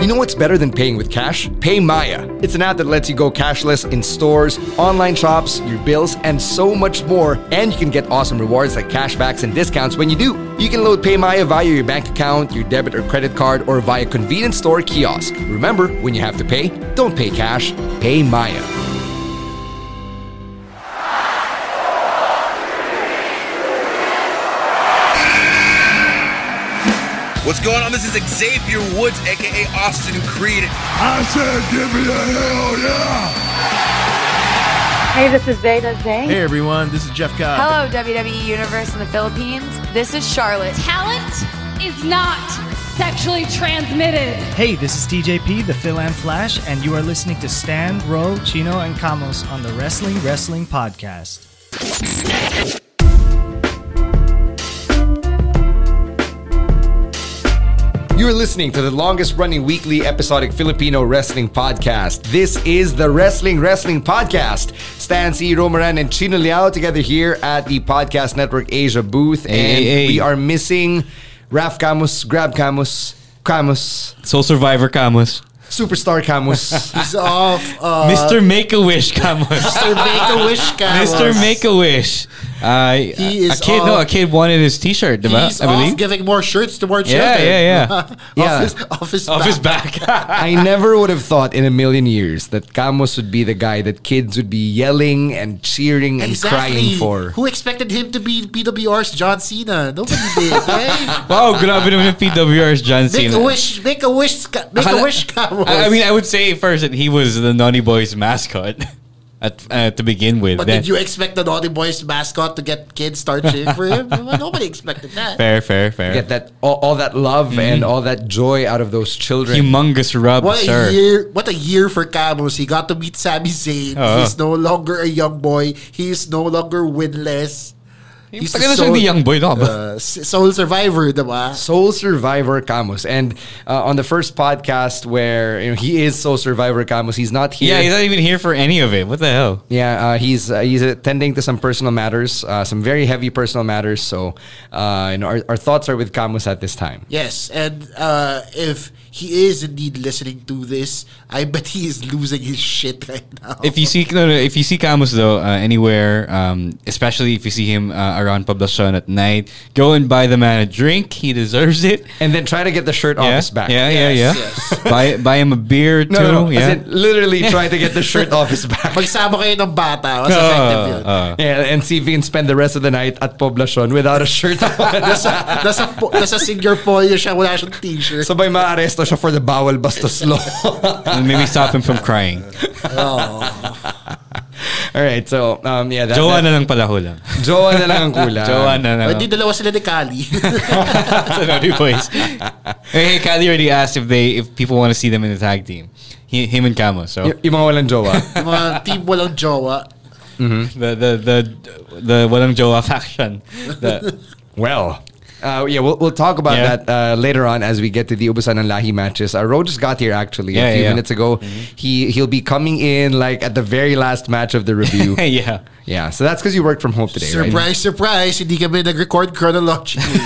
You know what's better than paying with cash? Pay Maya. It's an app that lets you go cashless in stores, online shops, your bills, and so much more. And you can get awesome rewards like cashbacks and discounts when you do. You can load Pay Maya via your bank account, your debit or credit card, or via convenience store kiosk. Remember, when you have to pay, don't pay cash, pay Maya. What's going on? This is Xavier Woods, aka Austin Creed. I said, give me the hell yeah! Hey, this is Zeta Zane. Hey everyone, this is Jeff Cobb. Hello, WWE Universe in the Philippines. This is Charlotte. Talent is not sexually transmitted. Hey, this is DJP, the Phil and Flash, and you are listening to Stan, Ro, Chino, and Camos on the Wrestling Wrestling Podcast. You're listening to the longest running weekly episodic Filipino wrestling podcast. This is the Wrestling Wrestling Podcast. Stan C. Romaran and Chino Liao together here at the Podcast Network Asia booth. and hey, hey. we are missing Raf Camus, Grab Camus, Camus, Soul Survivor Camus. Superstar Camus. He's off. Uh, Mr. Make a Wish Camus. Mr. Make-A-Wish Camus. Mr. Make a Wish. Uh, He a is kid, no, off- a kid wanted his T-shirt, diba? He's I off believe. giving more shirts to uh, more children. yeah, Uh, yeah, yeah, Oh, Yeah. Off his, off his Off back. his back. I never would have thought in a million years that Camus would be the guy that kids would be yelling and cheering and crying for. Who expected him to be PWR's John Cena? Nobody did. eh? wow, grabe naman yung PWR's John Make Cena. a wish. Make a wish. Ka- Make a Akala- wish, Camus. I, I mean, I would say first that he was the Naughty Boys mascot at uh, to begin with. but Then- did you expect the Naughty Boys mascot to get kids start cheering for him? Nobody expected that. fair, fair, fair. Get that all, all that love Mm-hmm. and all that joy out of those children. Humongous rub, What sir. a year! What a year for Camus. He got to meet Sami Zayn. Oo. He's no longer a young boy. He's no longer winless. He's Tagal na siyang di young boy, no? uh, s- soul survivor, diba? Soul Survivor Camus. And uh, on the first podcast where you know, he is Soul Survivor Camus, he's not here. yeah, he's not even here for any of it. What the hell? Yeah, uh, he's uh, he's attending to some personal matters, uh, some very heavy personal matters. So, uh, you know, our, our thoughts are with Camus at this time. Yes, and uh, if he is indeed listening to this, I bet he is losing his shit right now. If you see no, no, if you see Camus though uh, anywhere, um, especially if you see him uh, around Poblacion at night, go and buy the man a drink. He deserves it. And then try to get the shirt off Yeah, Oh, his back. yeah, yeah, Yes, yeah. yes. buy buy him a beer too. No, no, no. yeah. As in, literally try to get the shirt off his back. Magsama kayo ng bata, mas Uh, effective yun. uh. Yeah, and see if he can spend the rest of the night at Poblacion without a shirt on. nasa, nasa, po, nasa senior polio siya, wala siyang t-shirt. Sabay maaresto siya for the bawal bastos law. and maybe stop him from crying. All right, so um, yeah, that, Jowa that- na lang pala hulang. Jowa na lang ang kulang. Jowa na lang. Hindi dalawa sila ni Kali. Sa Naughty Boys. hey, hey, Kylie already asked if they if people want to see them in the tag team. He, him and Camus. So Y- yung mga walang jowa. Yung mga team walang jowa. the the the the walang jowa faction. The, well. Uh, yeah, we'll, we'll talk about Yeah. that uh, later on as we get to the Ubusan and Lahi matches. Uh, Ro just got here actually Yeah, a few yeah. Mm-hmm. minutes ago. He he'll be coming in like at the very last match of the review. yeah. yeah, so that's because you worked from home today, right? Surprise, surprise, hindi kami nag-record chronologically.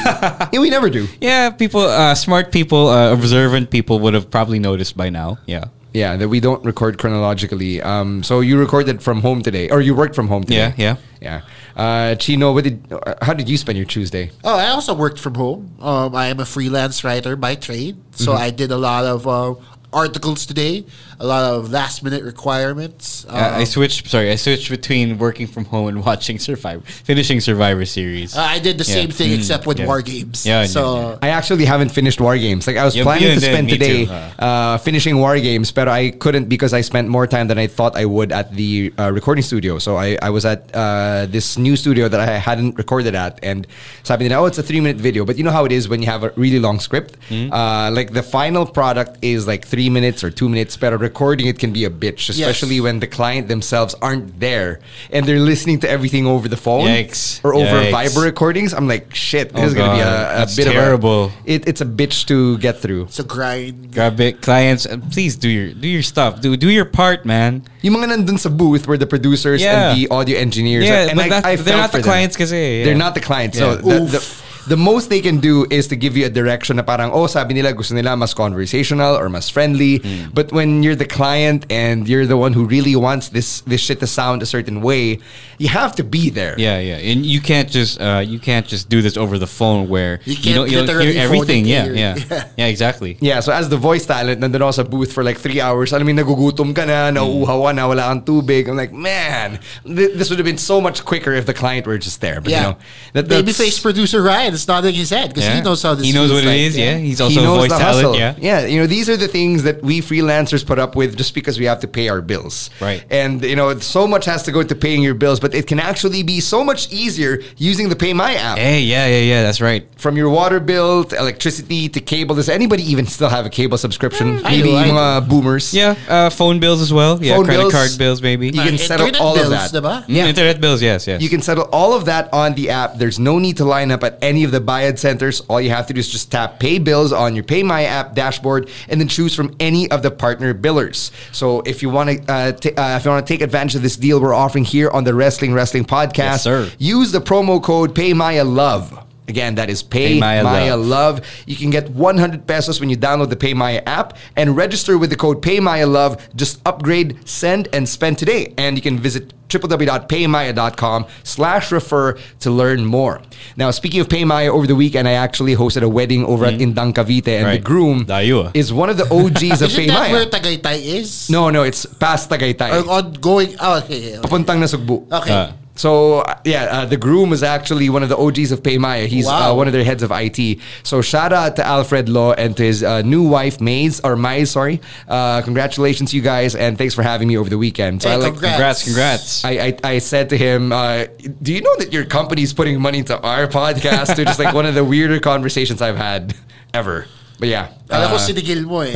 Yeah, we never do. Yeah, people, uh, smart people, uh, observant people would have probably noticed by now. Yeah. Yeah, that we don't record chronologically. Um, so you recorded from home today, or you worked from home today? Yeah, yeah, yeah. Uh, Chino, what did? Uh, how did you spend your Tuesday? Oh, I also worked from home. Mm-hmm. Um, I am a freelance writer by trade, so I did a lot of uh, articles today, a a lot of last minute requirements. Uh, I switched. Sorry, I switched between working from home and watching Survivor, finishing Survivor Series. Uh, I did the Yeah. same thing Mm, except with yeah. war games. Yeah, yeah, so yeah. I actually haven't finished War Games. Like I was Yeah, planning yeah, to then, spend me today too, uh. uh, finishing War Games, but I couldn't because I spent more time than I thought I would at the uh, recording studio. So I, I was at uh, this new studio that I hadn't recorded at, and so I mean, oh, it's a three minute video, but you know how it is when you have a really long script. Hmm? Uh, like the final product is like three minutes or two minutes, but recording it can be a bitch, especially when the client themselves aren't there and they're listening to everything over the phone Yikes. or over Yikes. Viber recordings. I'm like, shit, this Oh, is gonna be God. a, a That's bit terrible. of a, it, it's a bitch to get through. it's a grind. Grab it, clients. uh, Please do your do your stuff. Do do your part, man. Yung mga nandun sa booth were the producers Yeah. and the audio engineers. Yeah, and but that's- they're felt not the for them. clients kasi, yeah. They're not the clients. So Yeah. the, the, the most they can do is to give you a direction na parang, oh, sabi nila gusto nila mas conversational or mas friendly. Hmm. But when you're the client and you're the one who really wants this, this shit to sound a certain way, you have to be there. Yeah, yeah, and you can't just uh, you can't just do this over the phone where You you, can't don't, you don't literally hear everything. phone it Yeah, here. yeah, Yeah. yeah, exactly. Yeah, so as the voice talent, nandun ako sa booth for like three hours. Alam mo, yung nagugutom ka na, nauuhaw ka na, wala kang tubig. I'm like, man, th- this would have been so much quicker if the client were just there. But you Yeah. know, that, that's- Babyface producer Ryan is nodding his head because Yeah. he knows how this He knows feels what like, it is. Yeah, he's he also a knows voice the talent. hustle. Yeah, yeah. You know, these are the things that we freelancers put up with just because we have to pay our bills. Right. And you know, so much has to go into paying your bills, but it can actually be so much easier using the Pay My app. Hey, yeah, yeah, yeah. That's right. from your water bill to electricity to cable, does anybody even still have a cable Mm, subscription? I Maybe do, I yung mga boomers. Yeah, uh, phone bills as well. Yeah, Phone credit bills. card bills maybe. You can Internet settle all of bills, that. diba? Mm, internet bills. Yes, yes. You can settle all of that on the app. There's no need to line up at any of the buy-in centers. All you have to do is just tap Pay Bills on your Pay My app dashboard, and then choose from any of the partner billers. So if you want to, uh, ta- uh, if you want to take advantage of this deal we're offering here on the Wrestling Wrestling Podcast, Yes, sir. use the promo code Pay Maya Love. Again, that is Pay, Pay Maya, Maya Love. You can get 100 pesos when you download the Pay Maya app and register with the code Pay Maya Love. Just upgrade, send, and spend today. And you can visit www.paymaya.com slash refer to learn more. Now, speaking of Pay Maya, over the weekend, I actually hosted a wedding over at Indang Cavite, and the Right. groom Dayo ah. is one of the OGs of Isn't Pay that Maya. where Tagaytay is? No, no, it's past Or Tagaytay. ongoing. Oh, okay. Okay. Papuntang na Sugbu. okay. Uh, So uh, yeah, uh, the groom is actually one of the OGs of Paymaya. He's uh, Wow. one of their heads of IT. So shout out to Alfred Law and to his uh, new wife Maze or Maze, sorry. Uh, congratulations, you guys, and thanks for having me over the weekend. So Hey, I like. congrats. congrats, congrats. I, I, I said to him, uh, "Do you know that your company's putting money into our podcast?" Dude, it's like one of the weirder conversations I've had ever. But yeah, Alam ko sinigil mo eh.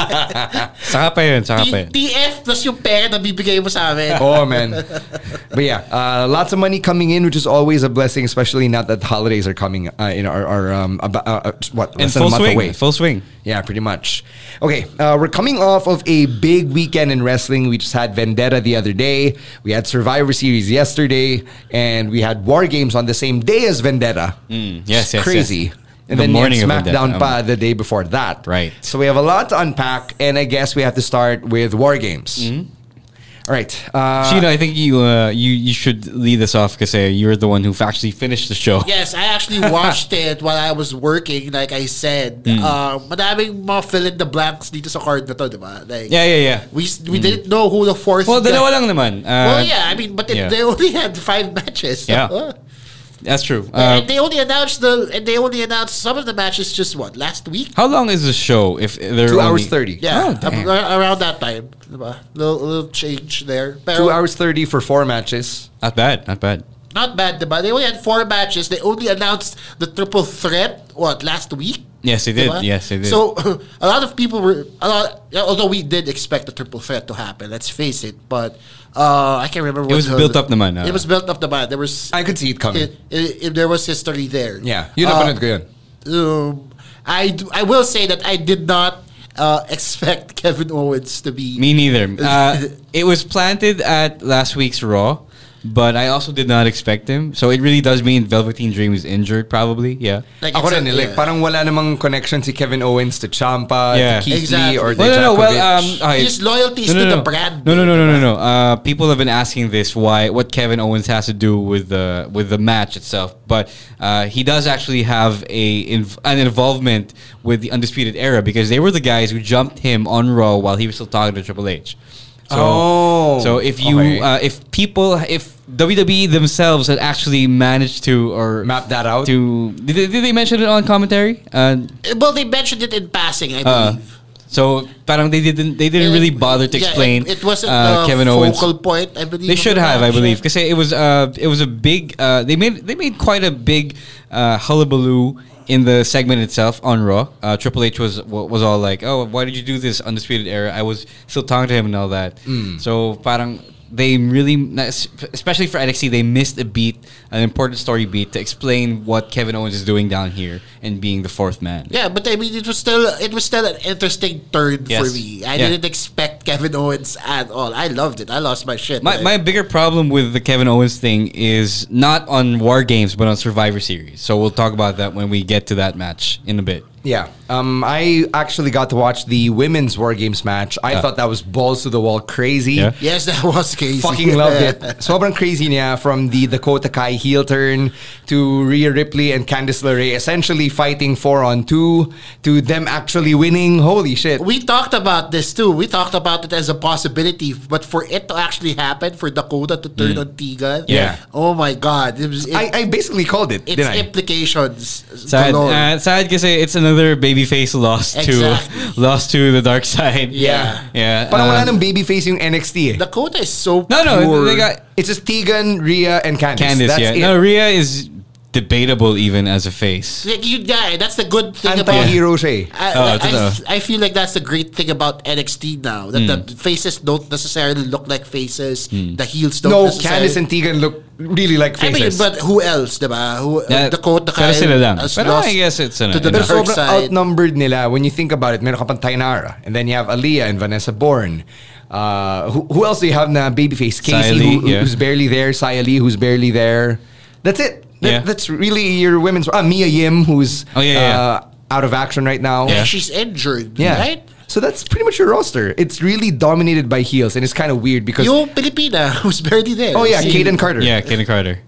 Saka pa yun, saka pa yun. T- TF plus yung pera na bibigay mo sa amin. Oh man, but yeah, uh, lots of money coming in, which is always a blessing, especially now that the holidays are coming. Uh, you know, are, are um, about, uh, uh, what In less than a full month swing, away. full swing. yeah, pretty much. Okay, uh, we're coming off of a big weekend in wrestling. We just had Vendetta the other day. We had Survivor Series yesterday, and we had War Games on the same day as Vendetta. Mm, Yes, yes, yes. crazy. And The then morning you of had SmackDown Vendetta. um, pa the day before that. Right. So we have a lot to unpack, and I guess we have to start with War Games. Mm-hmm. All right. Uh, Sheena, I think you uh, you you should lead us off because you're the one who actually finished the show. Yes, I actually watched it while I was working, like I said. Hmm. Uh, madaming mga fill-in-the-blanks dito sa card na to, di ba? Like, Yeah, yeah, yeah. Hmm. We, s- we didn't know who the fourth Well, guy- dalawa lang naman. Uh, Well, yeah, I mean, but it, yeah. they only had five matches. so- Yeah. That's true. Uh, and they only announced the and they only announced some of the matches just what last week. how long is the show? If they're Two hours only- thirty. Oh, Yeah, damn. ab- ar- around that time, diba? Little, little change there. Pero Two hours thirty for four matches. Not bad. Not bad. Not bad, diba? They only had four matches. They only announced the triple threat what last week. Yes, they did. diba? Yes, they did. So a lot of people were a lot. Although we did expect the triple threat to happen, let's face it. But uh, I can't remember. It was built up naman, ah. It was built up naman. There was I could see it coming. it, it, it- there was history there. yeah, you know, Uh, good. um, I d- I will say that I did not uh, expect Kevin Owens to be Me neither. Uh, it was planted at last week's Raw, But I also did not expect him. So it really does mean Velveteen Dream is injured, probably. Yeah. Like, Ako it's a- rin, eh, like, yeah. parang wala namang connection si Kevin Owens to Champa, Yeah. to uh, Keith Lee, Exactly. or to Well, no, no, well, Jakovic. um, okay. His loyalty is No, no, to no. the brand. No, no, no, no, no, no. Uh, people have been asking this why what Kevin Owens has to do with the with the match itself, but uh, he does actually have a inv- an involvement with the Undisputed Era because they were the guys who jumped him on Raw while he was still talking to Triple H. So, Oh, so if you okay. uh, if people if WWE themselves had actually managed to or Map that out? to did they, did they mention it on commentary? Uh, Well, they mentioned it in passing, uh, I believe. so parang they didn't they didn't really bother to Yeah, explain it, it wasn't uh, the Kevin Owens. focal point, I believe. They of should the have, I match. believe, because it was uh, it was a big. Uh, they made they made quite a big uh, hullabaloo in the segment itself on Raw. Uh, Triple H was wa- was all like, "Oh, why did you do this undisputed era? I was still talking to him and all that." Hmm. So, parang they really, especially for NXT, they missed a beat, an important story beat to explain what Kevin Owens is doing down here and being the fourth man. Yeah, but I mean, it was still it was still an interesting turn for Yes. me. I Yeah. didn't expect Kevin Owens at all. I loved it. I lost my shit. My, Like, my bigger problem with the Kevin Owens thing is not on War Games, but on Survivor Series. So we'll talk about that when we get to that match in a bit. Yeah. Um, I actually got to watch the women's War Games match. I thought that was balls to the wall crazy. Yeah. yes, that was crazy. Fucking loved it. Sobrang crazy niya from the Dakota Kai heel turn to Rhea Ripley and Candice LeRae essentially fighting four on two to them actually winning. Holy shit. we talked about this too. We talked about it as a possibility, but for it to actually happen, for Dakota to turn on Tegan, Mm. Yeah. Oh my God, it was, it, I, I basically called it, its didn't I? implications. Sad, galore. uh, sad kasi it's another babyface loss to Exactly. lost to the dark side. Yeah. yeah. Parang wala uh, nang baby facing NXT eh. Dakota is so no, no, pure. they got It's just Tegan, Rhea, and Candice. Candice. That's Um, yeah, it. no, Rhea is debatable even as a face. Like you guy, that's the good thing about Anti-hero siya eh. I, Oh, like, I, totoo. f- I feel like that's the great thing about NXT now that Mm. the faces don't necessarily look like faces. The heels don't. No, necessarily. Candice and Tegan look really like I mean, faces. but who else, diba? Who Yeah, Dakota pero Kai sila lang. has Pero I lost guess it's ano, to the enough. Pero Dark sobrang dark side. outnumbered nila when you think about it. Meron ka pang Tainara. And then you have Aaliyah and Vanessa Bourne. Uh, who, who else do you have na babyface? Casey, Lee, who, yeah. who's barely there. Saya Lee, who's barely there. That's it. That- Yeah. That's really your women's... Ah, Mia Yim, who's Oh, yeah, yeah, yeah. uh, out of action right now. Yeah, she's injured, Yeah. right? So that's pretty much your roster. It's really dominated by heels. And it's kind of weird because... Yung Pilipina who's barely there. oh, yeah, Si- Caden Carter. Yeah, Kenny Carter.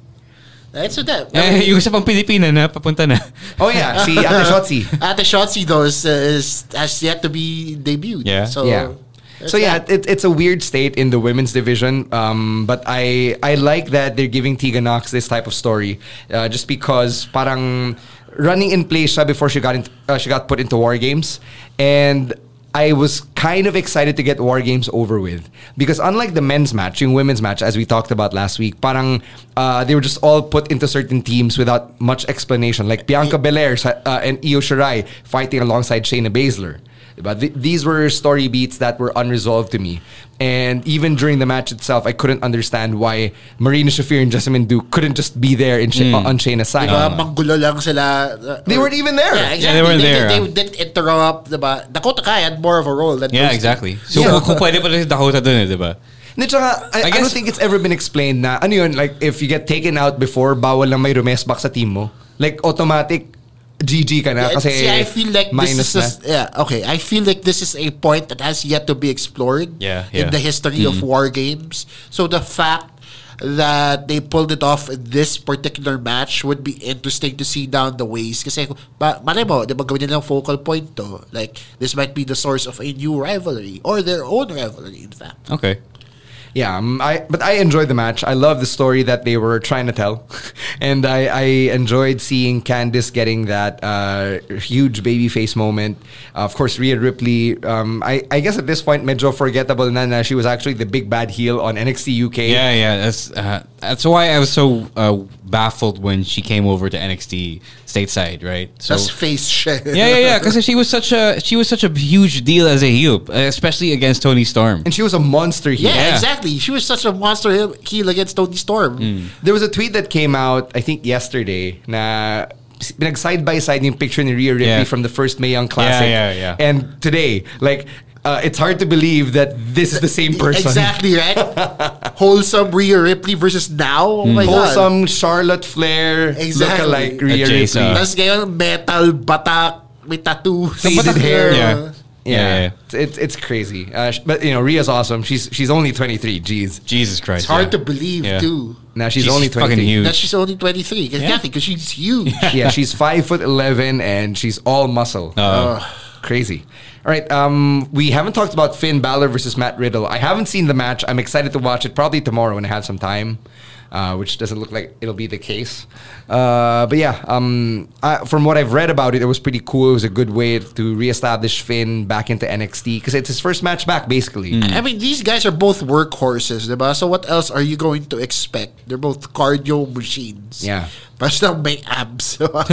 That's what that. Eh, yung isa pang Pilipina na papunta na. Oh, yeah, si Ate Shotzi. Ate Shotzi though is, uh, is has yet to be debuted. Yeah. So yeah. that's So yeah, that. it, it's a weird state in the women's division, um, but I I like that they're giving Tegan Knox this type of story, uh, just because parang running in place siya before she got in, uh, she got put into War Games, and I was kind of excited to get War Games over with because unlike the men's match, yung women's match as we talked about last week, parang uh, they were just all put into certain teams without much explanation, like Bianca Belair uh, and Io Shirai fighting alongside Shayna Baszler. But th- these were story beats that were unresolved to me. And even during the match itself, I couldn't understand why Marina Shafir and Jessamine Duke couldn't just be there in Sha- uh, on Shayna's side. Hmm. Diba, manggulo lang sila. uh, They or- weren't even there. Yeah, exactly. Yeah, they weren't they, there. They, they didn't interrupt, diba? Dakota Kai had more of a role than yeah, those- exactly. So Yeah. kung, kung pwede pa rin si Dakota dun eh, di ba? Na tsaka, I, I I, don't guess- think it's ever been explained na, ano yun, like, if you get taken out before, bawal lang may rumesbak sa team mo. Like, automatic GG ka na Yeah, kasi See, I feel like this minus is a- yeah okay. I feel like this is a point that has yet to be explored. Yeah, yeah. in the history of war games. So the fact that they pulled it off in this particular match would be interesting to see down the ways. Kasi ma malay mo, di ba gawin nilang focal point to? Like, this might be the source of a new rivalry or their own rivalry, in fact. Okay. Yeah, um, I but I enjoyed the match. I love the story that they were trying to tell, and I, I enjoyed seeing Candice getting that uh, huge babyface moment. Uh, of course, Rhea Ripley. Um, I I guess at this point, medyo forgettable na na she was actually the big bad heel on NXT UK. Yeah, yeah. That's uh, that's why I was so uh, baffled when she came over to NXT stateside, right? So Just face shit. yeah, yeah, yeah. Because she was such a she was such a huge deal as a heel, especially against Tony Storm. and she was a monster heel. Yeah, Yeah. exactly. She was such a monster heel- heel against Tony Storm. Mm. There was a tweet that came out, I think yesterday, na pinag side by side yung picture ni Rhea Ripley Yeah. from the first Mae Young Classic. Yeah, yeah, yeah. And today, like, uh, it's hard to believe that this is the same E-, person. E, Exactly, right? Wholesome Rhea Ripley versus now? Oh Mm. my God. Wholesome Charlotte Flair Exactly. lookalike Rhea Adjacent. Ripley. Tapos ngayon, metal batak may tattoo. Faded hair. Yeah. Yeah, yeah. It's, it's, it's crazy. Uh, sh- but you know, Rhea's awesome. She's she's only 23. Jeez. Jesus Christ. It's hard yeah. to believe, Yeah. too. Now she's, She's only fucking 23. huge. That she's only 23. Because Yeah. nothing, because she's huge. yeah, she's five foot eleven and she's all muscle. Uh. Crazy. All right, um, we haven't talked about Finn Balor versus Matt Riddle. I haven't seen the match. I'm excited to watch it probably tomorrow when I have some time, uh, which doesn't look like it'll be the case. Uh, but yeah, um, I, from what I've read about it, it was pretty cool. It was a good way to reestablish Finn back into NXT because it's his first match back, basically. I mean, these guys are both workhorses, diba? So what else are you going to expect? They're both cardio machines. Yeah. Basta may abs. diba?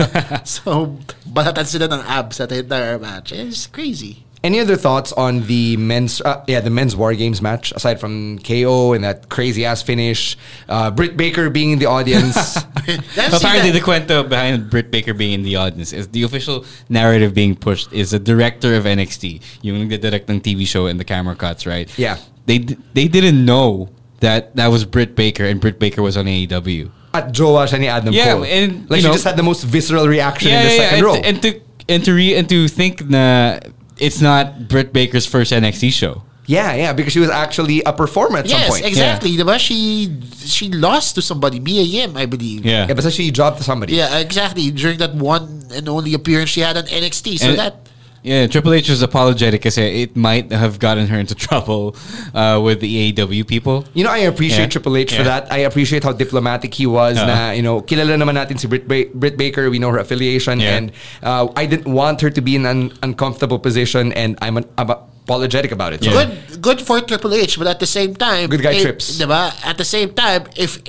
so, balatan sila ng abs at the entire match. It's crazy. Any other thoughts on the men's uh, yeah the men's war games match aside from KO and that crazy ass finish? Uh, Britt Baker being in the audience. Let's see Apparently, the that- cuento behind Britt Baker being in the audience is the official narrative being pushed is the director of NXT, yung nagdirect ng TV show and the camera cuts, right? Yeah. They d- they didn't know that that was Britt Baker and Britt Baker was on E AEW. at Joa siya ni Adam Yeah, Cole. and, like you she know- just had the most visceral reaction in the second and, row. To, and to and to re, and to think na it's not Britt Baker's first NXT show. yeah, yeah, because she was actually a performer at yes, some point. exactly. Diba? She she lost to somebody, Mia Yim, I believe. Yeah. Yeah, but so she dropped to somebody. Yeah, exactly. During that one and only appearance she had on NXT. So And- that Yeah, Triple H was apologetic because it might have gotten her into trouble uh, with the AEW people. You know, I appreciate Yeah. Triple H for Yeah. that. I appreciate how diplomatic he was. Uh-huh. Na, you know, kilala naman natin si Britt, ba- Britt Baker. We know her affiliation. Yeah. And uh, I didn't want her to be in an uncomfortable position. And I'm, an, I'm apologetic about it. So Yeah. good good for Triple H, but at the same time, Good guy eh, trips. diba? At the same time, if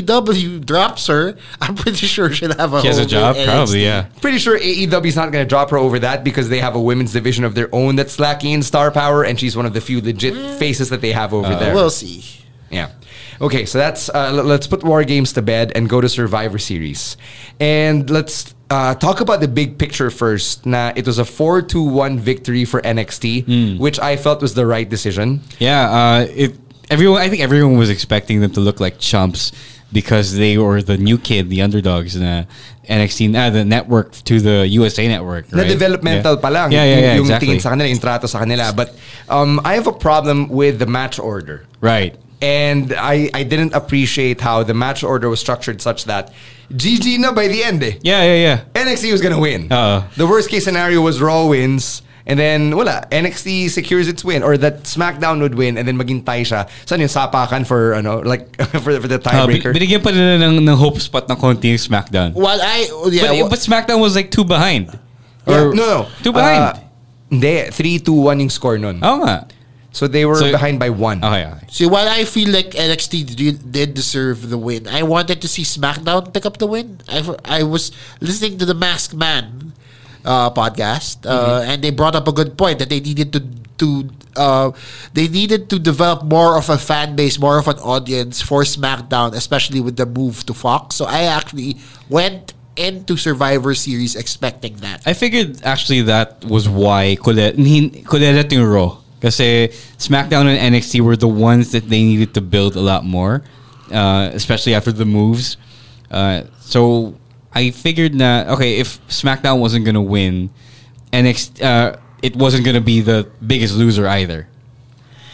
AEW drops her, I'm pretty sure she'll have a She has a whole new job, NXT. probably. Yeah. Pretty sure AEW's not going to drop her over that because they have a women's division of their own that's lacking in star power, and she's one of the few legit faces that they have over Uh, there. We'll see. Yeah. Okay, so that's uh, l- let's put War Games to bed and go to Survivor Series, and let's uh, talk about the big picture first. Nah, it was a four-to-one victory for NXT, Mm. which I felt was the right decision. Yeah, uh, it everyone. I think everyone was expecting them to look like chumps because they were the new kid, the underdogs in uh, NXT, uh, the network to the USA network. Na right? developmental yeah. pa lang Yeah, yeah, yeah, yung exactly. tingin sa kanila, yung trato sa kanila. But um, I have a problem with the match order. Right. And I, I didn't appreciate how the match order was structured such that GG na by the end eh. Yeah, Uh-huh. yeah, yeah. NXT was gonna win. Uh-oh. the worst case scenario was Raw wins, and then wala NXT secures its win, or that SmackDown would win, and then magintay siya. Saan yung sapakan for ano like for, for the Uh, bin- tiebreaker? binigyan pa nila ng, ng hope spot ng konti yung SmackDown. While I Oh, but, yeah, well, but SmackDown was like two behind. Yeah, no, no, Two behind. Uh, Hindi, 3-2-1 yung score nun. Oo nga. So they were So- behind by one. Okay, okay. see while I feel like NXT did, did deserve the win. I wanted to see SmackDown pick up the win. I, I was listening to the Masked Man uh, podcast, uh, and they brought up a good point that they needed to to uh, they needed to develop more of a fan base, more of an audience for SmackDown, especially with the move to Fox. So I actually went into Survivor Series expecting that. I figured actually that was why Colette yung Raw. Kasi SmackDown and NXT were the ones that they needed to build a lot more, uh, especially after the moves. Uh, so I figured that okay, if SmackDown wasn't gonna win, NXT uh, it wasn't gonna be the biggest loser either.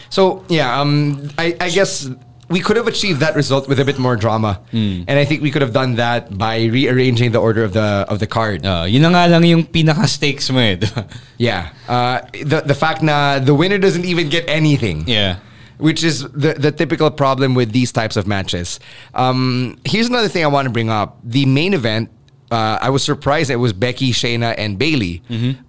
So yeah, um, I, I guess we could have achieved that result with a bit more drama, and I think we could have done that by rearranging the order of the of the card. Uh, yun na nga lang yung pinaka stakes mo eh. di ba? Yeah. Uh, the the fact na the winner doesn't even get anything. yeah. Which is the, the typical problem with these types of matches. Um, here's another thing I want to bring up. The main event, uh, I was surprised it was Becky, Shayna, and Bailey.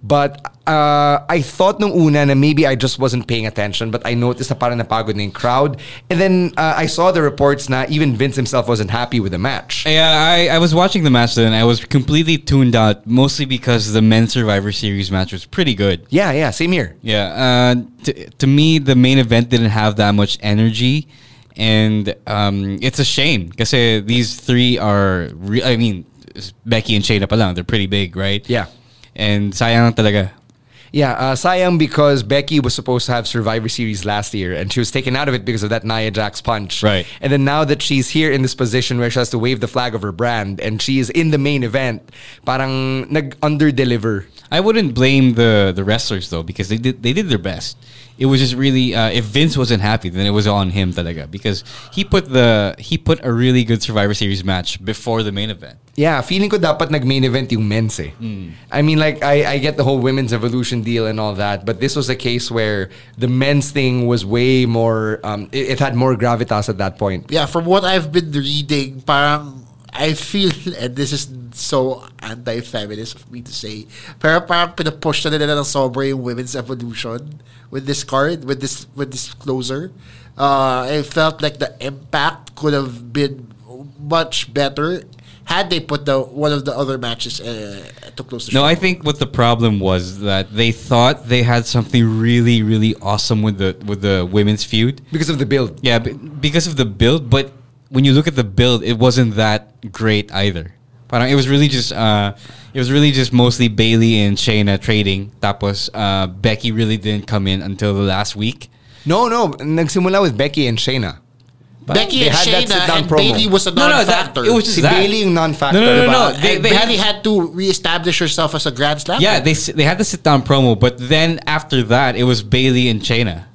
But uh, I thought nung una na maybe I just wasn't paying attention, but I noticed na parang napagod na yung crowd. And then uh, I saw the reports na even Vince himself wasn't happy with the match. Yeah, I, I was watching the match then. I was completely tuned out, mostly because the men's Survivor Series match was pretty good. Yeah, yeah, same here. Yeah, uh, to, to me, the main event didn't have that much energy, and um, it's a shame because these three are. Re- I mean, Becky and Shayna palang they're pretty big, right? Yeah. and sayang talaga. Yeah, uh, sayang because Becky was supposed to have Survivor Series last year, and she was taken out of it because of that Nia Jax punch. Right. And then now that she's here in this position where she has to wave the flag of her brand, and she is in the main event, parang nag under deliver. I wouldn't blame the the wrestlers though because they did they did their best. It was just really uh, if Vince wasn't happy, then it was on him talaga because he put the he put a really good Survivor Series match before the main event. Yeah, feeling ko dapat nag-main event yung men's eh. I mean like I, I get the whole women's evolution deal and all that, but this was a case where the men's thing was way more um, it, it had more gravitas at that point. yeah, from what I've been reading, parang I feel, and this is so anti-feminist of me to say, pero parang pinapush na nila ng sobra yung women's evolution with this card, with this with this closer. Uh, I felt like the impact could have been much better had they put the one of the other matches uh, to close the No, show. I think what the problem was that they thought they had something really really awesome with the with the women's feud. Because of the build. Yeah, be- because of the build, but when you look at the build, it wasn't that great either. Parang it was really just uh, it was really just mostly Bailey and Shayna trading. Tapos uh, Becky really didn't come in until the last week. No, no, nagsimula with Becky and Shayna. Becky They and had that Shayna sit-down and promo. Bailey was a No, no, that- non-factor. Uh, it was just Si that. Bailey yung non-factor. No, no, no, no. ba? They- And they had- Bailey had to reestablish herself as a grand slam. Yeah, they s- they had the sit down promo, but then after that, it was Bailey and Shayna.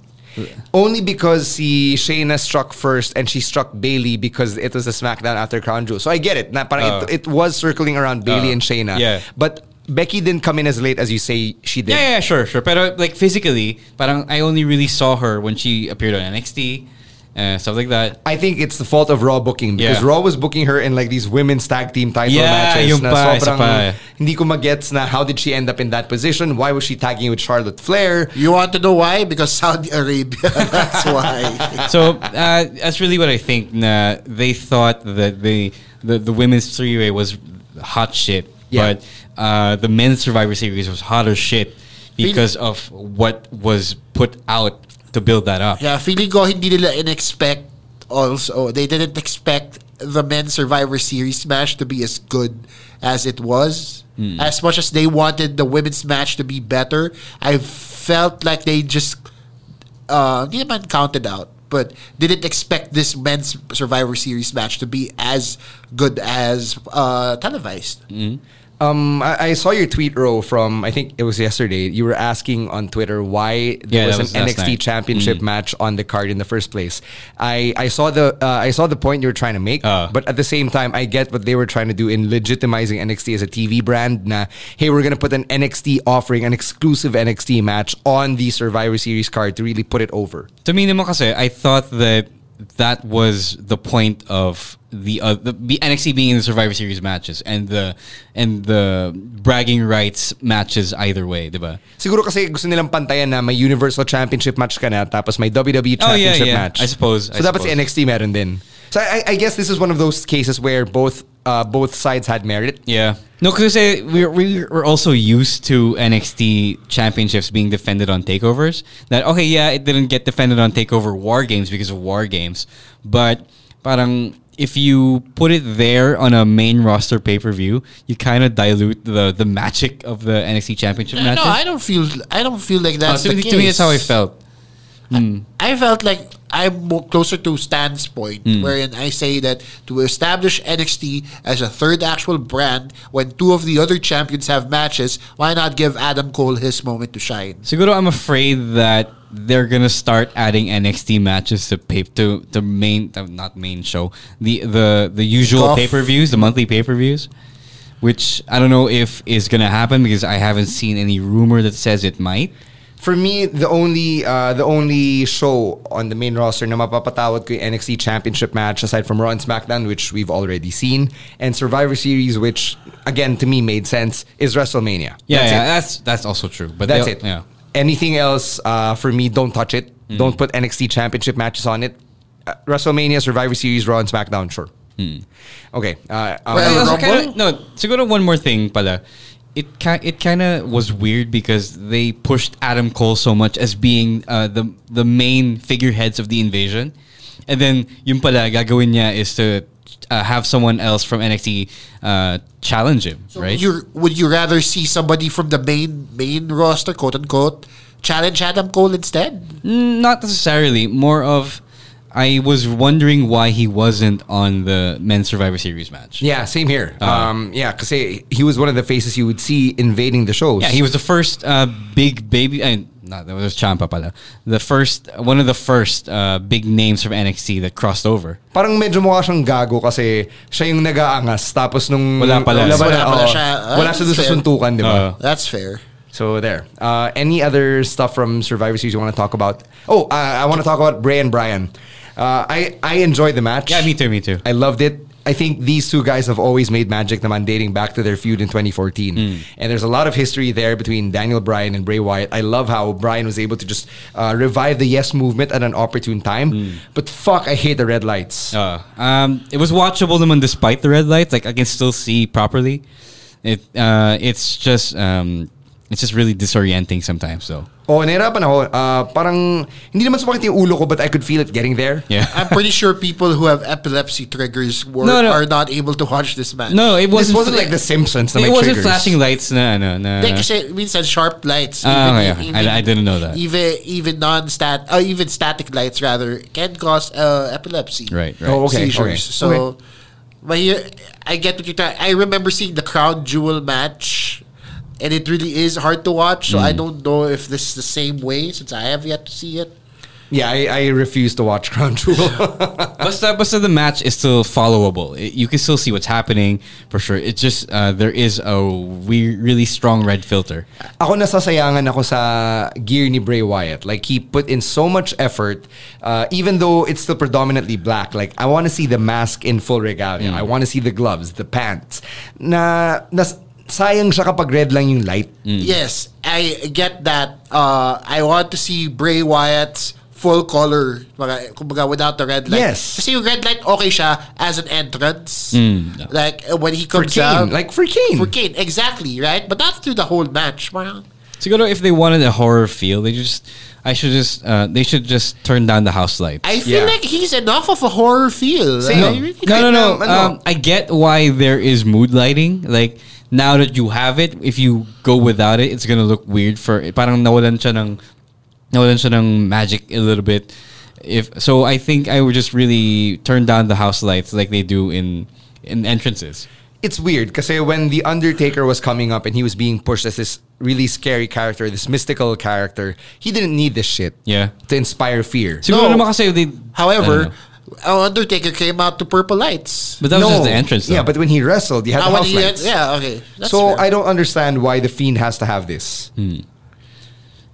Only because si Shayna struck first and she struck Bailey because it was a SmackDown after Crown Jewel. So I get it. Na, parang Oh. it, it was circling around Bailey Oh. and Shayna. Yeah. But Becky didn't come in as late as you say she did. Yeah, yeah, sure, sure. But like physically, parang I only really saw her when she appeared on NXT, uh, stuff like that. I think it's the fault of Raw booking because Yeah. Raw was booking her in like these women's tag team title Yeah, matches. yung na pa, isa sobrang pa. Hindi ko magets na how did she end up in that position? Why was she tagging with Charlotte Flair? You want to know why? Because Saudi Arabia. That's why. so uh, that's really what I think. Nah, they thought that the the, the women's three way was hot shit, Yeah. but uh, the men's Survivor Series was hotter shit because of what was put out to build that up. yeah, feeling ko hindi nila in-expect also. They didn't expect the men's Survivor Series match to be as good as it was. As much as they wanted the women's match to be better, I felt like they just uh, hindi naman counted out. But didn't expect this men's Survivor Series match to be as good as uh, televised. Um, I, I saw your tweet, Ro, from I think it was yesterday. You were asking on Twitter why there Yeah, was that an was last NXT night. Mm. Championship match on the card in the first place. I, I saw the uh, I saw the point you were trying to make, Uh. but at the same time, I get what they were trying to do in legitimizing NXT as a TV brand. Na hey, we're gonna put an NXT offering, an exclusive NXT match on the Survivor Series card to really put it over. To me naman kasi, I thought that that was the point of the, uh, the the NXT being in the Survivor Series matches and the and the bragging rights matches either way, diba? Siguro kasi gusto nilang pantayan na may Universal Championship match ka na tapos may WWE Oh, yeah, Championship yeah. match. I suppose, So I dapat si suppose. NXT meron din. So I, I guess this is one of those cases where both uh, both sides had merit. Yeah. No, because we're, we're we're also used to NXT championships being defended on takeovers. That okay, yeah, it didn't get defended on takeover war games because of war games, but parang if you put it there on a main roster pay per view, you kind of dilute the the magic of the NXT championship No, matches. I don't feel. I don't feel like Uh, that's to, the me, case. to me, that's how I felt. I felt like I'm more closer to Stan's point, Hmm. wherein I say that to establish NXT as a third actual brand, when two of the other champions have matches, why not give Adam Cole his moment to shine? Siguro, I'm afraid that they're gonna start adding NXT matches to pay to the main, uh, not main show, the the the usual Golf. pay per views, the monthly pay per views, which I don't know if is gonna happen because I haven't seen any rumor that says it might. For me, the only uh, the only show on the main roster na mapapatawad ko yung NXT Championship match aside from Raw and SmackDown, which we've already seen, and Survivor Series, which again to me made sense, is WrestleMania. Yeah, That's that's yeah, it. that's that's also true. But That's they'll- it. Yeah. Mm. Anything else uh, for me? Don't touch it. Don't put NXT Championship matches on it. Uh, WrestleMania, Survivor Series, Raw, and SmackDown. Sure. Hmm. Okay. Uh, um, Well, Well, also Rumble? kinda, no, siguro one more thing pala. It ki- it kind of was weird because they pushed Adam Cole so much as being uh, the the main figureheads of the invasion. And then yung pala gagawin niya is to uh, have someone else from NXT uh, challenge him, right? You would you rather see somebody from the main main roster, quote unquote, challenge Adam Cole instead? Mm, Not necessarily. More of, I was wondering why he wasn't on the men's Survivor Series match. Yeah, same here. Uh-huh. um, yeah, because he, he was one of the faces you would see invading the shows. Yeah, he was the first uh, big baby. And not that was Champa pala. The first one of the first uh, big names from NXT that crossed over. Parang medyo mukha siyang gago kasi siya yung nag-aangas. Tapos nung... Wala pala. Uh-huh. Wala, Wala pala oo. siya. Ah, Wala siya doon sa fair. suntukan, di ba? Oo. That's fair. So there. Uh, any other stuff from Survivor Series you want to talk about? Oh, uh, I want to talk about Bray and Brian. Uh, I I enjoyed the match. Yeah, me too, me too. I loved it. I think these two guys have always made magic. Naman dating back to their feud in 2014, Hmm. and there's a lot of history there between Daniel Bryan and Bray Wyatt. I love how Bryan was able to just uh, revive the Yes movement at an opportune time. Hmm. But fuck, I hate the red lights. Uh, um, it was watchable naman despite the red lights. Like I can still see properly. It uh, it's just um, it's just really disorienting sometimes though. Oh, nahirapan ako. Uh, parang hindi naman sumakit yung ulo ko, but I could feel it getting there. Yeah. I'm pretty sure people who have epilepsy triggers were, No, no. are not able to watch this match. no, it This wasn't. wasn't like The Simpsons. na It may wasn't triggers. flashing lights. No, no, no. They kasi minsan sharp lights. Ah, okay, okay. I- I didn't know that. Even even non-stat, uh, even static lights rather can cause uh, epilepsy. Right, right. Oh, okay, seizures. okay. So, but here, I get what you're trying. I remember seeing the crown jewel match, and it really is hard to watch. So I Mm. don't know if this is the same way since I have yet to see it. Yeah, I, I refuse to watch Crown Jewel. Basta, basta the match is still followable. It- you can still see what's happening for sure. It's just uh, there is a weird, really strong red filter. ako nasasayangan ako sa gear ni Bray Wyatt. Like, he put in so much effort, uh, even though it's still predominantly black. Like, I want to see the mask in full Mm. regalia. I want to see the gloves, the pants. Na, nas, sayang siya kapag red lang yung light. Mm. Yes, I get that. Uh, I want to see Bray Wyatt's full color, mga, kumbaga without the red light. Yes. Kasi yung red light, okay siya as an entrance. Like, uh, when he Mm. For comes Kane. out. Like, for Kane. for Kane, exactly, right? But not through the whole match. Parang, Siguro if they wanted a horror feel, they just I should just uh, they should just turn down the house lights. I feel Yeah. like he's enough of a horror feel. Same. I really no, no, think- no. No, no. Um, I get why there is mood lighting. Like now that you have it, if you go without it, it's gonna look weird. For parang nawalan siya ng nawalan siya ng magic a little bit. If so, I think I would just really turn down the house lights like they do in in entrances. it's weird because when the Undertaker was coming up and he was being pushed as this really scary character, this mystical character, he didn't need this shit. Yeah. To inspire fear. Siguro No. naman kasi they, However, I don't know. Undertaker came out to purple lights. but that was just the entrance. Though. Yeah, but when he wrestled, he had Ah, the when house he- lights. yeah, okay. That's so fair. Hmm. I don't understand why the fiend has to have this.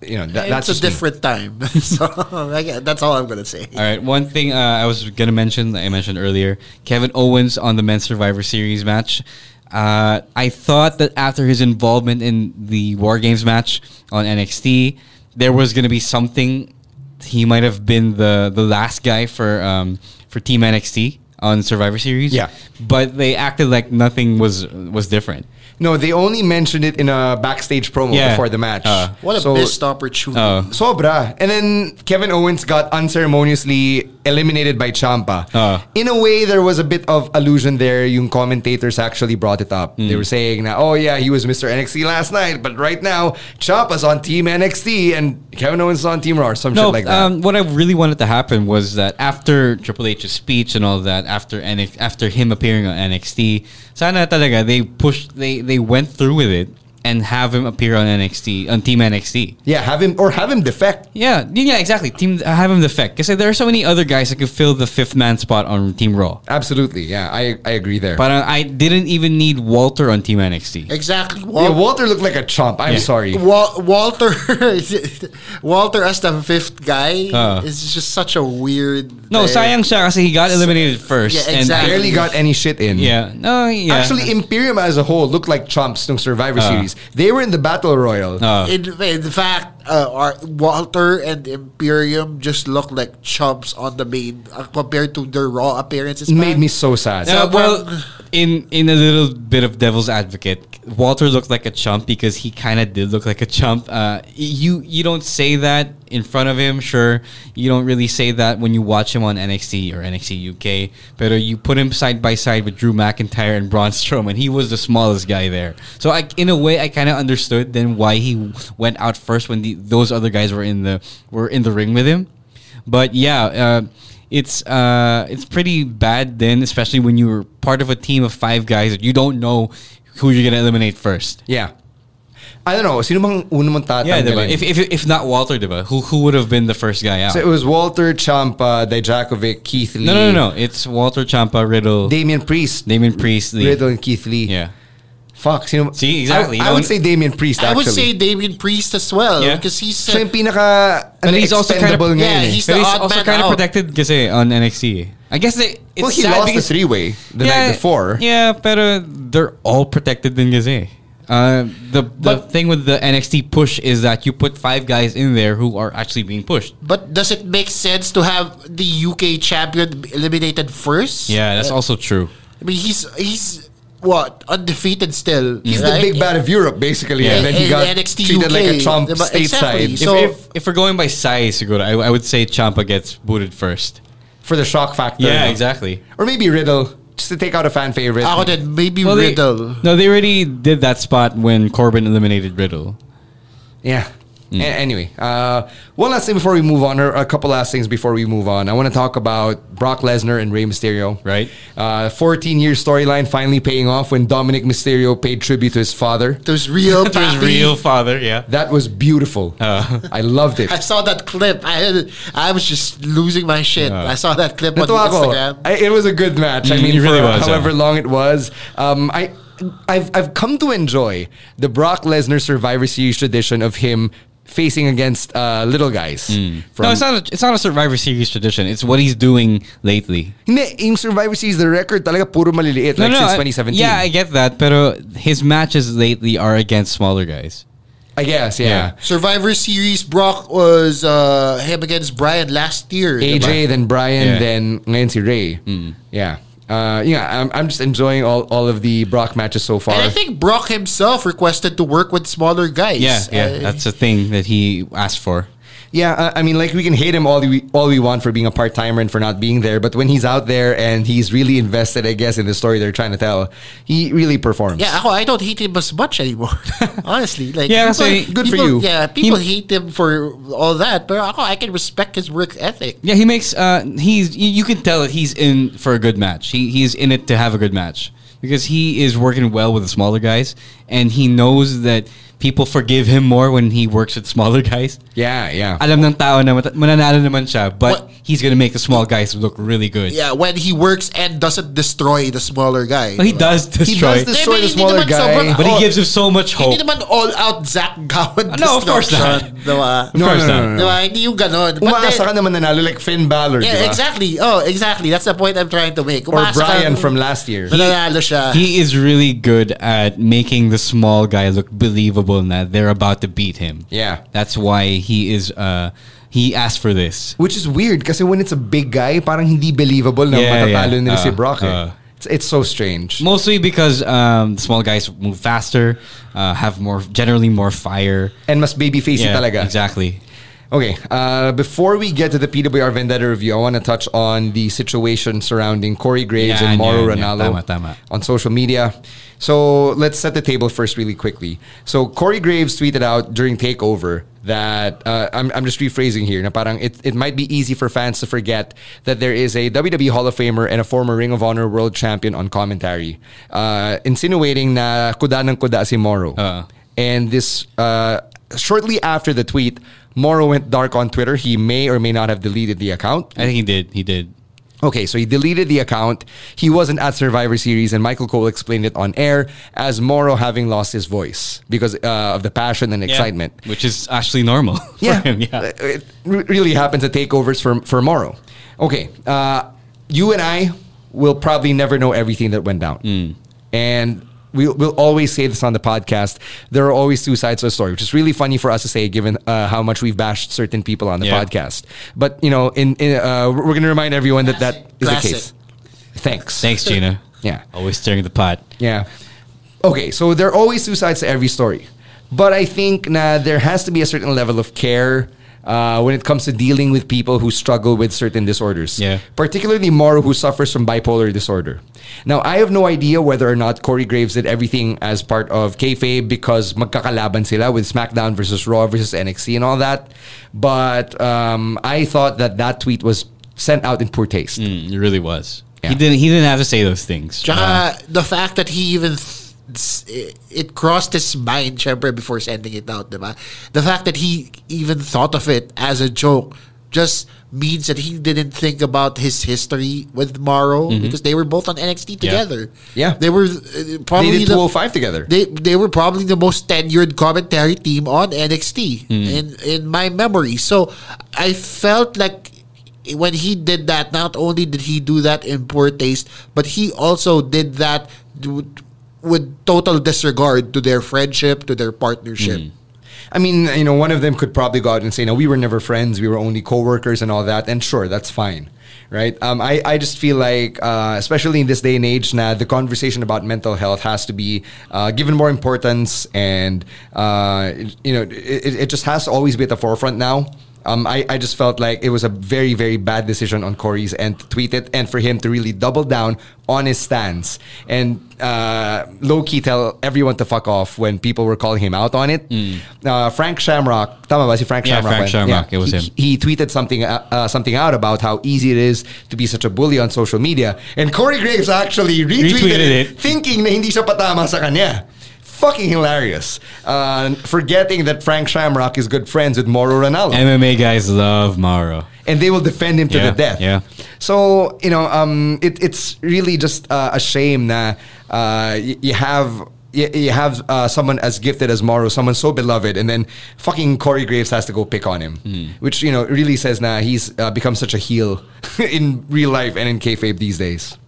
You know, that, that's just it's a me. different time. so I guess that's all I'm gonna say. All right. One thing uh, I was gonna mention that I mentioned earlier: Kevin Owens on the Men's Survivor Series match. Uh, I thought that after his involvement in the War Games match on NXT, there was gonna be something. He might have been the the last guy for um, for Team NXT on Survivor Series. Yeah. but they acted like nothing was was different. No, they only mentioned it in a backstage promo Yeah. before the match. Uh. What a so, uh, missed opportunity. Sobra. And then Kevin Owens got unceremoniously eliminated by Champa. Uh. In a way, there was a bit of allusion there. Yung commentators actually brought it up. Hmm. They were saying, na, oh yeah, he was Mr. NXT last night, but right now, Champa's on Team NXT and Kevin Owens is on Team Raw or some shit like that. Um, what I really wanted to happen was that after Triple H's speech and all that, after NX, after him appearing on NXT, sana talaga they pushed, they they went through with it and have him appear on NXT on Team NXT. yeah, have him or have him defect. Yeah, yeah, exactly. Team uh, have him defect because there are so many other guys that could fill the fifth man spot on Team Raw. Absolutely. Yeah, I, I agree there. But uh, I didn't even need Walter on Team NXT. Exactly. yeah, Wal- Walter looked like a chump. I'm sorry. Wal- Walter, Walter as the fifth guy Uh. is just such a weird. No, there. sayang siya kasi he got eliminated first. Yeah, and- exactly. Barely got any shit in. yeah, no, yeah. Uh. Actually, Imperium as a whole looked like chumps nung Survivor Series. They were in the Battle Royal. In, in fact, uh, our- Walter and Imperium just look like chumps on the main uh, compared to their raw appearances. Made man. me so sad. Uh, So, well, in in a little bit of devil's advocate, Walter looked like a chump because he kind of did look like a chump. Uh, you you don't say that in front of him, sure. You don't really say that when you watch him on NXT or NXT UK. But you put him side by side with Drew McIntyre and Braun Strowman. He was the smallest guy there. So I, in a way, I kind of understood then why he went out first when the, those other guys were in the were in the ring with him. But yeah. Uh, it's uh, it's pretty bad then, especially when you're part of a team of five guys that you don't know who you're gonna eliminate first. Yeah. I don't know. Sino bang uno mong tatanggalin? Yeah, diba? If, if, if not Walter, diba? Who, who would have been the first guy out? So it was Walter, Champa, Dijakovic, Keith Lee. No, no, no, no. It's Walter, Champa, Riddle. Damian Priest. Damian Priest. Lee. Riddle and Keith Lee. Yeah. Fuck, sino, See, exactly. I, I would say Damian Priest, actually. I would say Damien Priest as well Yeah. because he's Siya uh, yung pinaka But ano, he's also kind of- expendable ngayon eh. yeah, he's But the he's odd also man kind of out. protected kasi on NXT. I guess they, it's Well, he sad lost the because- three-way the night before. Yeah, but they're all protected in Gazay. Uh, the the But- thing with the NXT push is that you put five guys in there who are actually being pushed. But does it make sense to have the UK champion eliminated first? Yeah, that's also true. I mean, he's he's what undefeted still. He's the big bad of Europe, basically. Yeah. And then he In got NXT treated UK, like a chump diba? stateside Exactly. So- if, if if we're going by size, Segura, I, I would say Champa gets booted first. for the shock factor. Yeah, no? exactly. Or maybe Riddle, just to take out a fan favorite. Ako din, maybe Well, they- Riddle. no, they already did that spot when Corbin eliminated Riddle. Yeah. A- anyway, uh, one last thing before we move on, or a couple last things before we move on. I want to talk about Brock Lesnar and Rey Mysterio. Right. Uh, 14 year storyline finally paying off when Dominic Mysterio paid tribute to his father. There's real To his papi. real father, yeah. That was beautiful. Uh. I loved it. I saw that clip. I I was just losing my shit. I saw that clip on Natuwa ako. Instagram. I- it was a good match. I Mm, mean, it really for was, however yeah. long it was, um, I. I've, I've come to enjoy the Brock Lesnar Survivor Series tradition of him facing against uh, little guys. From, Mm. no, it's not. A, it's not a Survivor Series tradition. It's what he's doing lately. Hindi, yung Survivor Series, the record talaga puro maliliit, like no, since I- 2017. yeah, I get that. But his matches lately are against smaller guys. I guess, yeah. Survivor Series Brock was uh, him against Brian last year. AJ, then Brian, Yeah. Mm. then ngayon si Ray. Yeah. Uh, yeah, I'm, I'm just enjoying all, all of the Brock matches so far. And I think Brock himself requested to work with smaller guys. Yeah, yeah, Uh, that's a thing that he asked for. Yeah, I- I mean, like we can hate him all we all we want for being a part timer and for not being there, but when he's out there and he's really invested, I guess, in the story they're trying to tell, he really performs. Yeah, ako, I don't hate him as much anymore. Honestly, like Yeah, people- kasi- Good for people- you. Yeah, people hate him for all that, but ako, I can respect his work ethic. Yeah, he makes. Uh, he's. You, you can tell that he's in for a good match. He he's in it to have a good match because he is working well with the smaller guys, and he knows that people forgive him more when he works with smaller guys. yeah, yeah. Alam ng tao na mat- mananalo naman siya, but What- he's gonna make the small guys look really good. Yeah, when he works and doesn't destroy the smaller guy. Well, he does he destroy, does destroy Maybe the hindi smaller naman sobrang- guy. but he Oh. gives him so much hope. Hindi naman all out Zach Gowan No, of course destruction, Diba? No, no, course no, not. no, no. Diba? Hindi yung ganon. But Umaasa ka then- naman nanalo like Finn Balor, di Yeah, ba? exactly. Oh, exactly. That's the point I'm trying to make. Or Umaasa ka- Brian from last year. Nananalo siya. He is really good at making the small guy look believable and that they're about to beat him. Yeah. That's why he is uh he asked for this. Which is weird kasi when it's a big guy, parang hindi believable na Yeah, matatalo yeah. nila si Uh, Brock. eh. uh. it's, it's so strange. Mostly because um small guys move faster, uh, have more generally more fire. And mas babyfacey talaga. Exactly. Okay, uh, before we get to the PWR Vendetta review, I want to touch on the situation surrounding Corey Graves Yeah, and Mauro yeah, yeah. Ranallo Tama, tama. on social media. So let's set the table first, really quickly. So Corey Graves tweeted out during Takeover that uh, I'm, I'm just rephrasing here. Na parang it, it might be easy for fans to forget that there is a WWE Hall of Famer and a former Ring of Honor World Champion on commentary, uh, insinuating na kuda ng kuda si Mauro. And this uh, shortly after the tweet, Morrow went dark on Twitter. He may or may not have deleted the account. I think he did. He did. Okay, so he deleted the account. He wasn't at Survivor Series, and Michael Cole explained it on air as Morrow having lost his voice because uh, of the passion and excitement. Which is actually normal for him. Yeah. Uh, It re- really happens at takeovers for, for Morrow. Okay. Uh, you and I will probably never know everything that went down. Hmm. And we'll, we'll always say this on the podcast. There are always two sides to a story, which is really funny for us to say given uh, how much we've bashed certain people on the Yeah. podcast. But, you know, in, in uh, we're going to remind everyone that that is the Classic. case. Thanks. Thanks, Gina. Yeah. Always stirring the pot. Yeah. okay, so there are always two sides to every story. But I think nah, there has to be a certain level of care uh, when it comes to dealing with people who struggle with certain disorders. Yeah. Particularly Moro, who suffers from bipolar disorder. Now, I have no idea whether or not Corey Graves did everything as part of kayfabe because magkakalaban sila with SmackDown versus Raw versus NXT and all that. But um, I thought that that tweet was sent out in poor taste. Mm, it really was. Yeah. He didn't. He didn't have to say those things. Tsaka, Ah. the fact that he even th- s- it- it crossed his mind syempre before sending it out, diba? The fact that he even thought of it as a joke just means that he didn't think about his history with Morrow because they were both on NXT Yeah. together. Mm-hmm. Yeah. They were uh, They probably did the- 205 together. They they were probably the most tenured commentary team on NXT in in my memory. So I felt like when he did that, not only did he do that in poor taste, but he also did that d- with total disregard to their friendship, to their partnership. I mean, you know, one of them could probably go out and say, "No, we were never friends. We were only coworkers and all that." And sure, that's fine, right? Um, I I just feel like, uh, especially in this day and age, now the conversation about mental health has to be uh, given more importance, and uh, you know, it, it- it just has to always be at the forefront now. Um, I, I just felt like it was a very, very bad decision on Corey's end to tweet it and for him to really double down on his stance and uh, low key tell everyone to fuck off when people were calling him out on it. Uh, Frank Shamrock, tama ba si Frank Mm. Yeah, Shamrock? Frank went- Shamrock, it was he, him. He tweeted something uh, uh, something out about how easy it is to be such a bully on social media. And Corey Graves actually retweeted, Retweeted it, it. thinking na hindi siya patama sa kanya. Fucking hilarious. Uh, forgetting that Frank Shamrock is good friends with Moro Ronaldo MMA guys love Maro. and they will defend him to Yeah, the death. yeah. So you know, um, it, it's really just uh, a shame that uh, y- you have. You you have uh, someone as gifted as Morrow, someone so beloved, and then fucking Corey Graves has to go pick on him, Hmm. which you know really says nah he's uh, become such a heel in real life and in kayfabe these days.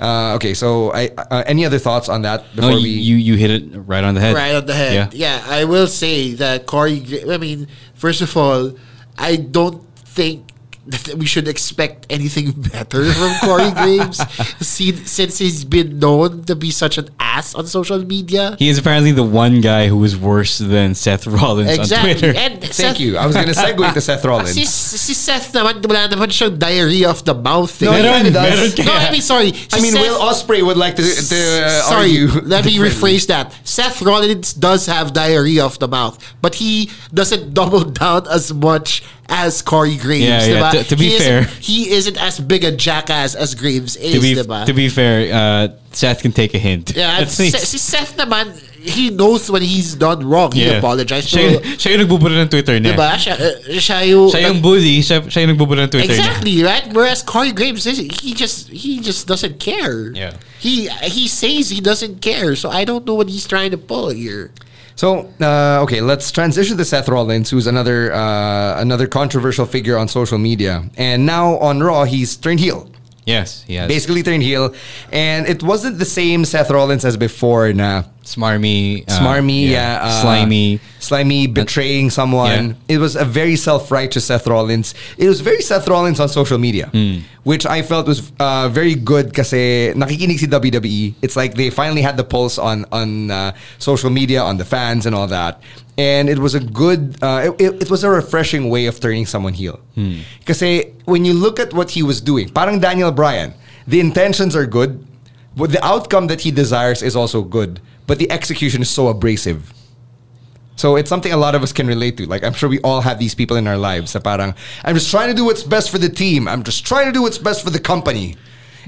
Uh, okay, so I, uh, any other thoughts on that No, before you, we? you you hit it right on the head. Right on the head. Yeah. Yeah. I will say that Corey. Gra- I mean, first of all, I don't think that we should expect anything better from Corey Graves since since he's been known to be such an ass on social media. He is apparently the one guy who is worse than Seth Rollins on Exactly. Twitter. And Thank Seth- you. I was going to segue to Seth Rollins. Si, si Seth naman, wala naman siyang diarrhea of the mouth. eh. No, No, he Meron, kinda does. meron I mean, sorry. Si I mean, Seth- Will Osprey would like to, to uh, Sorry, argue. let me differently. rephrase that. Seth Rollins does have diarrhea of the mouth, but he doesn't double down as much as Corey Graves. Yeah, yeah, diba? to- to be he fair. isn't, he isn't as big a jackass as Graves is. to be diba? to be fair, uh, Seth can take a hint. yeah, and At Se- least. si Seth naman, he knows when he's done wrong. He apologized. So, Siya, siya yung nagbubura ng Twitter niya. diba? Siya, uh, siya yung- Siya yung bully, siya, siya yung nagbubura ng Twitter niya. Exactly right. Whereas Corey Graves, is- he just he just doesn't care. Yeah. he he says he doesn't care. So I don't know what he's trying to pull here. So uh, okay, let's transition to Seth Rollins, who's another uh, another controversial figure on social media, and now on Raw he's turned heel, Yes, he has. basically turned heel, and it wasn't the same Seth Rollins as before. Nah, Smarmy. uh, smarmy, yeah, uh, slimy. slimy, betraying someone. It was a very self-righteous Seth Rollins. It was very Seth Rollins on social media, which I felt was uh, very good kasi nakikinig si WWE. It's like they finally had the pulse on on uh, social media, on the fans and all that. And it was a good, uh, it- it, it was a refreshing way of turning someone heel. Because when you look at what he was doing, parang Daniel Bryan, the intentions are good, but the outcome that he desires is also good, but the execution is so abrasive. So it's something a lot of us can relate to. Like I'm sure we all have these people in our lives. Na parang, I'm just trying to do what's best for the team. I'm just trying to do what's best for the company.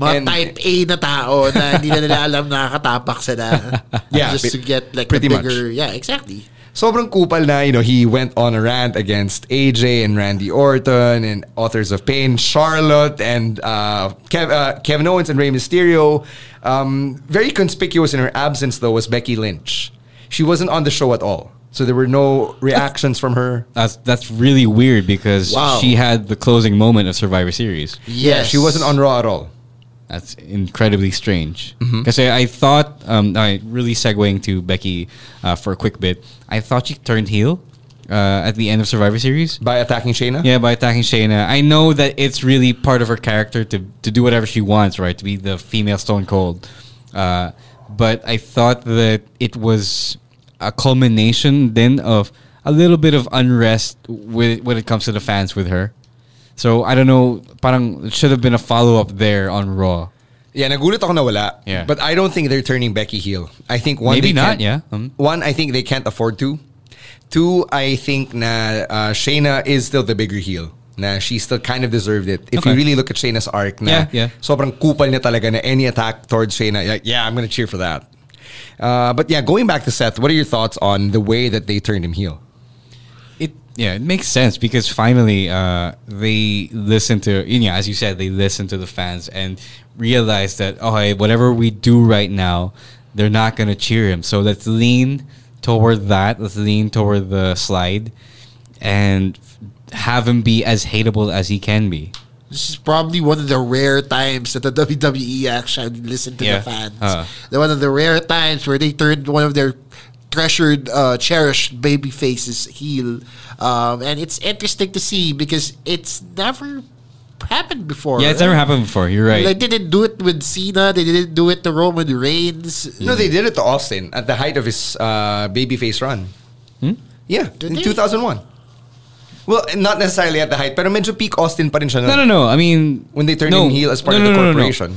Mga And- type A na tao na hindi na nila alam nakakatapak sila. Yeah, Just to bi- get like pretty the much. bigger. Yeah, exactly. sobrang kupal na, you know, he went on a rant against AJ and Randy Orton and Authors of Pain, Charlotte and uh, Kev, uh, Kevin Owens and Rey Mysterio. Um, very conspicuous in her absence, though, was Becky Lynch. She wasn't on the show at all. So there were no reactions from her. That's that's really weird because Wow. she had the closing moment of Survivor Series. Yes. She wasn't on Raw at all. That's incredibly strange. Because I, I thought, um, I really segueing to Becky uh, for a quick bit. I thought she turned heel uh, at the end of Survivor Series. By attacking Shayna? Yeah, by attacking Shayna. I know that it's really part of her character to, to do whatever she wants, right? To be the female Stone Cold. Uh, but I thought that it was a culmination then of a little bit of unrest with when it comes to the fans with her. So I don't know, parang it should have been a follow up there on Raw. Yeah, nagulat ako na wala. Yeah. But I don't think they're turning Becky heel. I think one Maybe they not, can't- yeah. Um. One, I think they can't afford to. Two, I think na uh, Shayna is still the bigger heel. Na she still kind of deserved it. If you Okay. really look at Shayna's arc, na Yeah, yeah. sobrang kupal niya talaga na any attack towards Shayna, like, yeah, I'm gonna cheer for that. Uh, but yeah, going back to Seth, what are your thoughts on the way that they turned him heel? It yeah, it makes sense because finally uh, they listen to you know, as you said, they listen to the fans and realize that okay, whatever we do right now, they're not gonna cheer him. So let's lean toward that. Let's lean toward the slide and have him be as hateable as he can be. This is probably one of the rare times that the WWE actually listened to Yeah. the fans. Uh. The one of the rare times where they turned one of their treasured, uh, cherished baby faces heel, um, and it's interesting to see because it's never happened before. Yeah, it's never happened before. You're right. They didn't do it with Cena. They didn't do it to Roman Reigns. No, they did it to Austin at the height of his uh, babyface run. Hmm? Yeah, in they? 2001. Well, not necessarily at the height, pero medyo peak Austin pa rin siya. No, no, no. I mean, When they turned no. him heel as part No, of no, the no, no, no. corporation.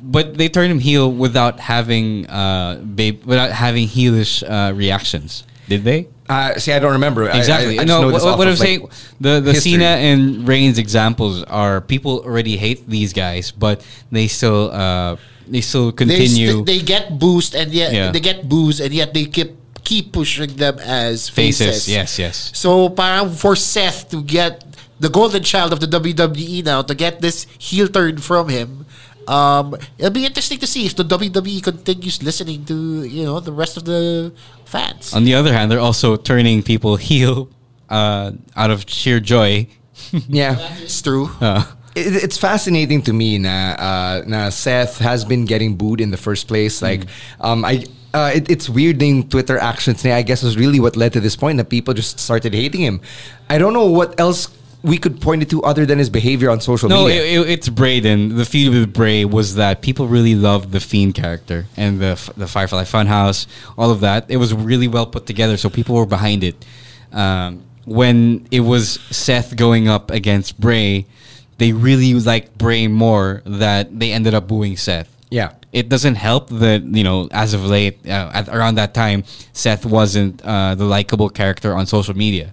But they turned him heel without having uh, babe, without having heelish uh, reactions. Did they? Uh, see, I don't remember. I- I- Exactly. I, just no, know what, this what off I'm of, like, saying, the the history. Cena and Reigns examples are people already hate these guys, but they still uh, they still They, continue st- they get boost and yet Yeah. they get boost and yet they keep keep pushing them as faces. faces. Yes, yes. So parang for Seth to get the golden child of the WWE now to get this heel turn from him. Um, it'll be interesting to see if the WWE continues listening to you know the rest of the fans. On the other hand, they're also turning people heel uh, out of sheer joy. yeah, It's true. it, it's fascinating to me. Na, uh, na Seth has been getting booed in the first Hmm. place. Like, um, I. Uh, it, it's weird thing Twitter actions. niya, I guess is really what led to this point that people just started hating him. I don't know what else we could point it to other than his behavior on social No, media. it, it, it's Brayden. The feud with Bray was that people really loved the Fiend character and the f- the Firefly Funhouse, all of that. It was really well put together, so people were behind it. Um, when it was Seth going up against Bray, they really liked Bray more. That they ended up booing Seth. Yeah. It doesn't help that you know, as of late, uh, at around that time, Seth wasn't uh, the likable character on social media.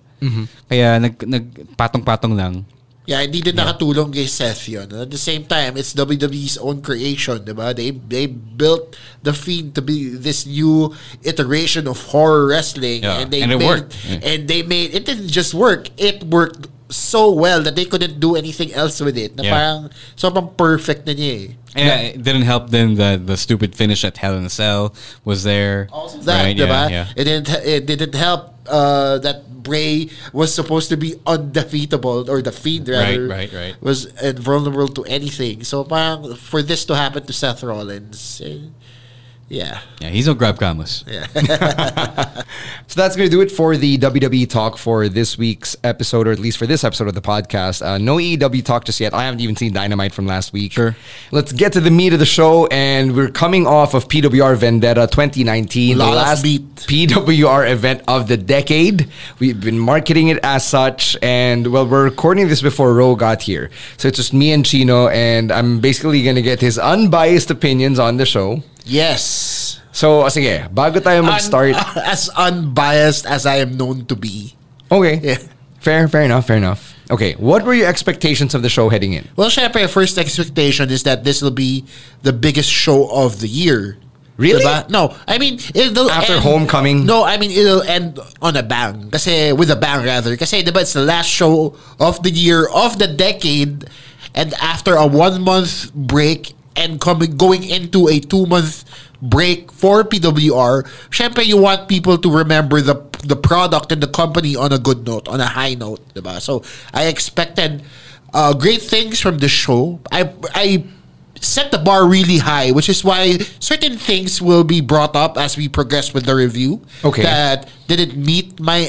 Kaya nag, nag patong-patong lang. Yeah, hindi din nakatulong kay Seth yun. At the same time, it's WWE's own creation, di ba? They, they built The Fiend to be this new iteration of horror wrestling. Yeah, And, they and it made, worked. Yeah. And they made, it didn't just work, it worked so well that they couldn't do anything else with it. Na Yeah. parang, sobrang perfect na niya eh. And it didn't help then that the stupid finish at Hell in a Cell was there. that, Right, yeah, diba? yeah. It didn't it didn't help uh, that Bray was supposed to be undefeatable or the Fiend Right, rather right, right. was invulnerable to anything. So parang for this to happen to Seth Rollins, eh, yeah. Yeah, he's no grab commas. So that's going to do it for the WWE talk for this week's episode, or at least for this episode of the podcast. Uh, no AEW talk just yet. I haven't even seen Dynamite from last week. Sure. Let's get to the meat of the show, and we're coming off of PWR Vendetta 2019, Lot the of last meat. PWR event of the decade. We've been marketing it as such, and well, we're recording this before Ro got here, so it's just me and Chino, and I'm basically going to get his unbiased opinions on the show. Yes. So, uh, sige, bago tayo Un- mag-start. as unbiased as I am known to be. Okay. Yeah. Fair, fair enough, fair enough. Okay, what were your expectations of the show heading in? Well, syempre, first expectation is that this will be the biggest show of the year. Really? Diba? No, I mean, it'll After end- homecoming? No, I mean, it'll end on a bang. Kasi, with a bang, rather. Kasi, diba, it's the last show of the year, of the decade, and after a one-month break and coming going into a two-month break for PWR, syempre, you want people to remember the the product and the company on a good note, on a high note, diba? So, I expected uh, great things from the show. I I set the bar really high, which is why certain things will be brought up as we progress with the review. Okay. That didn't meet my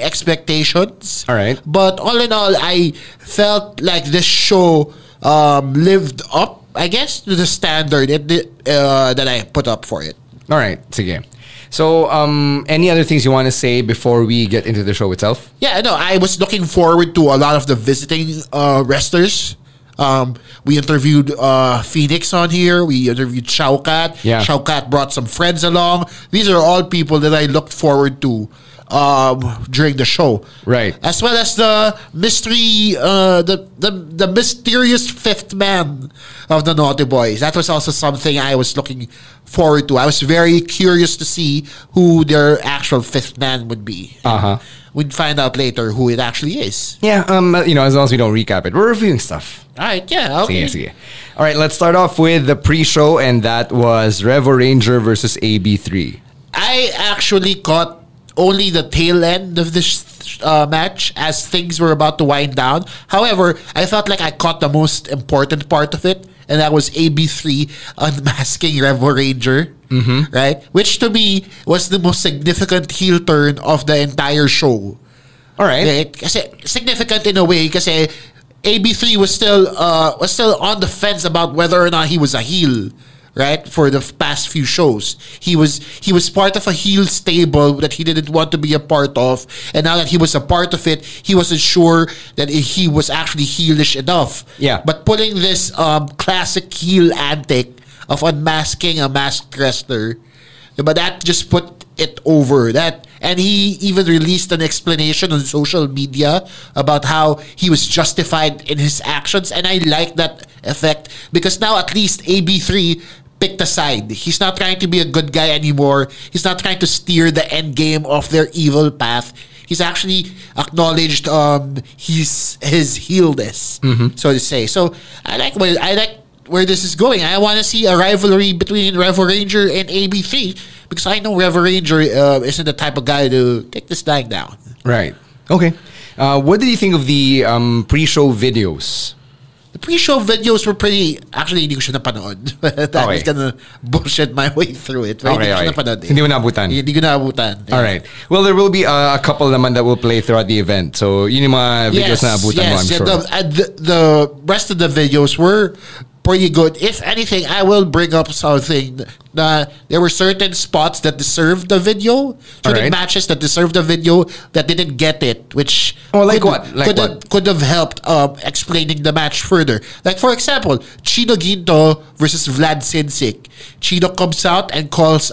expectations. All right. But all in all, I felt like this show um, lived up, I guess, to the standard it, did- uh, that I put up for it. All right, sige. So, um, any other things you want to say before we get into the show itself? Yeah, no, I was looking forward to a lot of the visiting uh, wrestlers. Um, we interviewed uh, Phoenix on here. We interviewed Shaukat. Yeah. Shaukat brought some friends along. These are all people that I looked forward to um, during the show. Right. As well as the mystery, uh, the, the the mysterious fifth man of the Naughty Boys. That was also something I was looking forward to. I was very curious to see who their actual fifth man would be. Uh-huh. We'd find out later who it actually is. Yeah, um, you know, as long as we don't recap it, we're reviewing stuff. All right. Yeah. Okay. Sige, sige. All right, let's start off with the pre-show, and that was Revo Ranger versus AB3. I actually caught only the tail end of this uh, match as things were about to wind down. However, I felt like I caught the most important part of it, and that was AB3 unmasking Revo Ranger, right? Which to me was the most significant heel turn of the entire show. All right. Right? Kasi significant in a way kasi AB3 was still uh, was still on the fence about whether or not he was a heel, right? For the f- past few shows. He was he was part of a heel stable that he didn't want to be a part of, and now that he was a part of it, he wasn't sure that he was actually heelish enough. Yeah. But pulling this um, classic heel antic of unmasking a masked wrestler but that just put it over that and he even released an explanation on social media about how he was justified in his actions and i like that effect because now at least ab3 picked a side he's not trying to be a good guy anymore he's not trying to steer the end game of their evil path he's actually acknowledged um he's his heelness Mm-hmm. so to say so i like what i like where this is going. I want to see a rivalry between Revo Ranger and AB3 because I know Revo Ranger uh, isn't the type of guy to take this thing down. Right. Okay. Uh, what did you think of the um, pre-show videos? The pre-show videos were pretty... Actually, hindi ko siya napanood. I'm Okay. just gonna bullshit my way through it. Pero Okay, hindi ko siya okay. napanood. eh. Hindi mo naabutan. Hindi ko naabutan. eh. All right. Well, there will be uh, a couple naman that will play throughout the event. So, yun yung mga videos na abutan mo, I'm yeah, sure. The, uh, the, the rest of the videos were pretty good. If anything, I will bring up something. Uh, there were certain spots that deserved the video, certain Alright. matches that deserved the video that didn't get it, which Oh, like what? Like could, what? could have helped um, explaining the match further. Like for example, Chino Ginto versus Vlad Sinsik. Chino comes out and calls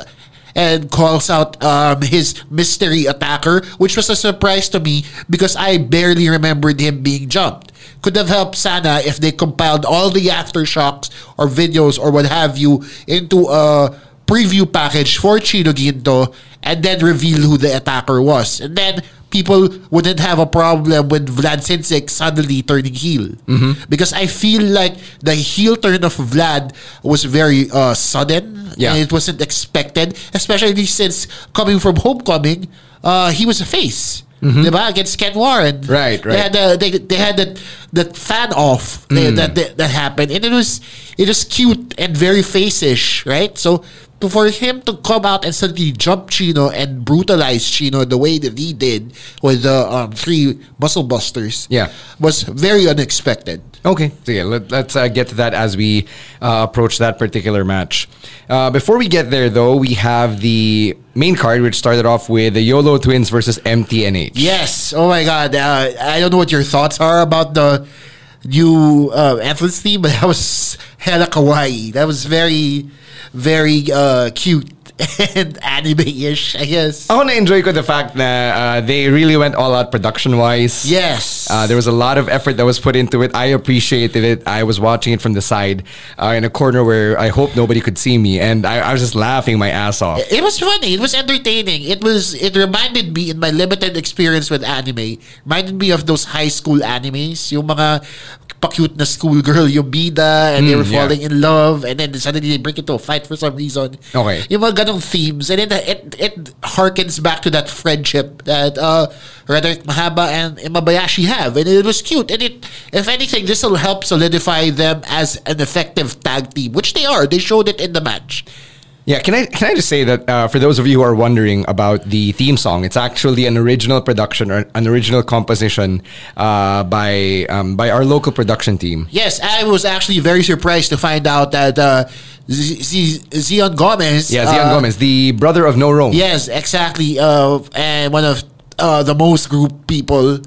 and calls out um, his mystery attacker, which was a surprise to me because I barely remembered him being jumped. Could have helped Sana if they compiled all the aftershocks or videos or what have you into a preview package for Chino Ginto and then reveal who the attacker was. And then people wouldn't have a problem with Vlad Sinsik suddenly turning heel. Mm-hmm. Because I feel like the heel turn of Vlad was very uh, sudden. Yeah. And it wasn't expected, especially since coming from Homecoming, uh, he was a face. Diba? Against Ken Warren. Mm-hmm. Right, They right. had the they, they had that that fan off that, that that happened, and it was it was cute and very facish, right? So to, for him to come out and suddenly jump Chino and brutalize Chino the way that he did with the um, three muscle busters, Yeah. was very unexpected. Okay. So yeah, let, us uh, get to that as we uh, approach that particular match. Uh, before we get there, though, we have the main card, which started off with the YOLO Twins versus MTNH. Yes. Oh my God. Uh, I don't know what your thoughts are about the new uh, Athens theme, but that was hella kawaii. That was very, very uh, cute and anime-ish, I guess. I want to enjoy the fact that uh, they really went all out production wise. Yes. Uh, there was a lot of effort that was put into it. I appreciated it. I was watching it from the side uh, in a corner where I hope nobody could see me. And I, I was just laughing my ass off. it was funny. It was entertaining. It was. It reminded me in my limited experience with anime. Reminded me of those high school animes, yung mga pa-cute na schoolgirl, yung bida, and they Mm, were yeah. falling in love, and then suddenly they break into a fight for some reason. Okay. Yung mga ganong themes, and then it it harkens back to that friendship that uh, Roderick Mahaba and Imabayashi have, and it was cute. And it, if anything, this will help solidify them as an effective tag team, which they are. They showed it in the match. Yeah, can I can I just say that uh, for those of you who are wondering about the theme song, it's actually an original production or an original composition uh, by um, by our local production team. Yes, I was actually very surprised to find out that uh, Z- Z- Zion Gomez. Yeah, Zion uh, Gomez, the brother of No Rome. Yes, exactly. Uh, and one of uh, the most group people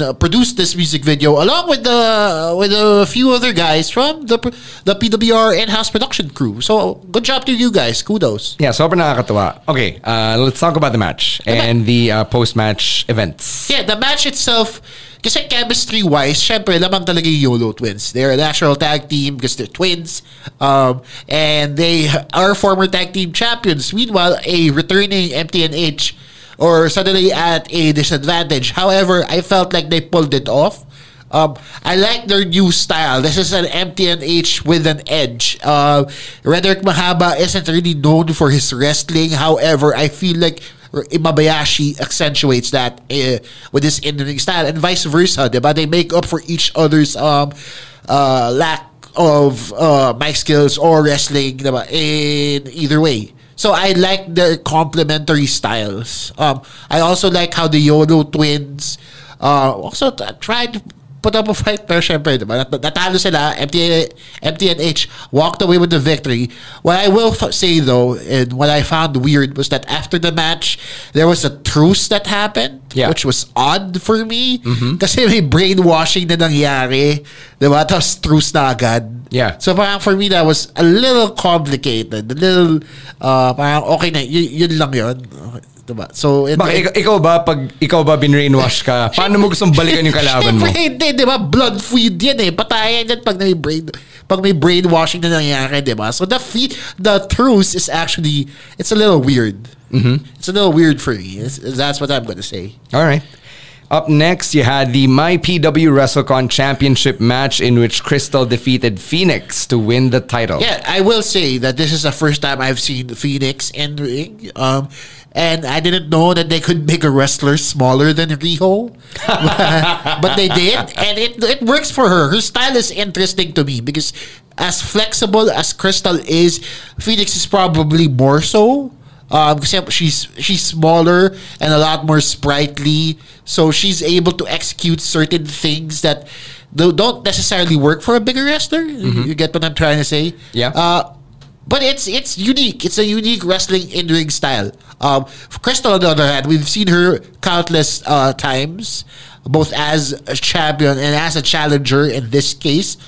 uh, produced this music video along with the with a few other guys from the pr- the PWR in-house production crew. So good job to you guys. Kudos. Yeah, sobrang nakakatawa. Okay, uh, let's talk about the match and the uh, post-match events. Yeah, the match itself, kasi chemistry-wise, syempre, lamang talaga yung YOLO Twins. They're a national tag team because they're twins. Um, and they are former tag team champions. Meanwhile, a returning MTNH or suddenly at a disadvantage. However, I felt like they pulled it off. Um, I like their new style. This is an MTNH with an edge. Uh, Redrick Mahaba isn't really known for his wrestling. However, I feel like Imabayashi accentuates that uh, with his in-ring style and vice versa. Diba? They make up for each other's um, uh, lack of uh, my skills or wrestling diba? in either way. So I like their complementary styles. Um, I also like how the Yolo twins uh, also t- tried to put up a fight pero syempre, diba, nat- natalo sila, MT- MTNH walked away with the victory. What I will f- say though, and what I found weird was that after the match, there was a truce that happened, Yeah. which was odd for me, Mm-hmm. kasi may brainwashing na nangyari, diba? Tapos truce na agad. Yeah. So parang for me, that was a little complicated. A little, uh, parang okay na, y- yun lang yun. Okay, diba? So, it, Baka ikaw, ikaw ba, pag ikaw ba binrainwash ka, paano mo gustong balikan yung kalaban mo? Siyempre, hindi, di ba? Blood feud yan eh. Patayan yan pag may brain pag may brainwashing na nangyari, di ba? So the fe- the truth is actually it's a little weird. Mm-hmm. It's a little weird for me. It's- that's what I'm gonna say. All right. Up next, you had the My PW WrestleCon Championship match in which Crystal defeated Phoenix to win the title. Yeah, I will say that this is the first time I've seen Phoenix in ring. Um, and I didn't know that they could make a wrestler smaller than Riho, but they did, and it it works for her. Her style is interesting to me because as flexible as Crystal is, Phoenix is probably more so. Um, except she's she's smaller and a lot more sprightly, so she's able to execute certain things that do- don't necessarily work for a bigger wrestler. You- You get what I'm trying to say? Yeah. Uh, but it's it's unique. It's a unique wrestling in ring style. Um, Crystal, on the other hand, we've seen her countless uh, times, both as a champion and as a challenger. In this case,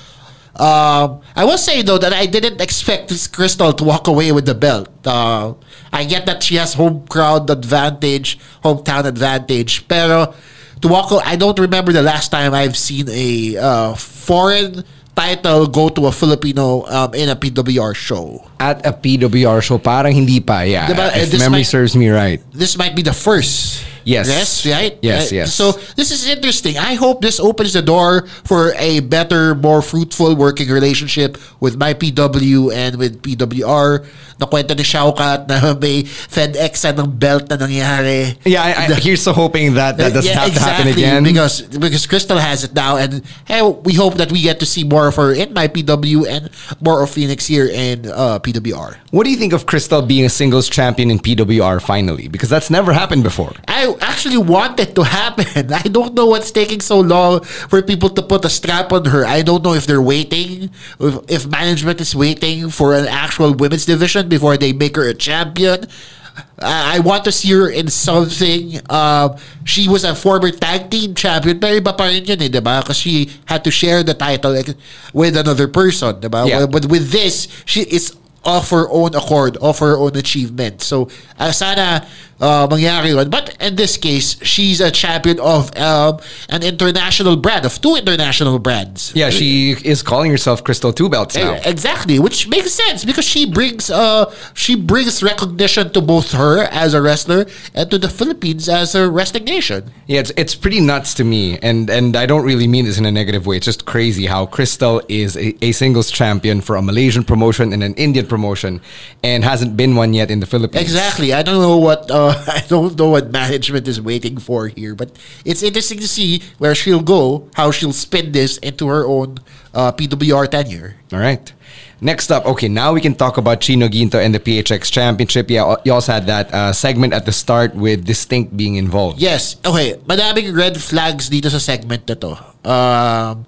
um, I will say though that I didn't expect this Crystal to walk away with the belt. Uh, I get that she has home crowd advantage, hometown advantage, pero to walk, aw- I don't remember the last time I've seen a uh, foreign title go to a Filipino um, in a PWR show. At a PWR show, parang hindi pa. Yeah. Diba, eh, If this memory might- serves me right. This might be the first. Yes. Yes, right? Yes, Uh, yes. So this is interesting. I hope this opens the door for a better, more fruitful working relationship with my PW and with PWR. Nakwento ni Shaukat na may FedEx ng belt na nangyari. Yeah, I, I, here's to hoping that that doesn't Yeah, have to happen again. Because because Crystal has it now, and hey, we hope that we get to see more of her in my PW and more of Phoenix here in uh, PWR. what do you think of Crystal being a singles champion in PWR finally? Because that's never happened before. I actually want it to happen. I don't know what's taking so long for people to put a strap on her. I don't know if they're waiting, if, if management is waiting for an actual women's division before they make her a champion. I I want to see her in something. Um, she was a former tag team champion, pero iba pa rin yun eh, diba? Because she had to share the title like, with another person, diba? Yeah. But with this, she is of her own accord, of her own achievement. So, uh, sana uh, mangyari yun. But in this case, she's a champion of um, an international brand, of two international brands. Eh, Yeah, she is calling herself Crystal Two Belts now. Exactly, which makes sense because she brings uh she brings recognition to both her as a wrestler and to the Philippines as a wrestling nation. Yeah, it's it's pretty nuts to me, and and I don't really mean this in a negative way. It's just crazy how Crystal is a, a singles champion for a Malaysian promotion and an Indian promotion, and hasn't been one yet in the Philippines. Exactly. I don't know what uh, I don't know what management is waiting for here, but it's interesting to see where she'll go, how she'll spin this into her own uh, PWR tenure. All right. Next up, okay, now we can talk about Chino Ginto and the PHX Championship. Yeah, you also had that uh, segment at the start with Distinct being involved. Yes. Okay, madaming red flags dito sa segment na to. Um,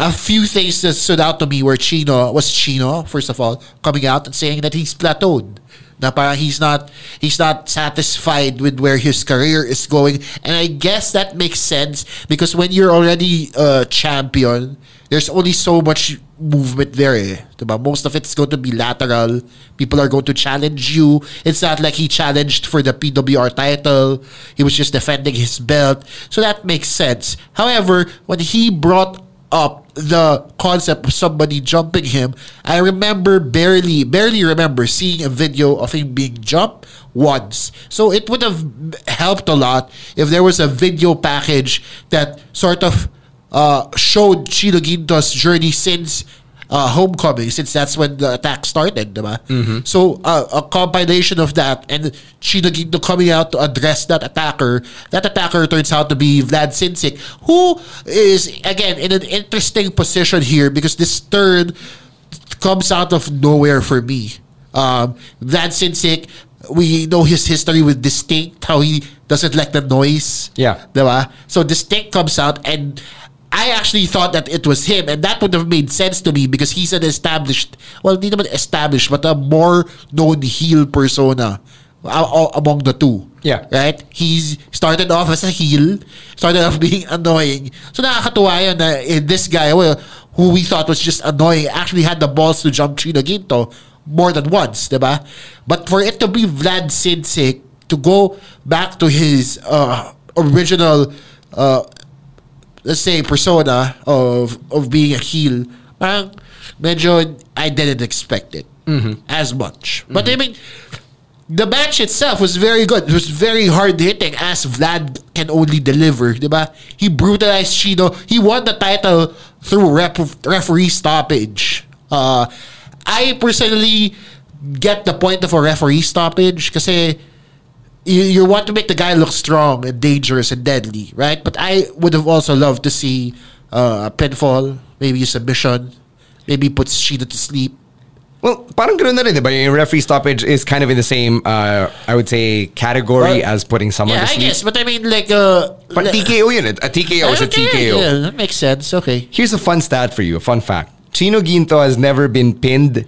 a few things that stood out to me were Chino, was Chino, first of all, coming out and saying that he's plateaued. Na parang he's not he's not satisfied with where his career is going. And I guess that makes sense because when you're already a champion, there's only so much movement there. Eh. Diba? Most of it's going to be lateral. People are going to challenge you. It's not like he challenged for the PWR title. He was just defending his belt. So that makes sense. However, when he brought up the concept of somebody jumping him, I remember barely, barely remember seeing a video of him being jumped once. So it would have helped a lot if there was a video package that sort of uh, showed Chino Ginto's journey since uh, Homecoming, since that's when the attack started. Diba? Mhm. So uh, a combination of that and Chino Ginto coming out to address that attacker. That attacker turns out to be Vlad Sincic, who is, again, in an interesting position here because this turn comes out of nowhere for me. Um, Vlad Sincic, we know his history with Distinct, how he doesn't like the noise. Yeah. Diba? So this thing comes out and I actually thought that it was him and that would have made sense to me because he's an established, well, hindi naman established, but a more known heel persona a- a- among the two. Yeah. Right? He's started off as a heel, started off being annoying. So nakakatuwa yun na eh, this guy, well, who we thought was just annoying, actually had the balls to jump Chino Ginto more than once, diba? But for it to be Vlad Sincic, to go back to his uh, original uh, let's say persona of of being a heel, parang medyo I didn't expect it as much. But I mean, the match itself was very good. It was very hard hitting as Vlad can only deliver, diba? He brutalized Chino. He won the title through ref- referee stoppage. Uh, I personally get the point of a referee stoppage kasi you, you want to make the guy look strong and dangerous and deadly, right? But I would have also loved to see uh, a pinfall, maybe a submission, maybe puts Sheeta to sleep. Well, parang ganun na rin, di ba? Yung referee stoppage is kind of in the same, uh, I would say, category Well, as putting someone yeah, to I sleep. guess, but I mean, like, uh, But TKO yun. eh. A TKO is a Okay, TKO. Yeah, that makes sense. Okay. Here's a fun stat for you, a fun fact. Chino Ginto has never been pinned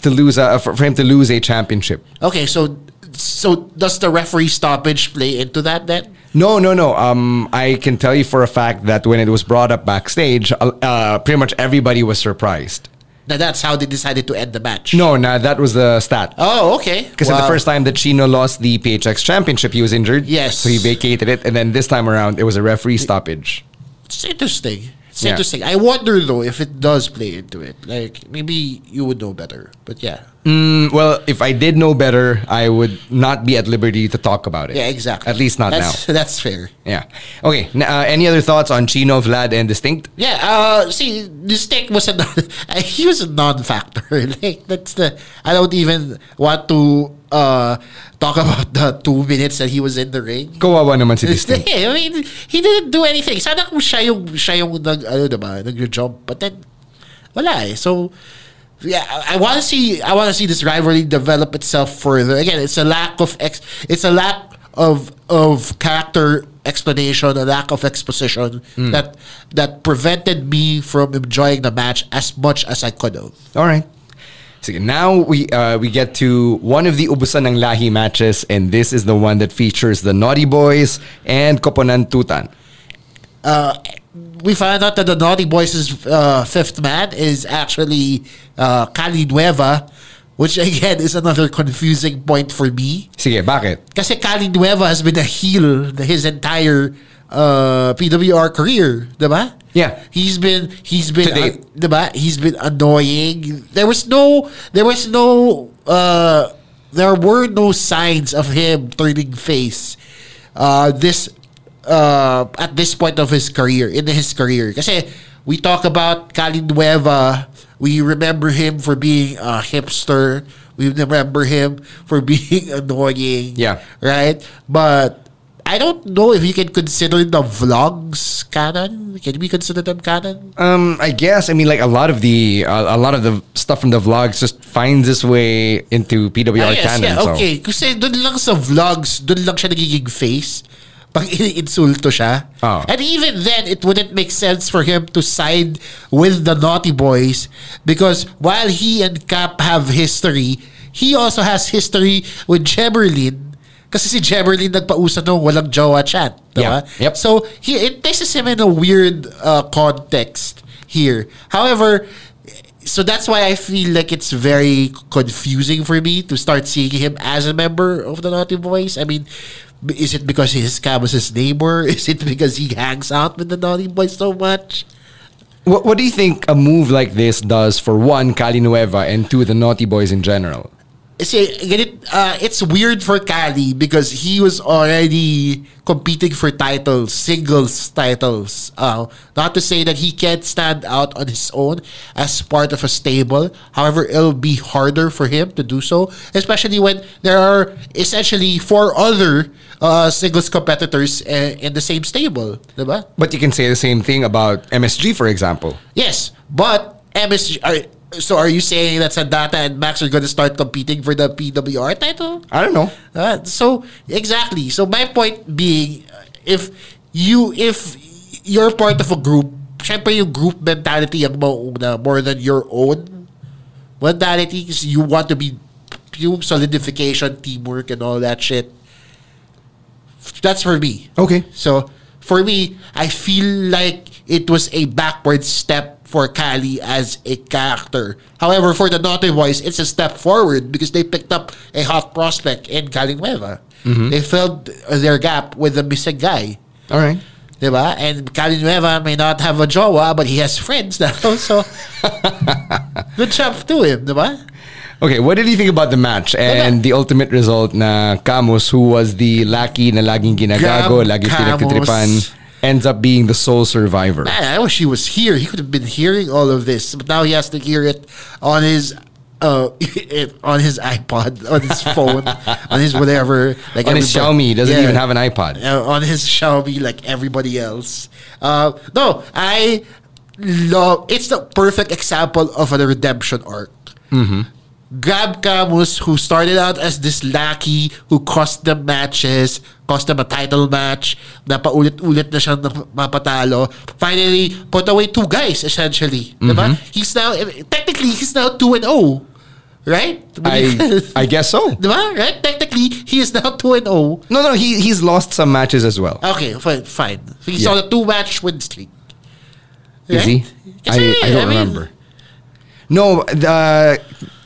to lose a, for for him to lose a championship. Okay, so so does the referee stoppage play into that then? No, no, no. Um, I can tell you for a fact that when it was brought up backstage, uh, uh, pretty much everybody was surprised. Now that's how they decided to end the match. No, no, that was the stat. Oh, okay. Because the Wow. first time that Chino lost the PHX championship, he was injured. Yes. So he vacated it. And then this time around, it was a referee stoppage. It's interesting. It's Yeah. interesting. I wonder though if it does play into it. Like maybe you would know better. But yeah. Mm, well, if I did know better, I would not be at liberty to talk about it. Yeah, exactly. At least not that's, now. That's fair. Yeah. Okay. n- Uh, any other thoughts on Chino, Vlad, and Distinct? Yeah, uh, see, this thing was a non- he was a non-factor. Like that's the I don't even want to uh, talk about the two minutes that he was in the ring. Kawawa naman si This Distinct. thing, Eh, I mean, he didn't do anything. Sana kung siya yung siya yung nag ano diba, nag-jump, but then wala eh. So yeah, I want to see I want to see this rivalry develop itself further. Again, it's a lack of ex, it's a lack of of character explanation, a lack of exposition Hmm. that that prevented me from enjoying the match as much as I could have. All right. Sige, now we uh, we get to one of the Ubusan ng Lahi matches, and this is the one that features the Naughty Boys and Koponan Tutan. we found out that the Naughty Boys' uh, fifth man is actually uh, Cali Nueva, which again is another confusing point for me. Sige, bakit? Kasi Cali Nueva has been a heel his entire uh, PWR career, diba? Yeah. He's been he's been To date. uh, diba? He's been annoying. There was no there was no uh, there were no signs of him turning face. Uh, this uh, at this point of his career in his career kasi we talk about Cali Nueva, we remember him for being a hipster. We remember him for being annoying Yeah. right? But I I don't know if you can consider the vlogs canon. Can we consider them canon? Um, I guess. I mean, like a lot of the uh, a lot of the stuff from the vlogs just finds its way into PWR Ah, yes, canon. yeah, so. okay. Kasi dun lang sa vlogs, dun lang siya nagiging face. Pag iniinsulto siya. Ah. And even then, it wouldn't make sense for him to side with the Naughty Boys because while he and Cap have history, he also has history with Jeberlin kasi si Jeberlin nagpausa nung walang jowa chat. Diba? Yeah, yep. So, he, it places him in a weird uh, context here. However, so that's why I feel like it's very confusing for me to start seeing him as a member of the Naughty Boys. I mean, b- is it because his Cam is his neighbor? Is it because he hangs out with the Naughty Boys so much? What, what do you think a move like this does for one, Cali Nueva, and two, the Naughty Boys in general? See, ganit, uh, it's weird for Cali because he was already competing for titles, singles titles. Uh, not to say that he can't stand out on his own as part of a stable. However, it'll be harder for him to do so, especially when there are essentially four other uh, singles competitors uh, in the same stable. Diba? But you can say the same thing about MSG, for example. Yes, but MSG. Are, so are you saying that Sandata and Max are going to start competing for the PWR title? I don't know. Uh, so exactly. So my point being, uh, if you if you're part of a group, syempre yung group mentality ang mauuna more than your own mentality is you want to be yung solidification, teamwork, and all that shit. That's for me. Okay. So for me, I feel like it was a backward step for Kali as a character. However, for the Naughty Boys, it's a step forward because they picked up a hot prospect in Cali Nueva. They filled their gap with the missing guy. All right. Diba? And Cali Nueva may not have a jowa, but he has friends now. So, good job to him, diba? Okay, what did you think about the match and the ultimate result na Camus, who was the laki na laging ginagago, Gab lagi Camus. pinagtitripan, ends up being the sole survivor? Man, I wish he was here. He could have been hearing all of this, but now he has to hear it on his uh, on his iPod, on his phone, on his whatever. Like On his everybody- Xiaomi, he doesn't Yeah. even have an iPod. Uh, on his Xiaomi, like everybody else. Uh, no, I love. It's the perfect example of a redemption arc. Mm-hmm. Gab Camus, who started out as this lackey who cost them matches, cost them a title match, na paulit-ulit na siyang nap- mapatalo, finally put away two guys, essentially. Diba? Mm-hmm. He's now, eh, technically, he's now 2-0. right? I, I guess so. diba? Right? Technically, he is now oh. 2-0. No, no, he, he's lost some matches as well. Okay, fine. fine. He's Yeah. on a two-match win streak. Is he? I, Kasi, I don't I mean- remember. No, the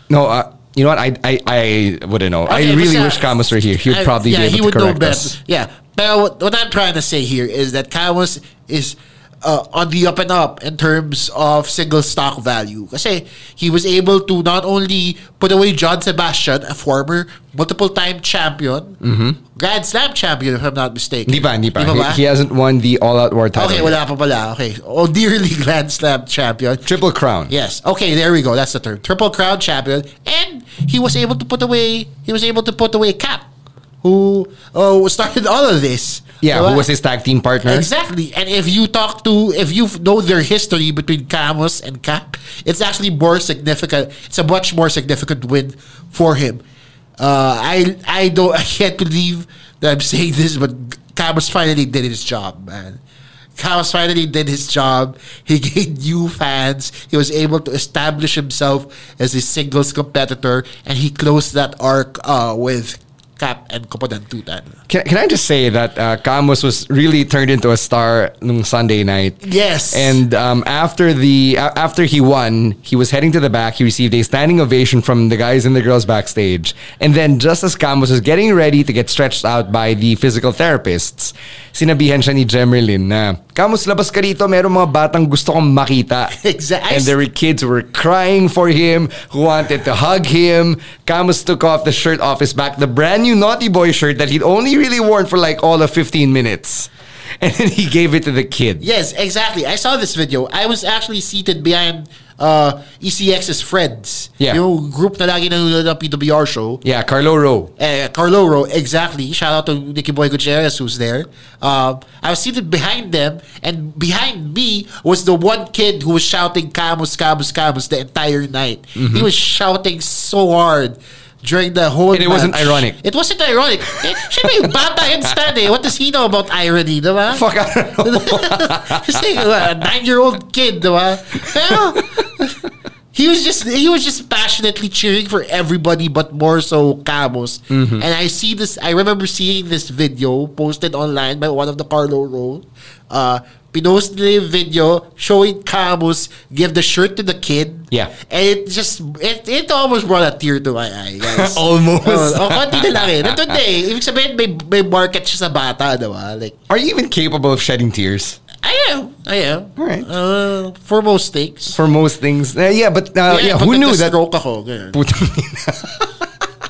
no. Uh, you know what? I I, I wouldn't know. I Okay, really basta- wish Camus were here. He would I- probably be able he to would know correct better. us. Yeah, but what, what I'm trying to say here is that Camus is uh, on the up and up in terms of single stock value. Kasi he was able to not only put away John Sebastian, a former multiple-time champion, Grand Slam champion, if I'm not mistaken. Mm-hmm. Hindi pa, hindi pa. Di ba ba? He, he hasn't won the All Out War title. okay, wala pa pala. Okay. Oh, dearly Grand Slam champion. Triple Crown. Yes. Okay, there we go. That's the term. Triple Crown champion, and he was able to put away. He was able to put away Cap, who uh, started all of this. Yeah, Diba? who was his tag team partner? Exactly. And if you talk to, if you know their history between Camus and Cap, it's actually more significant. It's a much more significant win for him. Uh, I I don't I can't believe that I'm saying this, but Camus finally did his job, man. Camus finally did his job. He gained new fans. He was able to establish himself as a singles competitor, and he closed that arc uh, with Cap and Kopodantutan. Can, can I just say that uh, Camus was really turned into a star nung Sunday night? Yes. And um, after the a- after he won, he was heading to the back. He received a standing ovation from the guys and the girls backstage. And then, just as Camus was getting ready to get stretched out by the physical therapists, sinabihan siya ni Jemerlin na, Camus, labas ka rito. Merong mga batang gusto kong makita. Exact- And there were kids who were crying for him, who wanted to hug him. Camus took off the shirt off his back, the brand new Naughty Boy shirt that he'd only really worn for like all of 15 minutes. And then he gave it to the kid. Yes, exactly. I saw this video. I was actually seated behind uh, ECX's friends. Yeah. Yung group na lagi nanonood ng PWR show. Yeah, Carlo Rowe. Eh, Carlo Rowe, exactly. Shout out to Nicky Boy Gutierrez who's there. Um, I was seated behind them, and behind me was the one kid who was shouting "Camus, Camus, Camus" the entire night. Mm-hmm. He was shouting so hard during the whole. And it wasn't match. ironic. It wasn't ironic. Eh, Siyempre, yung bata yan stan eh. What does he know about irony, diba? Fuck, I don't know. Just like a nine-year-old kid, diba? Pero, he was just he was just passionately cheering for everybody, but more so Camus. Mm-hmm. And I see this. I remember seeing this video posted online by one of the Carlo Roll. Uh, pinost nila yung video showing Camus give the shirt to the kid. Yeah. And it just, it, it almost brought a tear to my eye, guys. Almost. Oh, oh, konti na lang eh. Nandun na eh. Ibig sabihin, may, may market siya sa bata, diba? Like, Are you even capable of shedding tears I am. I am. All right. Uh, for most things. for most things? Uh, yeah, but uh, yeah, who knew that? Stroke ako. Ganyan. Putang ina.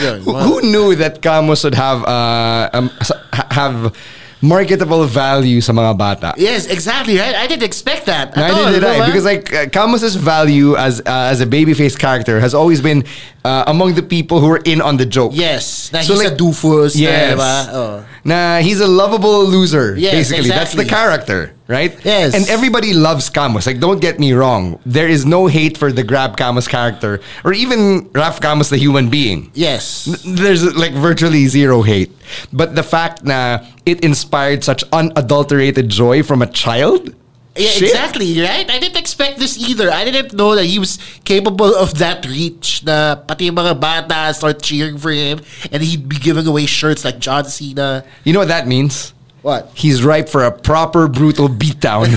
Yun, Who- one. Who knew that Camus would have uh, um, s- ha- have marketable value sa mga bata? Yes, exactly. Right. I didn't expect that. at all, Neither did di ba? I, because like uh, Camus's value as uh, as a babyface character has always been uh, among the people who were in on the joke. yes, na So, he's like- a doofus. Yes. Na, diba? Oh. Nah, he's a lovable loser. Yes, basically, that's the exactly. character, right? Yes. And everybody loves Camus. Like, don't get me wrong. There is no hate for the Grab Camus character, or even Raf Camus, the human being. Yes. there's like virtually zero hate. But the fact na it inspired such unadulterated joy from a child? Yeah, Shit. exactly, right? I didn't expect this either. I didn't know that he was capable of that reach na pati yung mga bata start cheering for him and he'd be giving away shirts like John Cena. You know what that means? What? He's ripe for a proper brutal beatdown.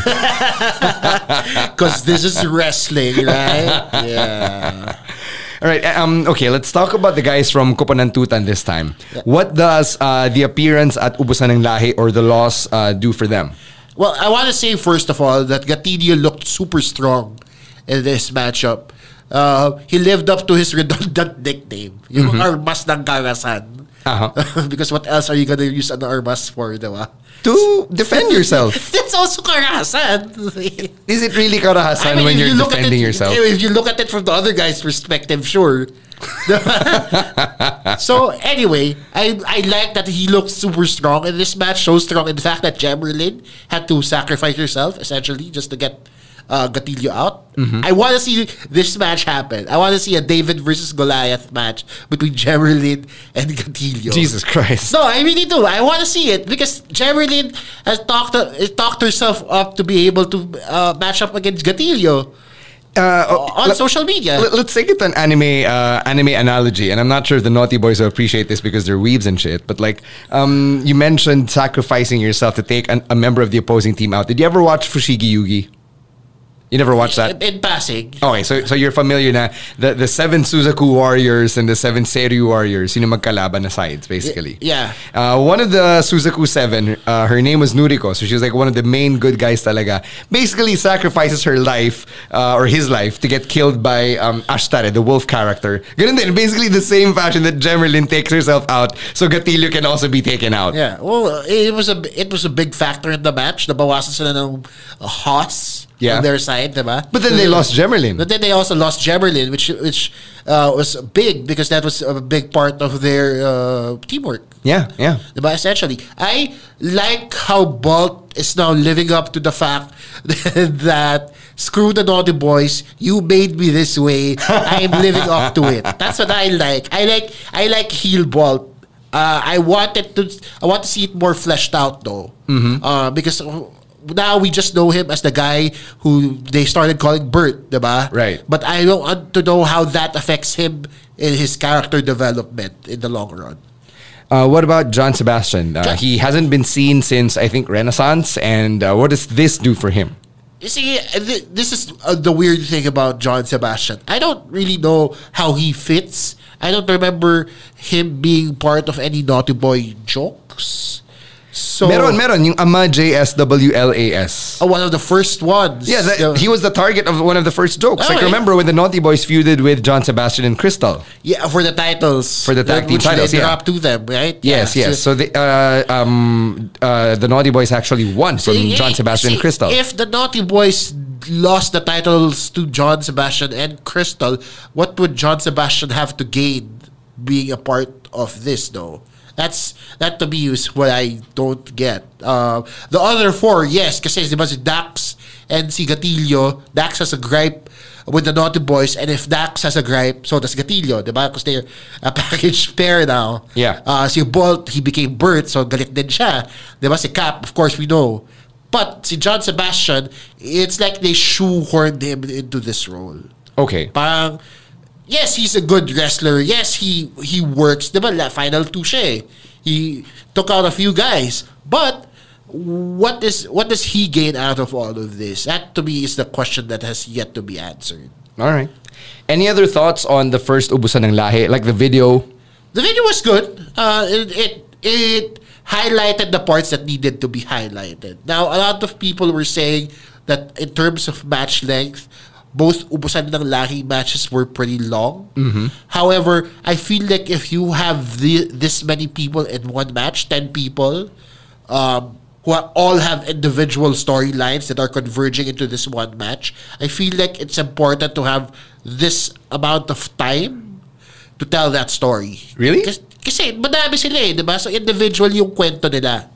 Because this is wrestling, right? Yeah. All right. Um, okay, let's talk about the guys from Kopanantutan this time. What does uh, the appearance at Ubusan ng Lahi or the loss uh, do for them? Well, I want to say first of all that Gatinio looked super strong in this matchup. Uh, he lived up to his redundant nickname, yung Armas ng Karasan. Mm-hmm. Uh-huh. because what else are you gonna use an armas for, diba? To defend yourself. That's also Karasan. Is it really karahasan I mean, when if you're you look at defending it- yourself? If you look at it from the other guy's perspective, sure. so anyway, I I like that he looked super strong in this match, so strong in fact that Jamerlin had to sacrifice herself essentially just to get uh, Gatillo out. Mm-hmm. I want to see this match happen. I want to see a David versus Goliath match between Jamerlin and Gatillo. Jesus Christ. No, I really do. I want to see it because Jerrilyn has talked has talked herself up to be able to uh, match up against Gatillo Uh, oh, on let- social media. Let- Let's take it to an anime uh, anime analogy, and I'm not sure if the naughty boys will appreciate this because they're weebs and shit. But like, um, you mentioned sacrificing yourself to take an, a member of the opposing team out. Did you ever watch Fushigi Yugi? You never watched that. in, in passing. Okay, so so you're familiar na the the seven Suzaku warriors and the seven Seryu warriors, yun yung magkalaban na sides basically. Y- yeah. Uh, one of the Suzaku seven, uh, her name was Nuriko, so she was like one of the main good guys talaga. Basically sacrifices her life uh, or his life to get killed by um, Ashtare, the wolf character. Ganun din, basically the same fashion that Gemerlin takes herself out, so Gatilio can also be taken out. Yeah, well, it was a it was a big factor in the match. Nabawasan sila ng Haas Yeah. on their side, diba? But then they lost Gemerlin. But then they also lost Jamerlin, which which uh, was big because that was a big part of their uh, teamwork. Yeah, yeah. Diba? Essentially, I like how Bolt is now living up to the fact that screw the naughty boys, you made me this way. I'm living up to it. That's what I like. I like I like heel Bolt. Uh, I wanted to I want to see it more fleshed out though, uh, because now we just know him as the guy who they started calling Bert, diba? Right. But I don't want to know how that affects him in his character development in the long run. Uh, what about John Sebastian? Uh, he hasn't been seen since I think Renaissance, and uh, what does this do for him? You see, th- this is uh, the weird thing about John Sebastian. I don't really know how he fits. I don't remember him being part of any Naughty Boy jokes. So, Meron, meron yung ama JSWLAS. Uh, one of the first ones. Yeah, that, he was the target of one of the first jokes. Like Alright. remember when the Naughty Boys feuded with John Sebastian and Crystal? yeah for the titles For the tag team which they titles, yeah. dropped to them, right? Yes, Yeah, yes. So the uh, um, uh, the Naughty Boys actually won from See, John Sebastian see, and Crystal. If the Naughty Boys lost the titles to John Sebastian and Crystal, what would John Sebastian have to gain being a part of this though? That's that to me is what I don't get. Uh, the other four, yes, kasi diba si Dax and si Gatillo, Dax has a gripe with the Naughty Boys, and if Dax has a gripe, so does Gatillo, diba? Because they're a package pair now. Yeah. Uh, si Bolt, he became Bert, so galit din siya. Diba si Cap, of course we know. But si John Sebastian, it's like they shoehorned him into this role. Okay. Parang, yes, he's a good wrestler. Yes, he he works. Diba, la final two siya eh. He took out a few guys. But what is what does he gain out of all of this? That to me is the question that has yet to be answered. All right. Any other thoughts on the first Ubusan ng Lahi? Like the video? The video was good. Uh, it, it it highlighted the parts that needed to be highlighted. Now, a lot of people were saying that in terms of match length, both ubusan ng lahi matches were pretty long. Mhm. However, I feel like if you have the, this many people in one match, 10 people, um, who are, all have individual storylines that are converging into this one match, I feel like it's important to have this amount of time to tell that story. Really? Kasi, kasi madami sila eh, di ba? So individual yung kwento nila.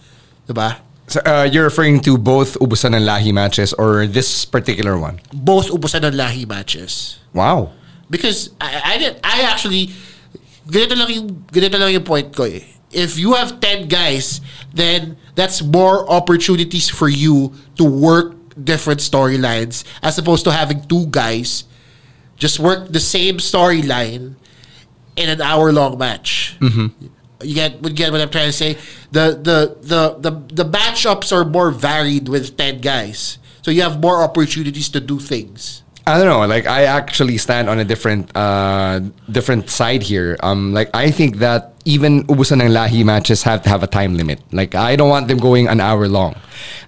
Di ba? So, uh, you're referring to both Ubusan ng Lahi matches or this particular one? Both ubusan ng lahi matches. Wow. Because I, I did I actually ganito lang yung ganito lang yung point ko eh. If you have 10 guys, then that's more opportunities for you to work different storylines as opposed to having two guys just work the same storyline in an hour long match. You get would get what I'm trying to say. The the the the the matchups are more varied with 10 guys. So you have more opportunities to do things. I don't know. Like I actually stand on a different uh, different side here. Um, like I think that even ubusan ng lahi matches have to have a time limit. Like I don't want them going an hour long.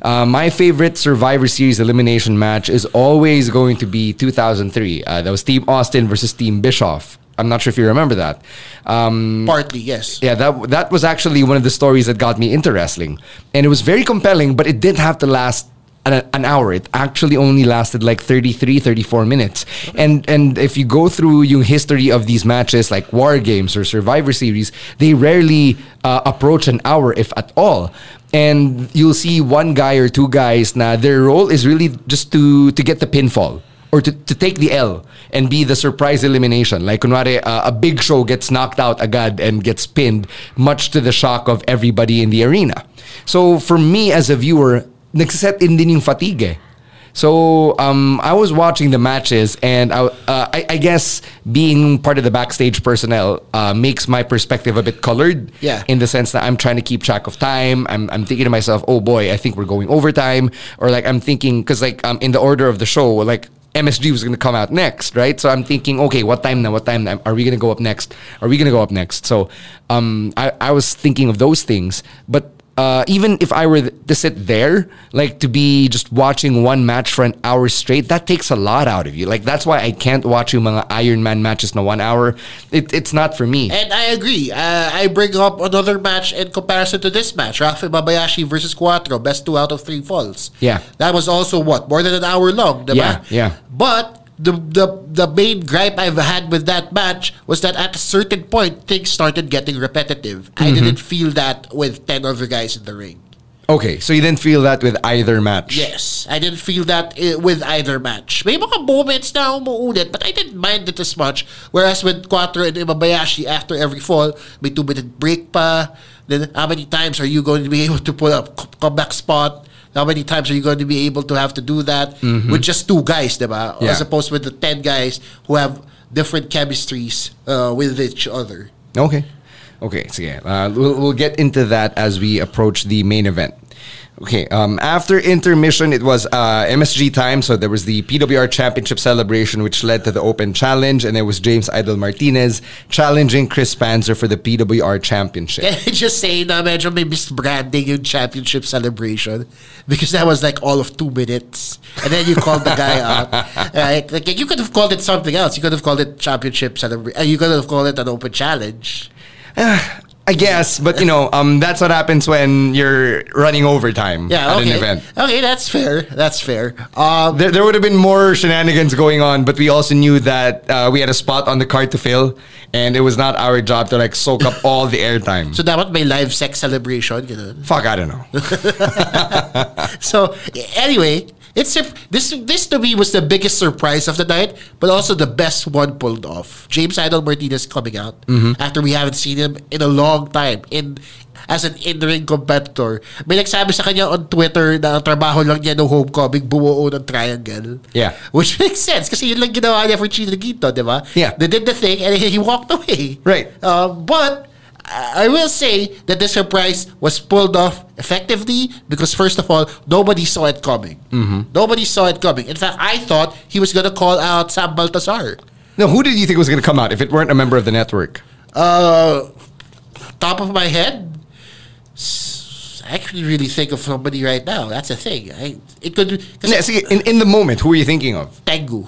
Uh, my favorite Survivor Series elimination match is always going to be 2003. Uh, that was Team Austin versus Team Bischoff. I'm not sure if you remember that. Um, Partly, yes. yeah, that that was actually one of the stories that got me into wrestling, and it was very compelling. But it didn't have to last an, an hour. It actually only lasted like 33, 34 minutes. And and if you go through yung history of these matches, like War Games or Survivor Series, they rarely uh, approach an hour, if at all. And you'll see one guy or two guys. Now their role is really just to to get the pinfall or to, to take the L and be the surprise elimination. Like, kunwari, uh, a big show gets knocked out agad and gets pinned, much to the shock of everybody in the arena. So, for me as a viewer, nagsiset in din yung fatigue. So, um, I was watching the matches, and I, uh, I, I guess being part of the backstage personnel uh, makes my perspective a bit colored Yeah. in the sense that I'm trying to keep track of time. I'm, I'm thinking to myself, oh boy, I think we're going overtime. Or like I'm thinking, because like um, in the order of the show, like MSG was going to come out next, right? So I'm thinking, okay, what time now? What time now? Are we going to go up next? Are we going to go up next? So um, I, I was thinking of those things. But uh, even if I were th- to sit there, like to be just watching one match for an hour straight, that takes a lot out of you. Like that's why I can't watch yung mga Iron Man matches na one hour. It, it's not for me. And I agree. Uh, I bring up another match in comparison to this match, Rafa Babayashi versus Cuatro, best two out of three falls. Yeah. That was also what? More than an hour long, diba? Yeah, yeah. But the, the the main gripe I've had with that match was that at a certain point things started getting repetitive. Mm-hmm. I didn't feel that with ten other guys in the ring. Okay, so you didn't feel that with either match. Yes, I didn't feel that i- with either match. May mga moments na umuulit, but I didn't mind it as much. Whereas with Cuatro and Imabayashi, after every fall, may two-minute break pa. Then how many times are you going to be able to pull up c- comeback spot? How many times are you going to be able to have to do that with just two guys, diba? Mm-hmm. Yeah. As opposed with the ten guys who have different chemistries uh, with each other. Okay. Okay, sige. Uh, we'll, we'll get into that as we approach the main event. Okay, um, after intermission, it was uh, MSG time, so there was the PWR Championship celebration, which led to the open challenge, and it was James Idol Martinez challenging Chris Panzer for the PWR Championship. Can I just say na medyo may misbranding yung championship celebration because that was like all of two minutes. And then you called the guy out. Right? Like, you could have called it uh, something else. You could have called it championship celebration. You could have called it an open challenge. I guess, but you know, um, that's what happens when you're running overtime Yeah, at okay. an event. Okay, that's fair. That's fair. Uh, there, there would have been more shenanigans going on, but we also knew that uh, we had a spot on the card to fill, and it was not our job to like soak up all the airtime. So dapat may live sex celebration, ganun. Fuck, I don't know. So anyway, it's sur- this this to me was the biggest surprise of the night, but also the best one pulled off. James Idol Martinez coming out Mm-hmm. after we haven't seen him in a long time in as an in-ring competitor. May nagsabi sa kanya on Twitter na ang trabaho lang niya no homecoming bumuo ng triangle. Yeah. Which makes sense kasi yun lang ginawa niya for Chinagito, di ba? Yeah. They did the thing and he walked away. Right. Um, but I I will say that the surprise was pulled off effectively because, first of all, nobody saw it coming. Mm-hmm. Nobody saw it coming. In fact, I thought he was going to call out Sam Baltasar. No, who did you think was going to come out if it weren't a member of the network? Uh, top of my head, s- I couldn't really think of somebody right now. That's the thing. I, it could Yeah, kasi see, in, in the moment, who were you thinking of? Tengu.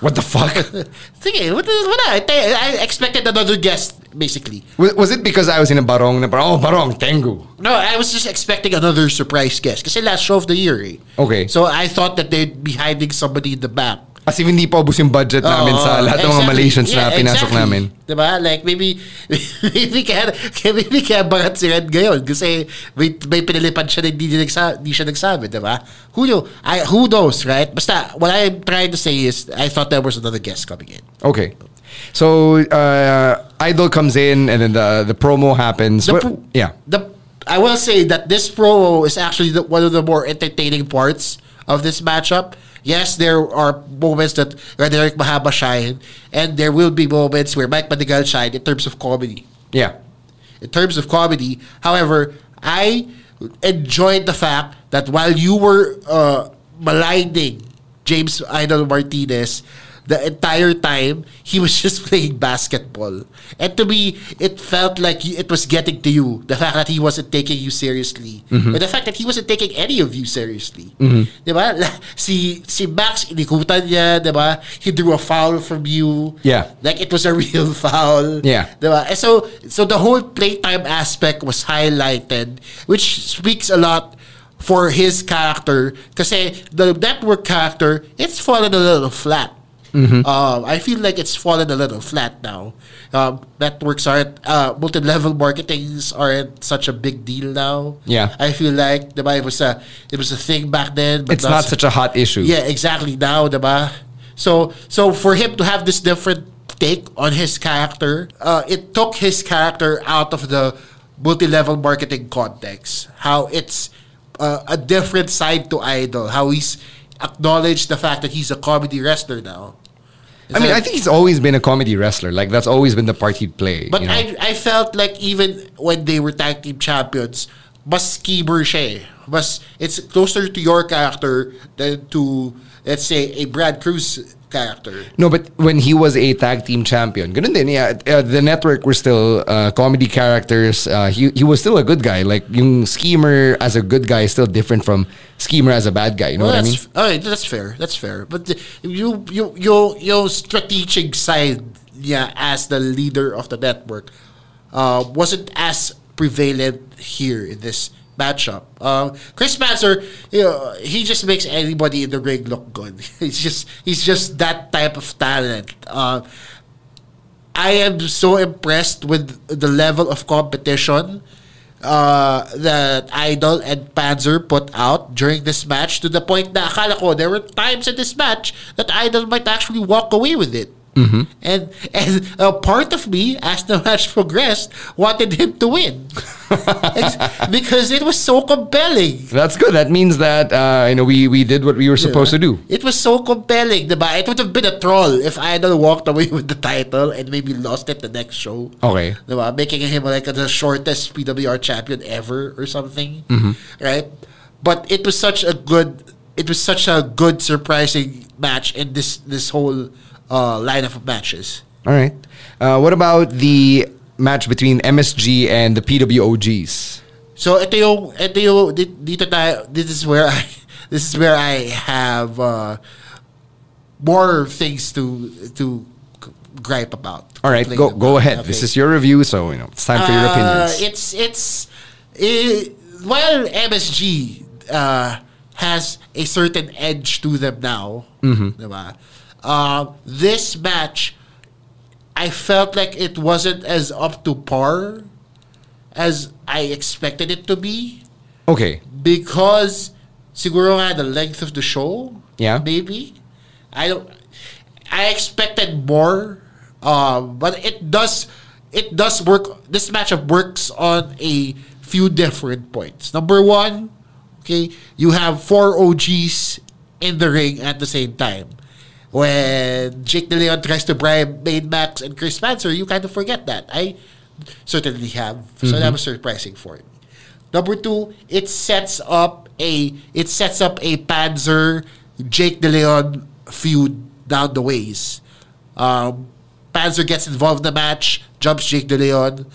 What the fuck? Sige, wala, wala. I expected another guest, basically. was, was it because I was in a barong? Na, parang, oh, barong, tengu. No, I was just expecting another surprise guest kasi last show of the year eh. Okay. So I thought that they'd be hiding somebody in the back. Kasi hindi pa ubus yung budget namin sa Uh-huh. lahat ng mga Malaysians na pinasok namin. Diba? Like, maybe, maybe kaya, kaya- maybe kaya bangat si Red ngayon kasi may, may pinalipad siya na hindi, niya nagsa, hindi siya nagsabi, diba? Who, know, I, who knows, right? Basta, what I'm trying to say is, I thought there was another guest coming in. Okay. So, uh, Idol comes in and then the, the promo happens. The What- pro- yeah. the I will say that this promo is actually the, one of the more entertaining parts of this matchup. Yes, there are moments that Roderick Mahaba shine, and there will be moments where Mike Madigal shine in terms of comedy. Yeah. In terms of comedy, however, I enjoyed the fact that while you were uh, maligning James Idol Martinez the entire time, he was just playing basketball. And to me, it felt like you- it was getting to you. The fact that he wasn't taking you seriously. Mm-hmm. And the fact that he wasn't taking any of you seriously. Diba? Si, si Max, inikutan niya, diba? He drew a foul from you. Yeah. Like, it was a real foul. Yeah. Diba? And so, so the whole playtime aspect was highlighted, which speaks a lot for his character. Kasi the network character, it's fallen a little flat. Um, I feel like it's fallen a little flat now. Um, networks aren't, uh, multi-level marketings aren't such a big deal now. Yeah. I feel like, diba, it was a, it was a thing back then. But It's not such a hot issue. yeah, exactly. Now, diba? So, so for him to have this different take on his character, uh, it took his character out of the multi-level marketing context. How it's uh, a different side to Idol. How he's acknowledged the fact that he's a comedy wrestler now. I mean, So- I think he's always been a comedy wrestler. Like, that's always been the part he'd play. But you know? I I felt like even when they were tag team champions, mas schemer siya eh. Mas, it's closer to your character than to, let's say, a Brad Cruz character. No, but when he was a tag team champion, ganun din, yeah, uh, the network were still uh, comedy characters. Uh, he, he was still a good guy. Like, yung schemer as a good guy is still different from schemer as a bad guy. You know what well, I mean? that's, all right, that's fair. That's fair. But the, you, you, you, your strategic side, yeah, as the leader of the network, uh, wasn't as prevalent here in this matchup. Um, Chris Mazzer, you know, he just makes anybody in the ring look good. He's just he's just that type of talent. Uh, I am so impressed with the level of competition uh, that Idol and Panzer put out during this match to the point na akala ko there were times in this match that Idol might actually walk away with it. And and uh, part of me, as the match progressed, wanted him to win It's- because it was so compelling. That's good. That means that uh, you know we we did what we were supposed to do. It was so compelling, diba? It would have been a troll if Idol walked away with the title and maybe lost it the next show. Okay. Diba? Making him like the shortest PWR champion ever or something. Mm-hmm. Right? But it was such a good it was such a good surprising match in this this whole uh, lineup of matches. All right. Uh, what about the match between MSG and the PWOGs? So ito yung ito yung di- dito tayo this is where I this is where I have uh, more things to to gripe about. All right, complain go go about. ahead. Okay. This is your review, so you know it's time for your Uh, opinions. It's it's it, while MSG uh, has a certain edge to them now, Mhm. diba? Uh, this match, I felt like it wasn't as up to par as I expected it to be okay, because siguro nga the length of the show. Yeah. Maybe. I don't I expected more. Um, but it does it does work this matchup works on a few different points. Number one, okay, you have four OGs in the ring at the same time. When Jake De Leon tries to bribe Main Max and Chris Spencer, you kind of forget that. I certainly have. So that Mhm. was surprising for me. Number two, it sets up a it sets up a Panzer Jake De Leon feud down the ways. Um, Panzer gets involved in the match, jumps Jake De Leon,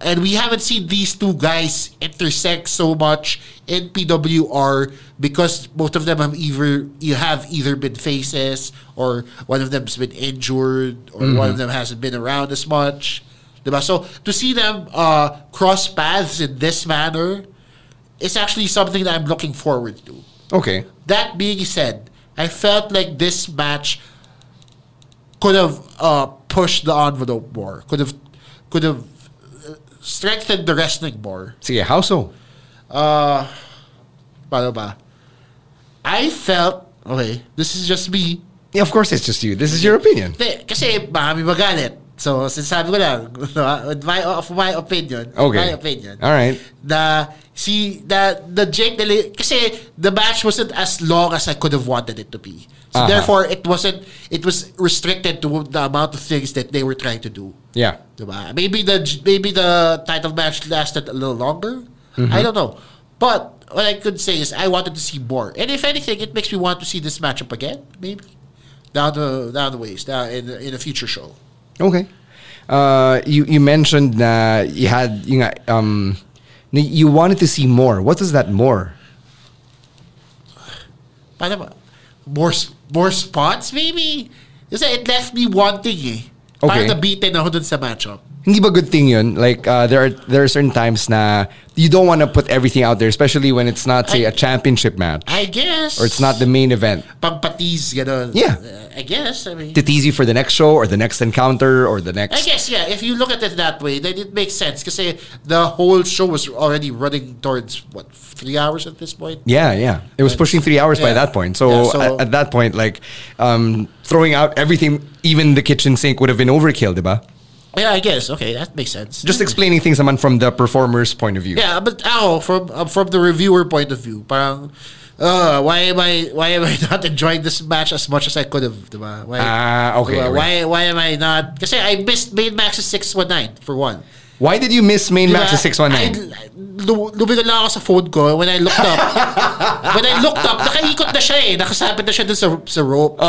and we haven't seen these two guys intersect so much in PWR because both of them have either you have either been faces or one of them's been injured or one Mhm. of them hasn't been around as much. Diba? So to see them uh, cross paths in this manner is actually something that I'm looking forward to. okay. That being said, I felt like this match could have uh, pushed the envelope more. Could have could have uh, strengthened the wrestling more. Sige, how so? Uh, paano ba? I felt okay. This is just me. Yeah, of course it's just you. This is your opinion. Hindi, kasi marami magalit. So, sinasabi ko lang, with my, of my opinion, Okay. my opinion, All right. na si, na, the Jake Dele, kasi the match wasn't as long as I could have wanted it to be. So, Aha. therefore, it wasn't, it was restricted to the amount of things that they were trying to do. Yeah. Diba? Maybe the maybe the title match lasted a little longer. Mhm. I don't know. But what I could say is I wanted to see more. And if anything, it makes me want to see this matchup again, maybe. Down the down the ways, down in in a future show. Okay. Uh, you you mentioned uh, you had you know, um na- you wanted to see more. What is that more? Paano ba? More s- more spots maybe? Kasi it left me wanting eh. Parang Okay. nabitin ako dun sa matchup. Hindi ba good thing yun? Like uh, there are there are certain times na you don't want to put everything out there, especially when it's not say a championship match I guess. or it's not the main event. Pampatiz, ganun. Yeah. Uh, I guess. I mean. To tease you for the next show or the next encounter or the next. I guess yeah. If you look at it that way, then it makes sense because the whole show was already running towards what three hours at this point. Yeah, yeah. It was pushing three hours by Yeah. that point. So, Yeah, so- at, at that point, like um, throwing out everything, even the kitchen sink, would have been overkill, diba? Yeah, I guess. Okay, that makes sense. Just explaining things naman from the performer's point of view. Yeah, but oh, from uh, from the reviewer point of view, parang, uh, why am I why am I not enjoying this match as much as I could have? Diba? Why, Ah, okay, diba? okay. Why why am I not? Because I missed main matches six one nine for one. Why did you miss main match Diba? at 619? I- lu- Lumigon lang ako sa phone ko when I looked up. when I looked up, nakaikot na siya eh. Nakasabit na siya dun sa, sa ropes.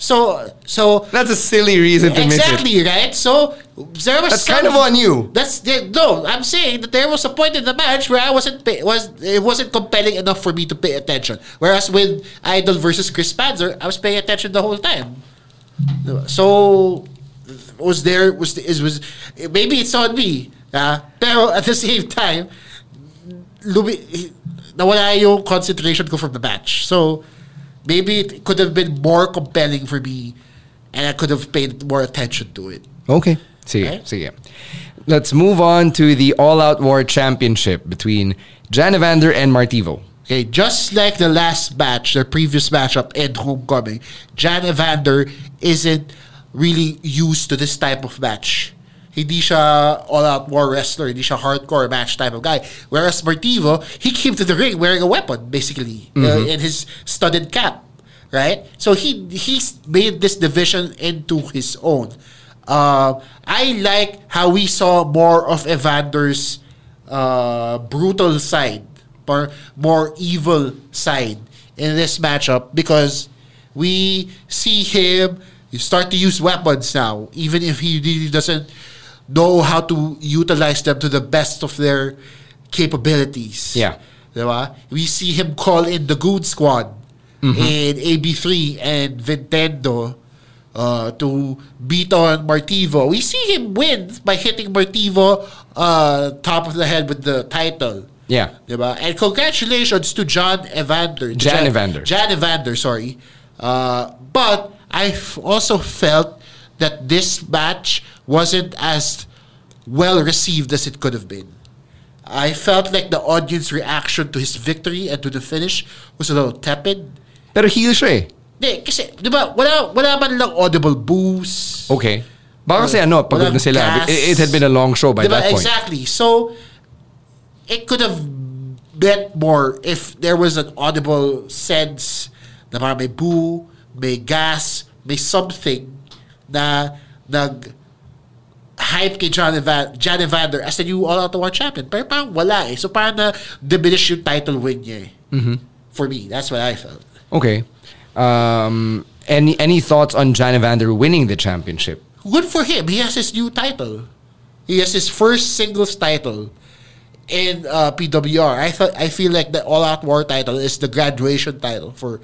So, so... That's a silly reason to miss it. Exactly, right? So, there was That's kind of on you. That's the- no. I'm saying that there was a point in the match where I wasn't pay, was it wasn't compelling enough for me to pay attention. Whereas with Idol versus Chris Panzer, I was paying attention the whole time. So was there was is was maybe it's on me. Uh, pero at the same time, lumi, nawala yung concentration ko from the match. So maybe it could have been more compelling for me, and I could have paid more attention to it. Okay. See ya. See ya. Let's move on to the All Out War Championship between Jan Evander and Martivo. Okay, just like the last match, their previous matchup in Homecoming, Jan Evander isn't really used to this type of match. Hindi siya all-out war wrestler, hindi siya hardcore match type of guy. Whereas Martivo, he came to the ring wearing a weapon, basically, uh, Mhm. in his studded cap, right? So he he's made this division into his own. Uh, I like how we saw more of Evander's uh, brutal side or more evil side in this matchup because we see him start to use weapons now, even if he really doesn't know how to utilize them to the best of their capabilities. Yeah. Diba? We see him call in the Goon Squad Mhm. in AB3 and Nintendo uh, to beat on Martivo. We see him win by hitting Martivo uh, top of the head with the title. Yeah. Diba? And congratulations to John Evander. to Jan Evander. Jan Evander, sorry. Uh, but I f- also felt that this match wasn't as well received as it could have been. I felt like the audience reaction to his victory and to the finish was a little tepid. Pero heel siya eh. Hindi, kasi, di ba, wala, wala man lang audible boos. Okay. Baka kasi ano, pagod na Walang sila. gas. It, it had been a long show by Diba? that point. Exactly. So it could have meant more if there was an audible sense na parang may boo, may gas, may something na nag hype kay John, Evan, John Evander as the new All Out War champion. Pero parang wala eh. So parang na diminish yung title win niya eh. Mm-hmm. For me, that's what I felt. Okay. Um, any any thoughts on Jan Evander winning the championship? good for him. He has his new title. He has his first singles title in uh, PWR. I thought I feel like the All Out War title is the graduation title for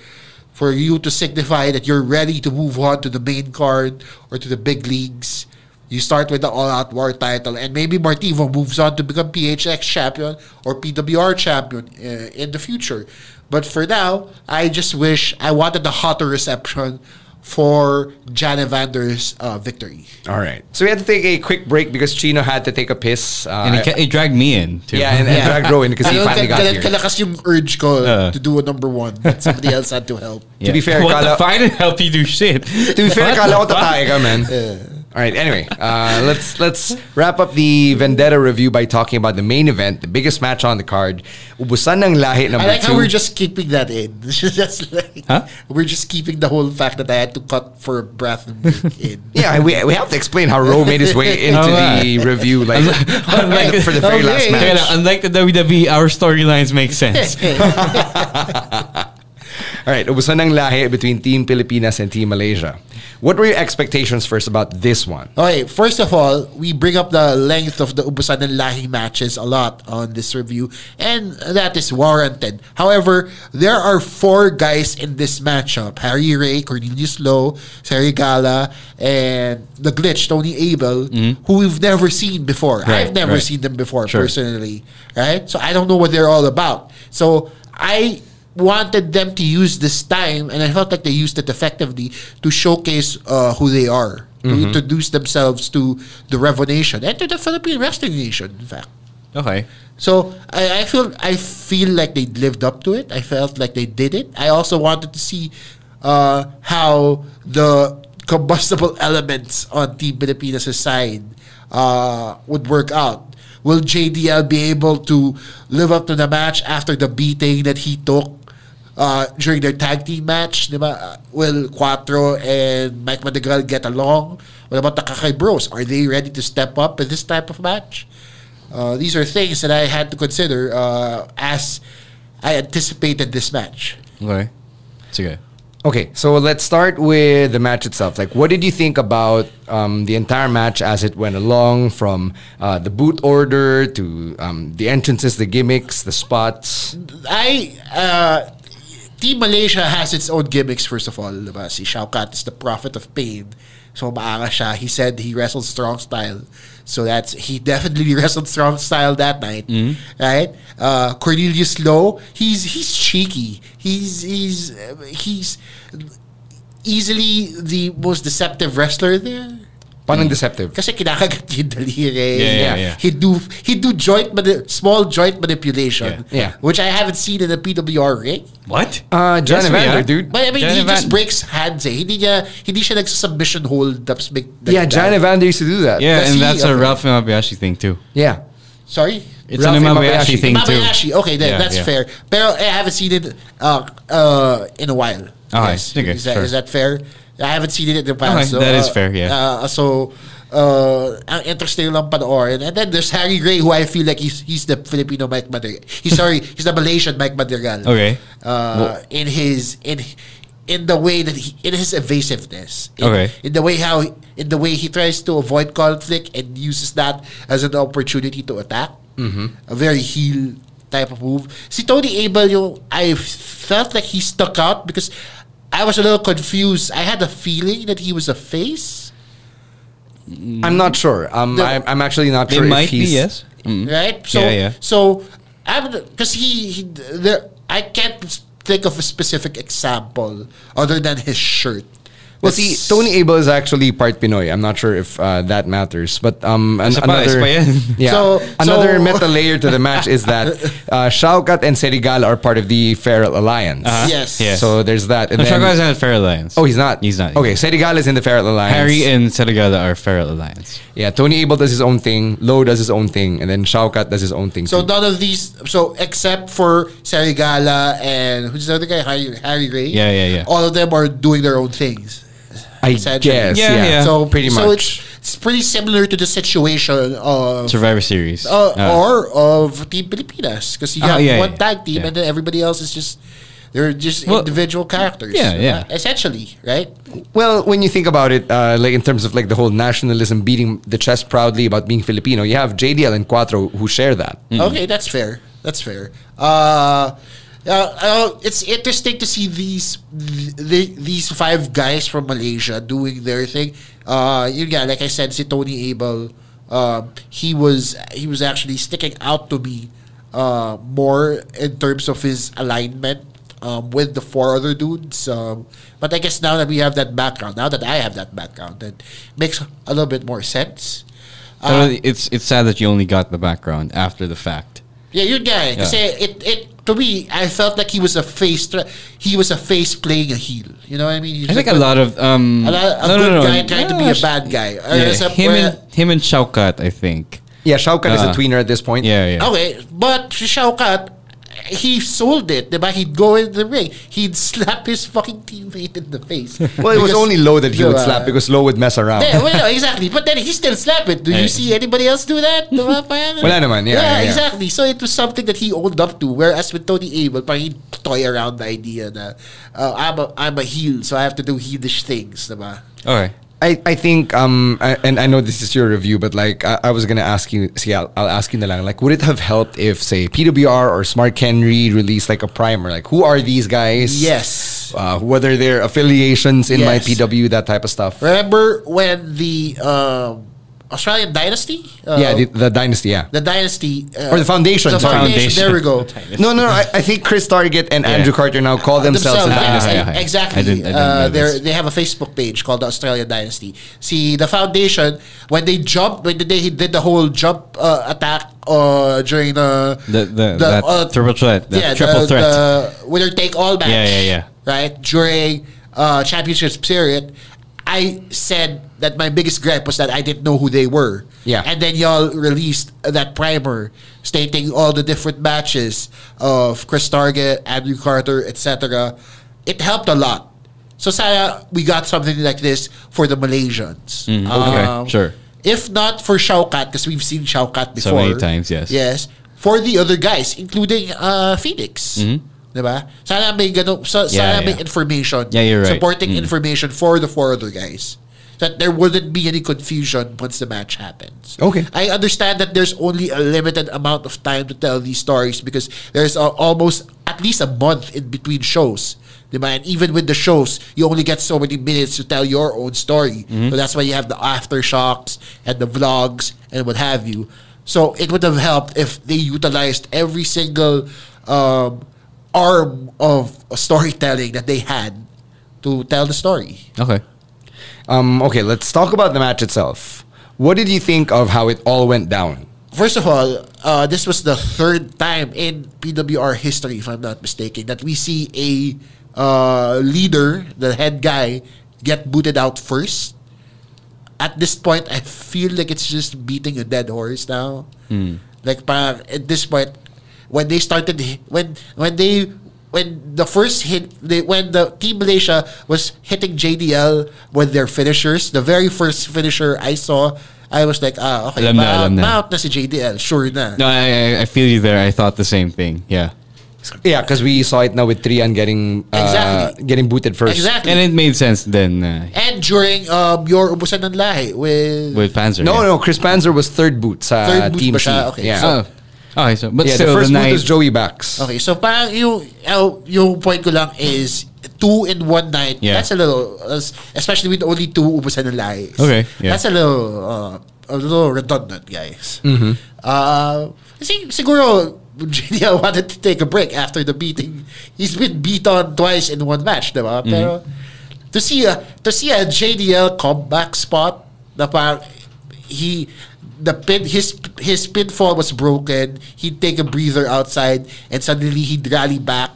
for you to signify that you're ready to move on to the main card or to the big leagues. You start with the All Out War title, and maybe Martivo moves on to become PHX champion or PWR champion uh, in the future. But for now, I just wish I wanted the hotter reception for Jan Evander's uh, victory. All right. So we had to take a quick break because Chino had to take a piss. Uh, And it, ca- it dragged me in too. yeah, and, and dragged Rowan because he Ganun finally ka- got ganun here. kalakas yung urge ko Uh. to do a number one. But somebody else had to help. To be fair, what Kala- the fine help you do shit. to be fair, What the kala ko fuck? tatay ka, man. All right. Anyway, uh, let's let's wrap up the Vendetta review by talking about the main event, the biggest match on the card. Ubusan ng lahi I number like two. how we're just keeping that in. just like, Huh? We're just keeping the whole fact that I had to cut for a breath and break in. yeah, we, we have to explain how Roe made his way into the review, like Unlike the- for the very last Oh, Okay. match. Teka lang, Unlike the WWE, our storylines make sense. All right, ubusan ng lahi between Team Pilipinas and Team Malaysia. What were your expectations first about this one? Okay, first of all, we bring up the length of the Ubusan and Lahi matches a lot on this review, and that is warranted. However, there are four guys in this matchup Harry Ray, Cornelius Lowe, Sari Gala, and the glitch, Tony Abel, who we've never seen before. Mm-hmm. I've Right, never right. seen them before Sure. personally, right? So I don't know what they're all about. So I wanted them to use this time, and I felt like they used it effectively to showcase uh, who they are, to introduce themselves to the Revo Nation and to the Philippine Wrestling Nation, in fact. Okay. So I, I feel I feel like they lived up to it. I felt like they did it. I also wanted to see uh, how the combustible elements on Team Pilipinas' side uh, would work out. Will JDL be able to live up to the match after the beating that he took uh, during their tag team match? di ba? Uh, Will Cuatro and Mike Madigal get along? What about the Kakay Bros? Are they ready to step up in this type of match? Uh, these are things that I had to consider uh, as I anticipated this match. Okay. Sige. Okay, so let's start with the match itself. Like, what did you think about um, the entire match as it went along, from uh, the boot order to um, the entrances, the gimmicks, the spots? I uh, Team Malaysia has its own gimmicks first of all. Diba? Si Shao Kahn is the prophet of pain. So maanga siya. He said he wrestled strong style. So that's he definitely wrestled strong style that night. Right? Uh, Cornelius Lowe, he's he's cheeky. He's he's uh, he's easily the most deceptive wrestler there. Parang deceptive. Kasi kinakagat yung daliri. Yeah, yeah, yeah. He do he do joint mani- small joint manipulation. Yeah. Yeah. Which I haven't seen in a PWR ring. What? Uh, John Yes, we Evander, are. dude. But I mean, John he just Evan- breaks hands eh. Hindi niya, hindi siya nagsasubmission hold tapos make like yeah, John that. Evander used to do that. Yeah, Does and he- that's a okay. Ralph Mabayashi thing too. Yeah. Sorry? It's Ralph an Imabayashi. Mabayashi thing too. Mabayashi. Okay, then, Yeah, that's yeah. fair. Pero I haven't seen it uh, uh, in a while. Okay, okay, is, that, sure. is that fair? I haven't seen it in the past. Okay, that uh, is fair, yeah. Uh, so, uh, ang interesting lang panoorin. And then there's Harry Gray, who I feel like he's he's the Filipino Mike Madrigal. He's sorry, he's the Malaysian Mike Madrigal. Okay. Uh, in his in in the way that he in his evasiveness. In, Okay. In the way how in the way he tries to avoid conflict and uses that as an opportunity to attack. A very heel type of move. Si Tony Abel yung I felt like he stuck out because I was a little confused. I had a feeling that he was a face. I'm not sure. Um, The- I'm, I'm actually not They sure might if be he's yes. Mm. right? So, Yeah, yeah. So, because he, he there, I can't think of a specific example other than his shirt. Well, That's- see, Tony Abel is actually part Pinoy. I'm not sure if uh, that matters, but um, an- Isa pa, isa another pa yan. yeah, So- another so- meta layer to the match is that uh, Shaukat and Serigal are part of the Feral Alliance. Uh-huh. Yes. Yes. So there's that. And Uh-huh. No, then- Shaka is not Fair Alliance. oh, he's not. He's not. Okay, Serigal is in the Feral Alliance. Harry and Saragada are Feral Alliance. yeah, Tony Abel does his own thing. Low does his own thing, and then Shaukat does his own thing. So too. none of these. So except for Sarigala and who's the other guy, Harry, Harry Ray. Yeah, yeah, yeah. All of them are doing their own things. I Sadly. guess Yeah, yeah, yeah. So pretty so much. It's, it's pretty similar to the situation of. Survivor Series. Uh, Ah. or of Team Pilipinas because you Ah, have yeah, one yeah, tag team yeah. and then everybody else is just they're just Well, individual characters. Uh, yeah, yeah. Essentially, right? Well, when you think about it, uh, like in terms of like the whole nationalism beating the chest proudly about being Filipino, you have JDL and Cuatro who share that. Okay, that's fair. That's fair. Uh, uh, uh, it's interesting to see these th- th- these five guys from Malaysia doing their thing. Uh, you got like I said, si Tony Abel, um, he was he was actually sticking out to me uh, more in terms of his alignment um, with the four other dudes. Um, but I guess now that we have that background, now that I have that background, it makes a little bit more sense. uh, So it's it's sad that you only got the background after the fact. Yeah, yun nga eh. Kasi it, it, to me, I felt like he was a face, tra- he was a face playing a heel. You know what I mean? He was I think a lot of um, a, lot, a no, no, good no, guy trying to be a gosh. bad guy. Or Yeah, sa- him where- and him and Shaukat, I think. Yeah, Shaukat is a Uh, tweener at this point. Yeah, yeah. Okay, but si Shao Kahn, he sold it. Diba? He'd go in the ring. He'd slap his fucking teammate in the face. Well, it was only Low that he would Diba? slap because Low would mess around. Yeah, well, no, exactly. But then he still slap it. Do you Eh. see anybody else do that? Diba? Parang- Wala naman, yeah, yeah, yeah. exactly. So it was something that he owned up to. Whereas with Tony Abel, parang he'd toy around the idea na uh, I'm, a, I'm a heel, so I have to do heelish things. Diba? Okay. I, I think um I, and I know this is your review, but like I, I was gonna ask you. See, I'll, I'll ask you na lang. Like, would it have helped if say PWR or Smart Henry released like a primer? Like, who are these guys? Yes. Uh, what are their affiliations in my Yes. PW? That type of stuff. Remember when the um, Australian Dynasty? Uh, Yeah, the, the dynasty. Yeah. the Dynasty. Uh, Or the Foundation, The sorry. Foundation. There we go. No, no, no. I, I think Chris Target and Andrew Carter now call Uh, themselves, the Themselves, Dynasty. Dynasty. yeah, Ah, yeah, yeah. Exactly. I didn't- I didn't Uh, know they're- this. they have a Facebook page called the Australian Dynasty. See, the foundation, when they jumped, when they did the whole jump uh, attack uh, during the. uh, The- the- that triple threat, that triple threat. The winner take all match. Yeah, yeah, yeah. Right? During uh, championship period, I said that my biggest gripe was that I didn't know who they were. Yeah. And then y'all released that primer stating all the different matches of Chris Target, Andrew Carter, etc. It helped a lot. So saya we got something like this for the Malaysians. Mm-hmm. Um, okay, sure. If not for Shaukat, because we've seen Shaukat before. So many times, yes. Yes. For the other guys, including uh, Phoenix. Diba? Sana may ganun, sa, Mm-hmm. Yeah, sana may yeah. information. Yeah, you're right. Supporting Mm. information for the four other guys. That there wouldn't be any confusion once the match happens. Okay. I understand that there's only a limited amount of time to tell these stories because there's a, almost at least a month in between shows. Diba? And even with the shows, you only get so many minutes to tell your own story. So that's why you have the aftershocks and the vlogs and what have you. So it would have helped if they utilized every single um, arm of storytelling that they had to tell the story. Okay. Um, okay, let's talk about the match itself. What did you think of how it all went down? First of all, uh, this was the third time in PWR history, if I'm not mistaken, that we see a uh, leader, the head guy, get booted out first. At this point, I feel like it's just beating a dead horse now. Hmm. Like, parang at this point, when they started, when when they when the first hit, they, when the Team Malaysia was hitting JDL with their finishers, the very first finisher I saw, I was like, ah, okay, Alam na, ma- alam na. ma- na si JDL, sure na. No, I, I- I feel you there. I thought the same thing. Yeah. Yeah, because we saw it now with Trian getting uh, Exactly. getting booted first. Exactly. And And, it made sense then uh, during um, your Ubusan ng Lahi with... with Panzer. No, yeah. no, Chris Panzer was third boot sa Third boot Team ba C. siya? Okay, Yeah, so- Oh. Okay, so but yeah the still first the boot night was Joey Backs. Okay, so parang yung, uh, yung point ko lang is two in one night, Yeah. that's a little, uh, especially with only two ubusan ng lies. Okay, yeah. That's a little, uh, a little redundant, guys. Mhm. Uh, kasi siguro, Virginia wanted to take a break after the beating. He's been beat on twice in one match, di Mm-hmm. ba? Pero, to see a, to see a JDL comeback spot, na parang, he, the pin, his his pinfall was broken. He'd take a breather outside, and suddenly he'd rally back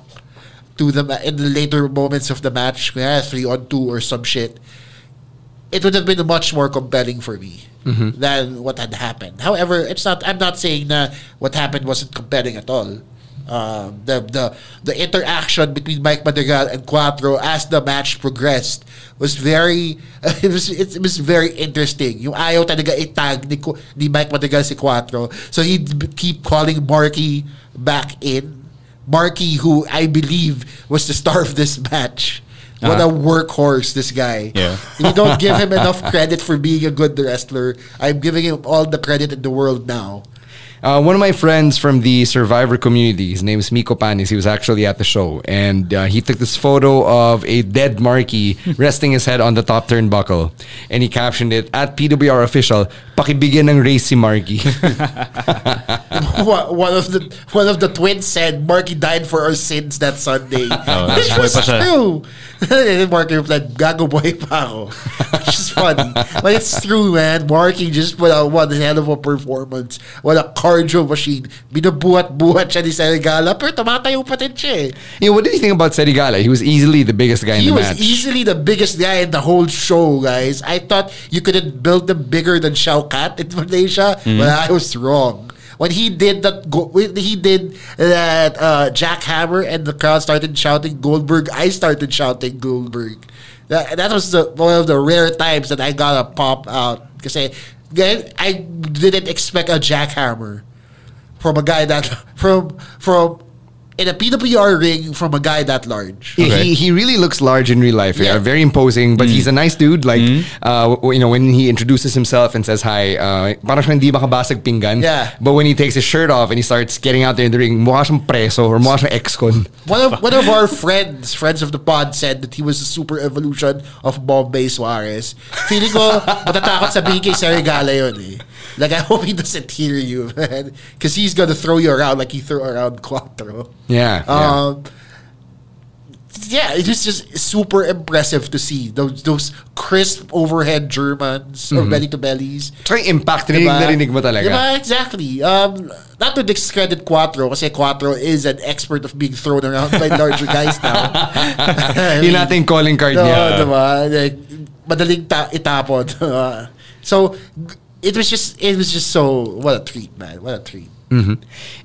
to the ma- in the later moments of the match, kunyari three on two or some shit. It would have been much more compelling for me Mhm. than what had happened. However, it's not. I'm not saying that what happened wasn't compelling at all. Um, the the the interaction between Mike Madrigal and Cuatro as the match progressed was very it was it, was very interesting. Yung ayaw talaga itag ni, Cu- ni Mike Madrigal si Cuatro. So he'd b- keep calling Marky back in. Marky who I believe was the star of this match. What a Uh-huh. workhorse this guy. Yeah. If you don't give him enough credit for being a good wrestler, I'm giving him all the credit in the world now. Uh, one of my friends from the Survivor community, his name is Miko Panis, he was actually at the show. And uh, he took this photo of a dead Marky resting his head on the top turnbuckle. And he captioned it, at PWR official, pakibigyan ng race si Marky. Wha- one of the one of the twins said Marky died for our sins that Sunday. Oh, Which that's was boy pa siya. true. and then Marky replied, Gago boy pa ako. Which is funny. but it's true, man. Marky just put out one hell of a performance. What a cardio machine. Binabuhat-buhat siya ni Serigala, pero tumatayo pa din siya eh. you know, what did you think about Serigala? He was easily the biggest guy in he the was match. easily the biggest guy in the whole show, guys. I thought you couldn't build them bigger than Shao Kahn in Malaysia, Mhm. but I was wrong. When he did that, go- when he did that uh, jackhammer, and the crowd started shouting Goldberg. I started shouting Goldberg. That, that was the, one of the rare times that I got a pop out because I, I didn't expect a jackhammer from a guy that from from in a PWR ring from a guy that large. Yeah, He, he really looks large in real life. Yeah, very imposing, but Mm. he's a nice dude. Like, uh, w- you know, when he introduces himself and says hi, uh, parang siyang hindi makabasag pinggan. Yeah. But when he takes his shirt off and he starts getting out there in the ring, mukha siyang preso or mukha siyang ex-con. One of one of our friends, friends of the pod, said that he was the super evolution of Bombay Suarez. Feeling ko matatakot sabihin kay Serigala yun eh. Like, I hope he doesn't hear you, man. Because he's gonna throw you around like he threw around Cuatro. Yeah. yeah. Um, yeah, it was just super impressive to see those those crisp overhead Germans or Mhm. belly to bellies. Tsaka yung impact narinig- narinig mo talaga. Diba? Exactly. Um, not to discredit Cuatro kasi Cuatro is an expert of being thrown around by larger guys now. Yun natin yung calling card no, niya. diba? Like, madaling ta- itapon. diba? so, g- it was just, it was just so, what a treat, man. What a treat. Mhm.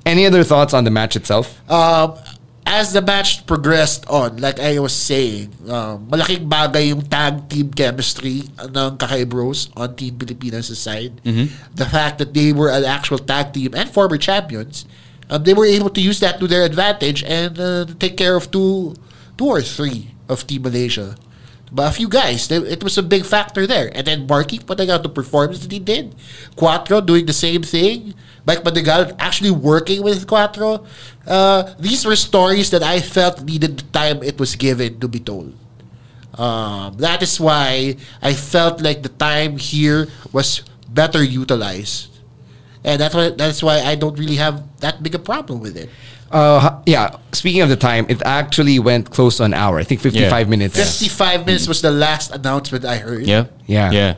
Any other thoughts on the match itself? Um, as the match progressed on, like I was saying, um, malaking bagay yung tag team chemistry ng Kakay Bros on Team Pilipinas side. The fact that they were an actual tag team and former champions, um, they were able to use that to their advantage and uh, take care of two, two or three of Team Malaysia. But a few guys, they, it was a big factor there. And then Marky putting out the performance that he did. Cuatro doing the same thing. Mike Madrigal actually working with Cuatro. Uh, these were stories that I felt needed the time it was given to be told. Um, that is why I felt like the time here was better utilized. And that's why, that's why I don't really have that big a problem with it. Uh, ha- yeah. Speaking of the time, it actually went close to an hour. I think 55 minutes. 55 minutes was the last announcement I heard. Yeah. Yeah.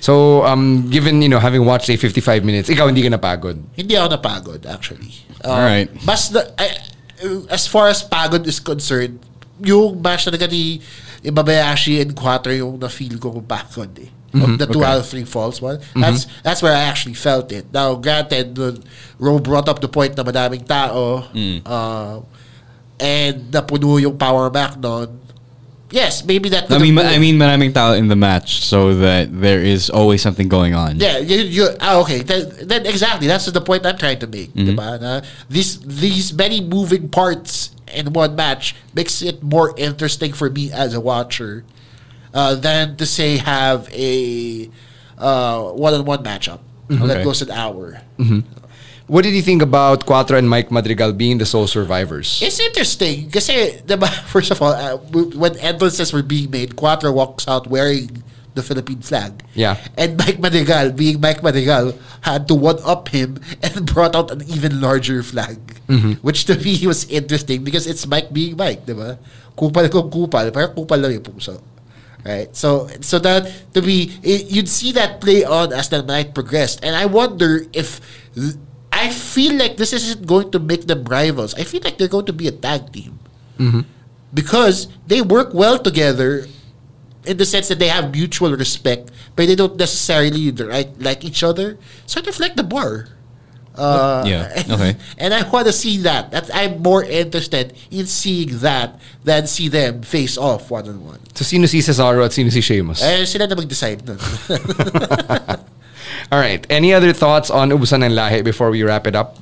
So, um, given, you know, having watched a 55 minutes, ikaw hindi ka napagod. Hindi ako napagod, actually. Uh, Alright. Mas na, I- uh, as far as pagod is concerned, yung match talaga ni Ibabayashi and Quater yung na-feel ko kung pagod eh. Of Mm-hmm. Mhm, the two okay. out of three falls one. That's that's where I actually felt it. Now, granted, nun, Ro brought up the point na madaming tao Mm. uh, and napuno yung power back nun. Yes, maybe that I could've mean, ma- been- I mean, maraming tao in the match, so that there is always something going on. Yeah, you, you, ah, okay. Then, then exactly, that's the point I'm trying to make. Mhm. diba? Na these these many moving parts in one match makes it more interesting for me as a watcher uh, than to say have a uh, one-on-one matchup Mhm. that Okay. goes an hour. Mhm. What did you think about Cuatro and Mike Madrigal being the sole survivors? It's interesting kasi, diba, first of all, uh, w- when entrances were being made, Cuatro walks out wearing the Philippine flag. Yeah. And Mike Madrigal, being Mike Madrigal, had to one-up him and brought out an even larger flag. Which to me was interesting because it's Mike being Mike, di ba? Kupal kung kupal, parang kupal lang yung puso. Right? So, so that, to me, it, you'd see that play on as the night progressed. And I wonder if... th- I feel like this isn't going to make them rivals. I feel like they're going to be a tag team because they work well together in the sense that they have mutual respect, but they don't necessarily like, like each other. Sort of like the bar. Uh, Yeah, okay. And I want to see that. That's, I'm more interested in seeing that than see them face off one on one. So sino si Cesaro at sino si Sheamus? Eh, sila na mag-decide nun. All right. Any other thoughts on Ubusan and Lahe before we wrap it up?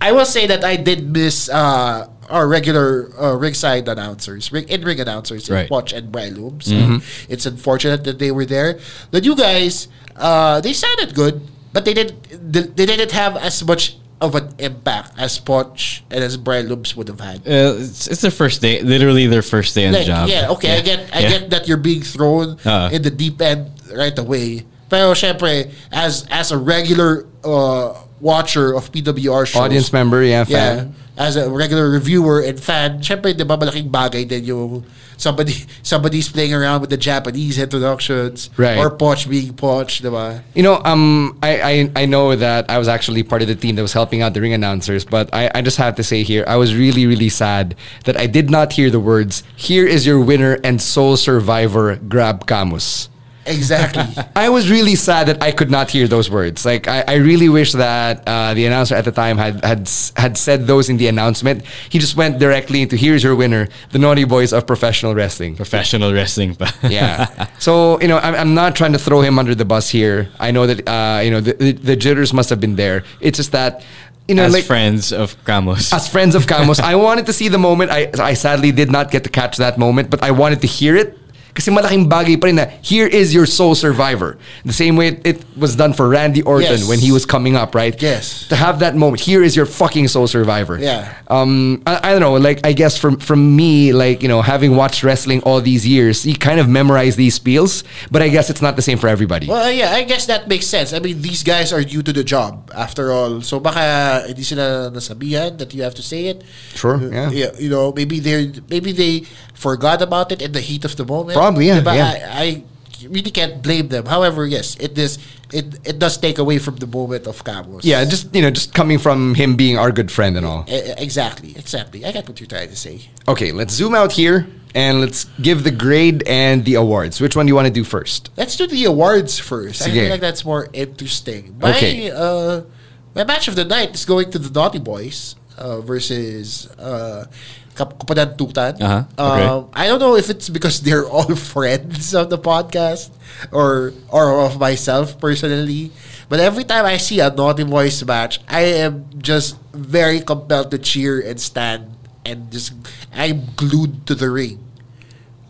I will say that I did miss uh, our regular uh, ringside announcers, ring, in ring announcers, in Right. Watch and Brylum. So it's unfortunate that they were there. The new guys, uh, they sounded good, but they didn't they, they didn't have as much of an impact as Potch and as Brylums would have had. Uh, it's, it's their first day, literally their first day on the Like, job. yeah, okay, I get I Yeah. get that you're being thrown Uh-uh. in the deep end right away. Pero syempre, as as a regular uh, watcher of PWR shows, Audience member, yeah, yeah, fan. as a regular reviewer and fan, syempre, di ba malaking bagay din yung somebody, somebody's playing around with the Japanese introductions Right. or Poch being Poch, di ba? You know, um, I, I I know that I was actually part of the team that was helping out the ring announcers, but I, I just have to say here, I was really, really sad that I did not hear the words, here is your winner and sole survivor, Grab Camus. Exactly. I was really sad that I could not hear those words. Like I, I really wish that uh, the announcer at the time had had s- had said those in the announcement. He just went directly into here's your winner, the naughty boys of professional wrestling. Professional wrestling. but- Yeah. So you know, I'm, I'm not trying to throw him under the bus here. I know that uh, you know the, the, the jitters must have been there. It's just that you know, As like friends of Camus. as friends of Camus, I wanted to see the moment. I I sadly did not get to catch that moment, but I wanted to hear it. Kasi malaking bagay pa rin na, here is your sole survivor. The same way it, it was done for Randy Orton Yes. when he was coming up, right? Yes. To have that moment, here is your fucking sole survivor. Yeah. Um, I, I don't know. Like, I guess from from me, like you know, having watched wrestling all these years, you kind of memorize these spiels. But I guess it's not the same for everybody. well, yeah, I guess that makes sense. I mean, these guys are new to the job after all. So baka hindi sila nasabihan that you have to say it. Sure, yeah. uh, yeah you know, maybe they maybe they forgot about it in the heat of the moment. Probably, yeah, Diba? yeah. I, I really can't blame them. However, yes, it is it it does take away from the moment of Camus. Yeah, just you know, just coming from him being our good friend and all. E- exactly, exactly. I get what you're trying to say. Okay, let's zoom out here and let's give the grade and the awards. Which one do you want to do first? Let's do the awards first. I Sige. feel like that's more interesting. My Okay. uh, my match of the night is going to the Naughty Boys uh, versus uh, Kap- Kupanan Tutan. Uh-huh. Okay. Um, I don't know if it's because they're all friends of the podcast or or of myself personally, but every time I see a Naughty Boys match, I am just very compelled to cheer and stand and just I'm glued to the ring.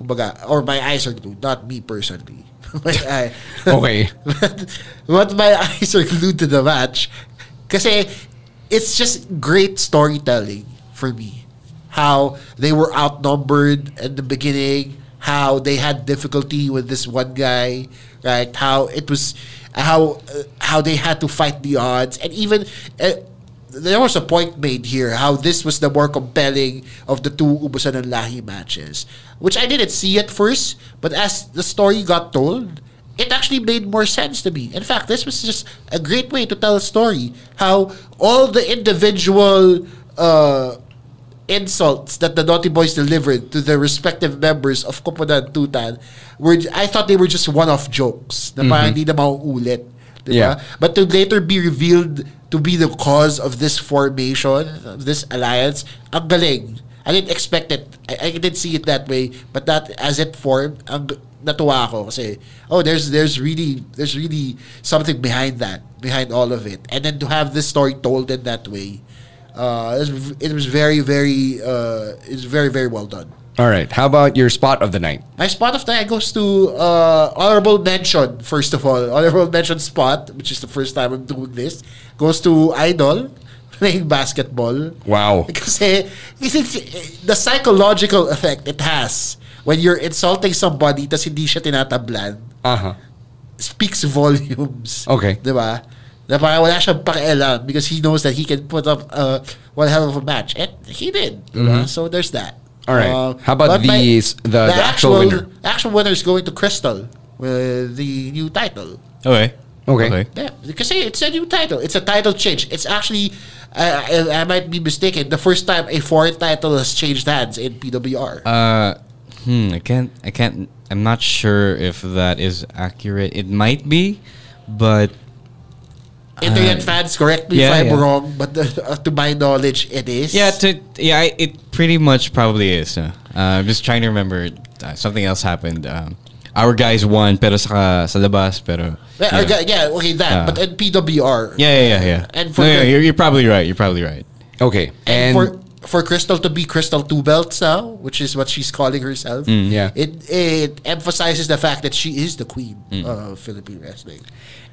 Kumbaga, or my eyes are glued, not me personally. my eye. Okay. but my eyes are glued to the match. Kasi it's just great storytelling for me. How they were outnumbered at the beginning, how they had difficulty with this one guy, right? How it was, how uh, how they had to fight the odds, and even uh, there was a point made here how this was the more compelling of the two Ubusan and Lahi matches, which I didn't see at first, but as the story got told, it actually made more sense to me. In fact, this was just a great way to tell a story. How all the individual uh, insults that the Naughty Boys delivered to the respective members of Koponan Tutan were, I thought they were just one-off jokes. Na parang hindi na mauulit. Di ba? Yeah. But to later be revealed to be the cause of this formation, of this alliance, ang galing. I didn't expect it. I, I didn't see it that way, but that as it formed, ang g- natuwa ako kasi oh there's there's really there's really something behind that behind all of it and then to have this story told in that way uh it was, it was very very uh it's very very well done All right. How about your spot of the night? my spot of the night goes to uh, honorable mention, first of all. Honorable mention spot, which is the first time I'm doing this, goes to Idol playing basketball. Wow. Kasi, kasi the psychological effect it has when you're insulting somebody tas hindi siya tinatablan Aha. speaks volumes. Okay. Di ba? Na parang wala siyang pakialam because he knows that he can put up uh, one hell of a match. And he did. di ba? So there's that. Mm-hmm. All right. Um, How about but my- the, s- the, the actual, winner? actual winner is going to Crystal with the new title. Okay. Okay. Yeah, because hey, it's a new title. It's a title change. It's actually, I, I, I might be mistaken, the first time a foreign title has changed hands in PWR. Uh, hmm. I can't. I can't. I'm not sure if that is accurate. It might be, but uh, Internet fans, correct me yeah, if I'm yeah. wrong, but uh, to my knowledge, it is. yeah. To, yeah. I- It pretty much probably is. Uh, I'm just trying to remember. Uh, something else happened. Um, our guys won, pero sa sa labas, pero. yeah, yeah. okay, yeah, okay, that. but uh, in PWR. Yeah, yeah, yeah, yeah. And for No, yeah, the- you're, you're probably right. You're probably right. Okay. And, And, for for Crystal to be Crystal Two Belts now, which is what she's calling herself, yeah. it it emphasizes the fact that she is the queen of Philippine wrestling.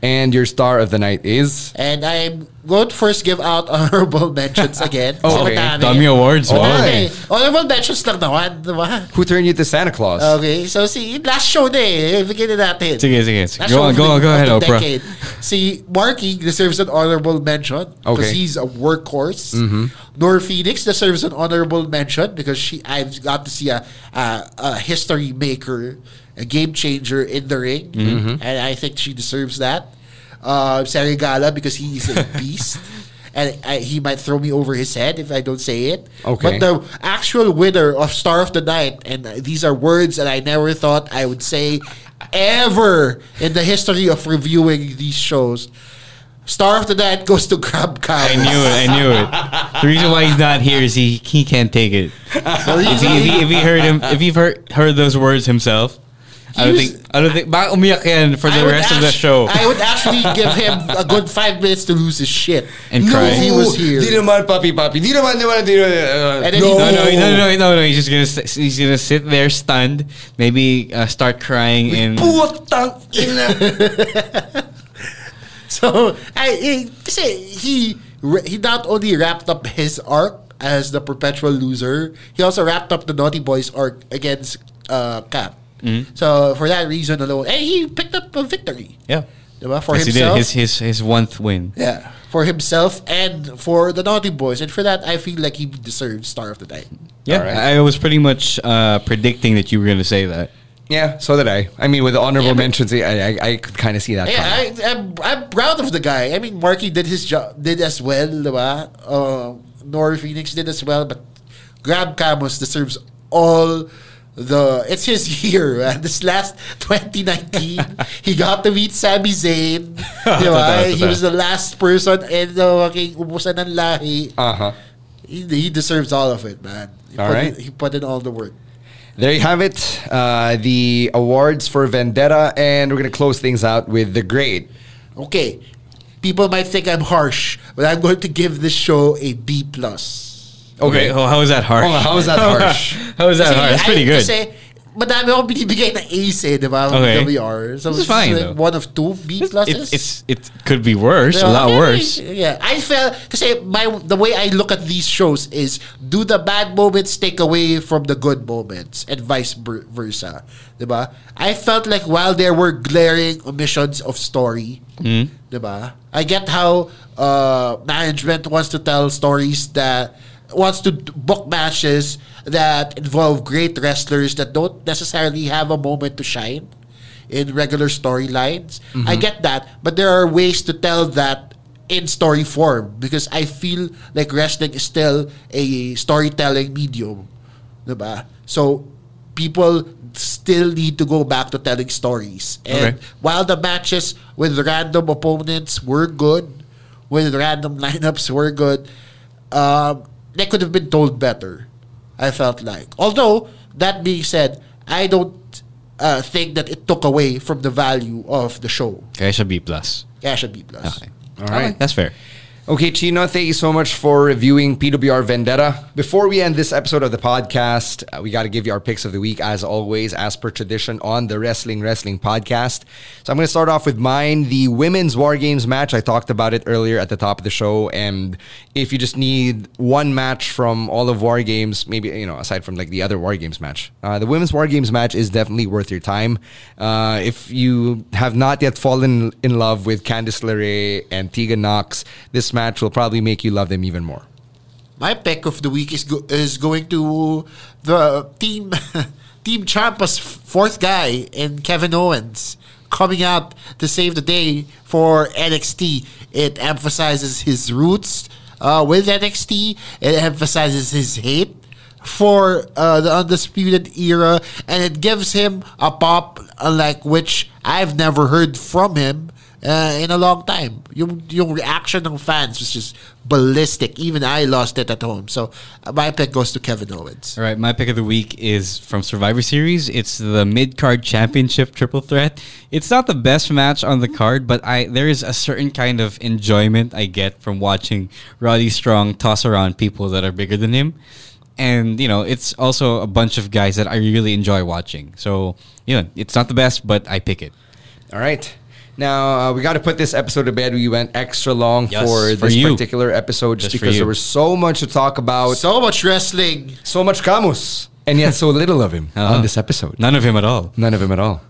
and your star of the night is? And I'm going to first give out honorable mentions again. Oh, okay. Kasi madami. Dummy awards. Oh, wow. Okay. Honorable mentions lang naman, di ba? Who turned you to Santa Claus? Okay, so si last show na eh. Beginning natin. Sige, sige, sige. Go Last show on, of go the- on, go of ahead, the Oprah. decade. Si Marky deserves an honorable mention because Okay. he's a workhorse. Mm-hmm. Nor Phoenix deserves an honorable mention because she I've got to see a a, a history maker, a game changer in the ring, Mm-hmm. and I think she deserves that. Uh, Sarigala because he's a beast. And I, he might throw me over his head if I don't say it. Okay. But the actual winner of Star of the Night, and these are words that I never thought I would say ever in the history of reviewing these shows. Star of the Night goes to Crab Cow. I knew it. I knew it. The reason why he's not here is he he can't take it. If he, if he, if he heard him, if you've heard heard those words himself, I don't He was- think I don't think. Baka umiyak yan for I the would rest of the actu- show. I would actually give him a good five minutes to lose his shit. And No, cry. if he was here. Di naman, papi, papi. Di naman, di naman, di naman. And then he- no, no, no, no, no, no, no. He's just gonna sit- he's gonna sit there stunned, maybe uh, start crying and Putang ina. So I, I kasi he he not only wrapped up his arc as the perpetual loser, he also wrapped up the Naughty Boys arc against uh, Cap. Mm-hmm. So for that reason alone, and he picked up a victory. yeah. Diba? For Yes, he did himself. his his his one th- win. Yeah, for himself and for the Naughty Boys, and for that, I feel like he deserves Star of the Night. Yeah, Alright. I I was pretty much uh, predicting that you were gonna say that. Yeah, so did I. I mean, with the honorable Yeah, but- mentions, I, I, I could kind of see that. Yeah, coming. I, I'm, I'm proud of the guy. I mean, Marky did his job, did as well, diba? Uh, Nor Phoenix did as well, but Grab Camus deserves all the. It's his year, man. This last 2019, he got to meet Sami Zayn, diba? Totoo, he totoo. was the last person in the fucking umusan ng lahi. uh-huh. He, he deserves all of it, man. He All put right. in- he put in all the work. There you have it. Uh, the awards for Vendetta, and we're going to close things out with the grade. Okay, people might think I'm harsh, but I'm going to give this show a B plus. Okay, oh, how is that harsh? Oh, how is that harsh? how is that harsh? That's pretty good. Kasi, madami akong binibigay na ace eh, di ba? Okay. WR. So, This is just fine, like though. One of two B It, pluses. it's it could be worse, a Diba? lot worse. Yeah, I felt kasi my the way I look at these shows is do the bad moments take away from the good moments and vice ber- versa, 'di ba? I felt like while there were glaring omissions of story, Mm-hmm. 'di ba? I get how uh, management wants to tell stories that wants to d- book matches that involve great wrestlers that don't necessarily have a moment to shine in regular storylines. I get that, but there are ways to tell that in story form because I feel like wrestling is still a storytelling medium, diba? So people still need to go back to telling stories. Okay. And while the matches with random opponents were good, with random lineups were good, um, they could have been told better. I felt like. Although that being said, I don't uh, think that it took away from the value of the show. Okay, I should be plus. Yeah, it should be plus. Okay. All right. that's fair. Okay, Chino, thank you so much for reviewing PWR Vendetta. Before we end this episode of the podcast, uh, we got to give you our picks of the week, as always, as per tradition on the Wrestling Wrestling podcast. So I'm going to start off with mine the Women's War Games match. I talked about it earlier at the top of the show. And if you just need one match from all of War Games, maybe, you know, aside from like the other War Games match, uh, the Women's War Games match is definitely worth your time. Uh, if you have not yet fallen in love with Candice LeRae and Tegan Knox, this match will probably make you love them even more. My pick of the week is go- is going to the team team Champa's fourth guy in Kevin Owens coming out to save the day for NXT. It emphasizes his roots uh, with NXT. It emphasizes his hate for uh, the undisputed era, and it gives him a pop like which I've never heard from him uh, in a long time. Yung, yung reaction ng fans was just ballistic. Even I lost it at home. So uh, my pick goes to Kevin Owens. All right, my pick of the week is from Survivor Series. It's the mid card championship triple threat. It's not the best match on the card, but I there is a certain kind of enjoyment I get from watching Roddy Strong toss around people that are bigger than him. And you know, it's also a bunch of guys that I really enjoy watching. So you know, it's not the best, but I pick it. All right. Now uh, we got to put this episode to bed. We went extra long Yes, for, for this you. particular episode just, Just for because you. there was so much to talk about, so, So much wrestling. much Camus, and yet so little of him on this episode. Uh-huh. None of him at all. None of them at all.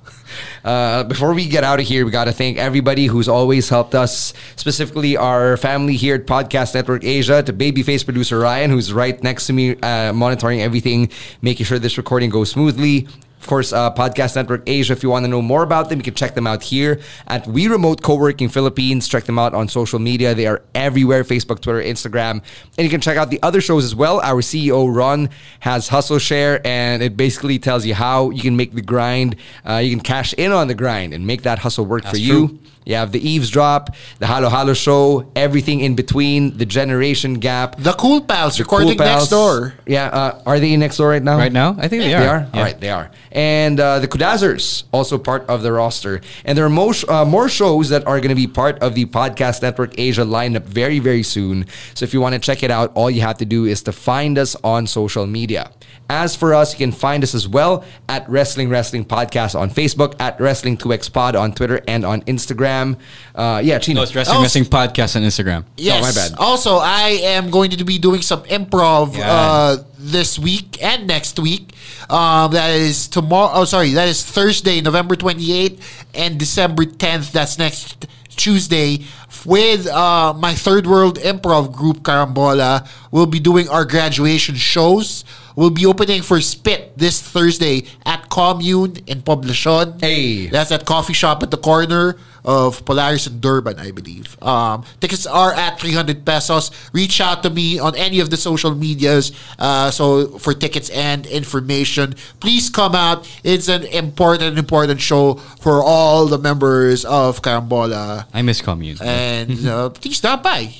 Uh, before we get out of here, we got to thank everybody who's always helped us, specifically our family here at Podcast Network Asia, to Babyface producer Ryan, who's right next to me, uh, monitoring everything, making sure this recording goes smoothly. Of course, uh, Podcast Network Asia. If you want to know more about them, you can check them out here at We Remote Coworking Philippines. Check them out on social media. They are everywhere Facebook, Twitter, Instagram. And you can check out the other shows as well. Our CEO, Ron, has Hustle Share, and it basically tells you how you can make the grind. Uh, you can cash in on the grind and make that hustle work for That's you. true. You have the eavesdrop, the Halo Halo show, everything in between, the generation gap. The Cool Pals Cool recording Pals. next door. Yeah, uh, are they next door right now? Right now? I think they They are. are? All right, they are. And uh, the Kudazers, also part of the roster. And there are mo- uh, more shows that are going to be part of the Podcast Network Asia lineup very, very soon. So if you want to check it out, all you have to do is to find us on social media. As for us, you can find us as well at Wrestling Wrestling Podcast on Facebook, at Wrestling2X Pod on Twitter and on Instagram. Uh, yeah, Chino. No, it's Wrestling Oh, Wrestling Podcast on Instagram. Yes. Oh, my bad. Also, I am going to be doing some improv Yeah. uh, this week and next week. Um, that is tomorrow. Oh, sorry. That is Thursday, November 28th, and December 10th. That's next Tuesday. With uh, my Third World Improv group, Carambola, we'll be doing our graduation shows. We'll be opening for Spit this Thursday at Commune in Poblacion. Hey. That's that coffee shop at the corner of Polaris and Durban, I believe. Um, tickets are at 300 pesos. Reach out to me on any of the social medias uh, so for tickets and information. Please come out. It's an important, important show for all the members of Carambola. I miss commune. And uh, please stop by.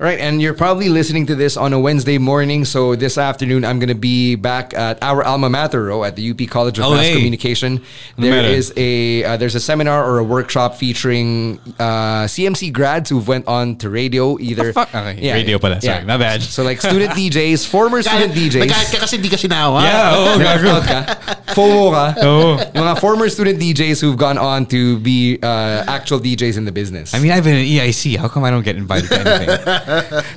All right, and you're probably listening to this on a Wednesday morning. So this afternoon, I'm going to be back at our alma mater, row at the UP College of Oh, Mass hey. Communication. There Matter. is a uh, there's a seminar or a workshop featuring uh, CMC grads who've went on to radio either. fuck? Okay, radio pala, sorry, my bad. So like student DJs, former student DJs. Nagkalit ka kasi di ka sinawa. yeah, oh, Nag-out gago. ka, FOMO ka. Oh. Yung mga former student DJs who've gone on to be uh, actual DJs in the business. I mean, I've been in EIC. How come I don't get invited to anything?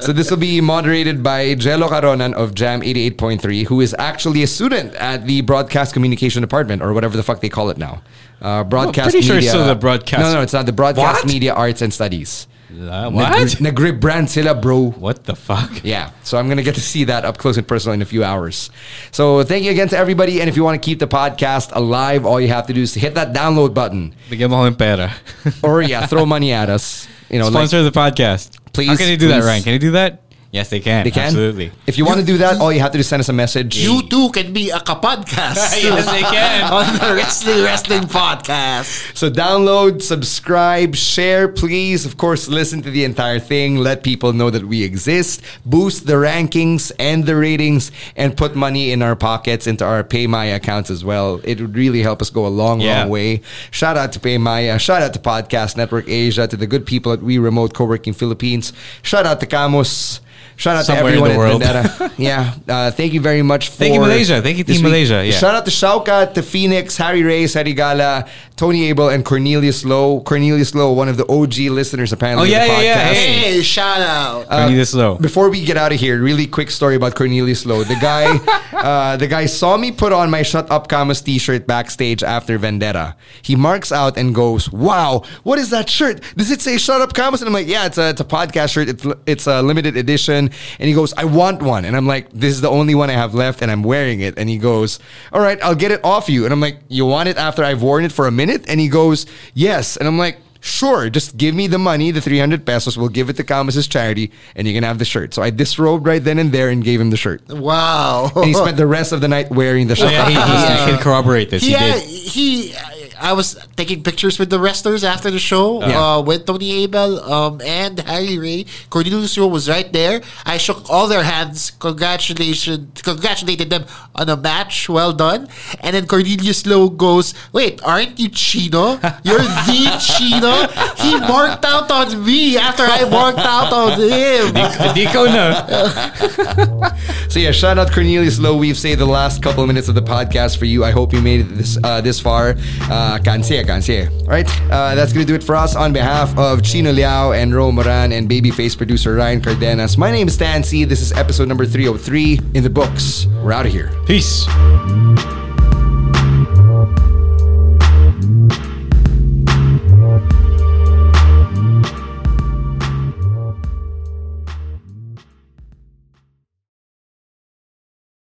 So this will be moderated by Jello Caronan of Jam 88.3, who is actually a student at the Broadcast Communication Department or whatever the fuck they call it now. Uh, broadcast pretty sure it's media. still the broadcast- No, no, it's not the Broadcast What? Media Arts and Studies. Uh, Nagri- Nagrib brand sila, bro. What the fuck? Yeah, so I'm gonna get to see that up close and personal in a few hours. So thank you again to everybody, and if you want to keep the podcast alive, all you have to do is to hit that download button, Bigyan mo kami pera. or yeah, throw money at us. You know, like- Sponsor the podcast. Please, How can you do please. that, Ryan? Can you do that? Yes, they can. They can. Absolutely. If you, want to do that, all you have to do is send us a message. You too can be a kapodcast. Yes, they can. On the Wrestling Wrestling Podcast. So download, subscribe, share, please. Of course, listen to the entire thing. Let people know that we exist. Boost the rankings and the ratings, and put money in our pockets into our PayMaya accounts as well. It would really help us go a long, Yeah. long way. Shout out to PayMaya. Shout out to Podcast Network Asia. To the good people at We Remote Coworking Philippines. Shout out to Camus. Shout out Somewhere to everyone in the world. at Vendetta. yeah. Uh, thank you very much for Thank you, for Malaysia. Thank you, this Team week. Malaysia. Yeah. Shout out to Shaukat, to Phoenix, Harry Reyes, Harry Gala, Tony Abel, and Cornelius Lowe. Cornelius Lowe, one of the OG listeners apparently Oh, of yeah, the yeah, yeah. podcast. Hey. Hey, shout out. Cornelius Lowe. Before we get out of here, really quick story about Cornelius Lowe. The guy, uh, the guy saw me put on my "Shut Up, Camus" T-shirt backstage after Vendetta. He marks out and goes, "Wow, what is that shirt? Does it say Shut Up, Camus?" And I'm like, "Yeah, it's a it's a podcast shirt. It's li- it's a limited edition." And he goes, "I want one." And I'm like, "This is the only one I have left, and I'm wearing it." And he goes, "All right, I'll get it off you." And I'm like, "You want it after I've worn it for a minute?" And he goes, "Yes." And I'm like. Sure, just give me the money, the 300 pesos. We'll give it to Camus's charity, and you can have the shirt. So I disrobed right then and there and gave him the shirt. And Wow. he spent the rest of the night wearing the shirt. yeah, he, he, he can corroborate this. He yeah, did. he. I was taking pictures with the wrestlers after the show Yeah. uh, with Tony Abel um, and Harry Ray. Cornelius Rowe was right there. I shook all their hands. Congratulations, congratulated them on a match. Well done. And then Cornelius Lowe goes, "Wait, aren't you Chino? You're the Chino." He marked out on me after I marked out on him. Dico, no. So yeah, shout out Cornelius Lowe. We've saved the last couple of minutes of the podcast for you. I hope you made it this uh, this far. Uh, kanse, kanse. All right, uh, that's gonna do it for us. On behalf of Chino Liao and Ro Moran and Babyface producer Ryan Cardenas, my oh name is Stan C. This is episode number 303 in the books. We're out of here. Peace.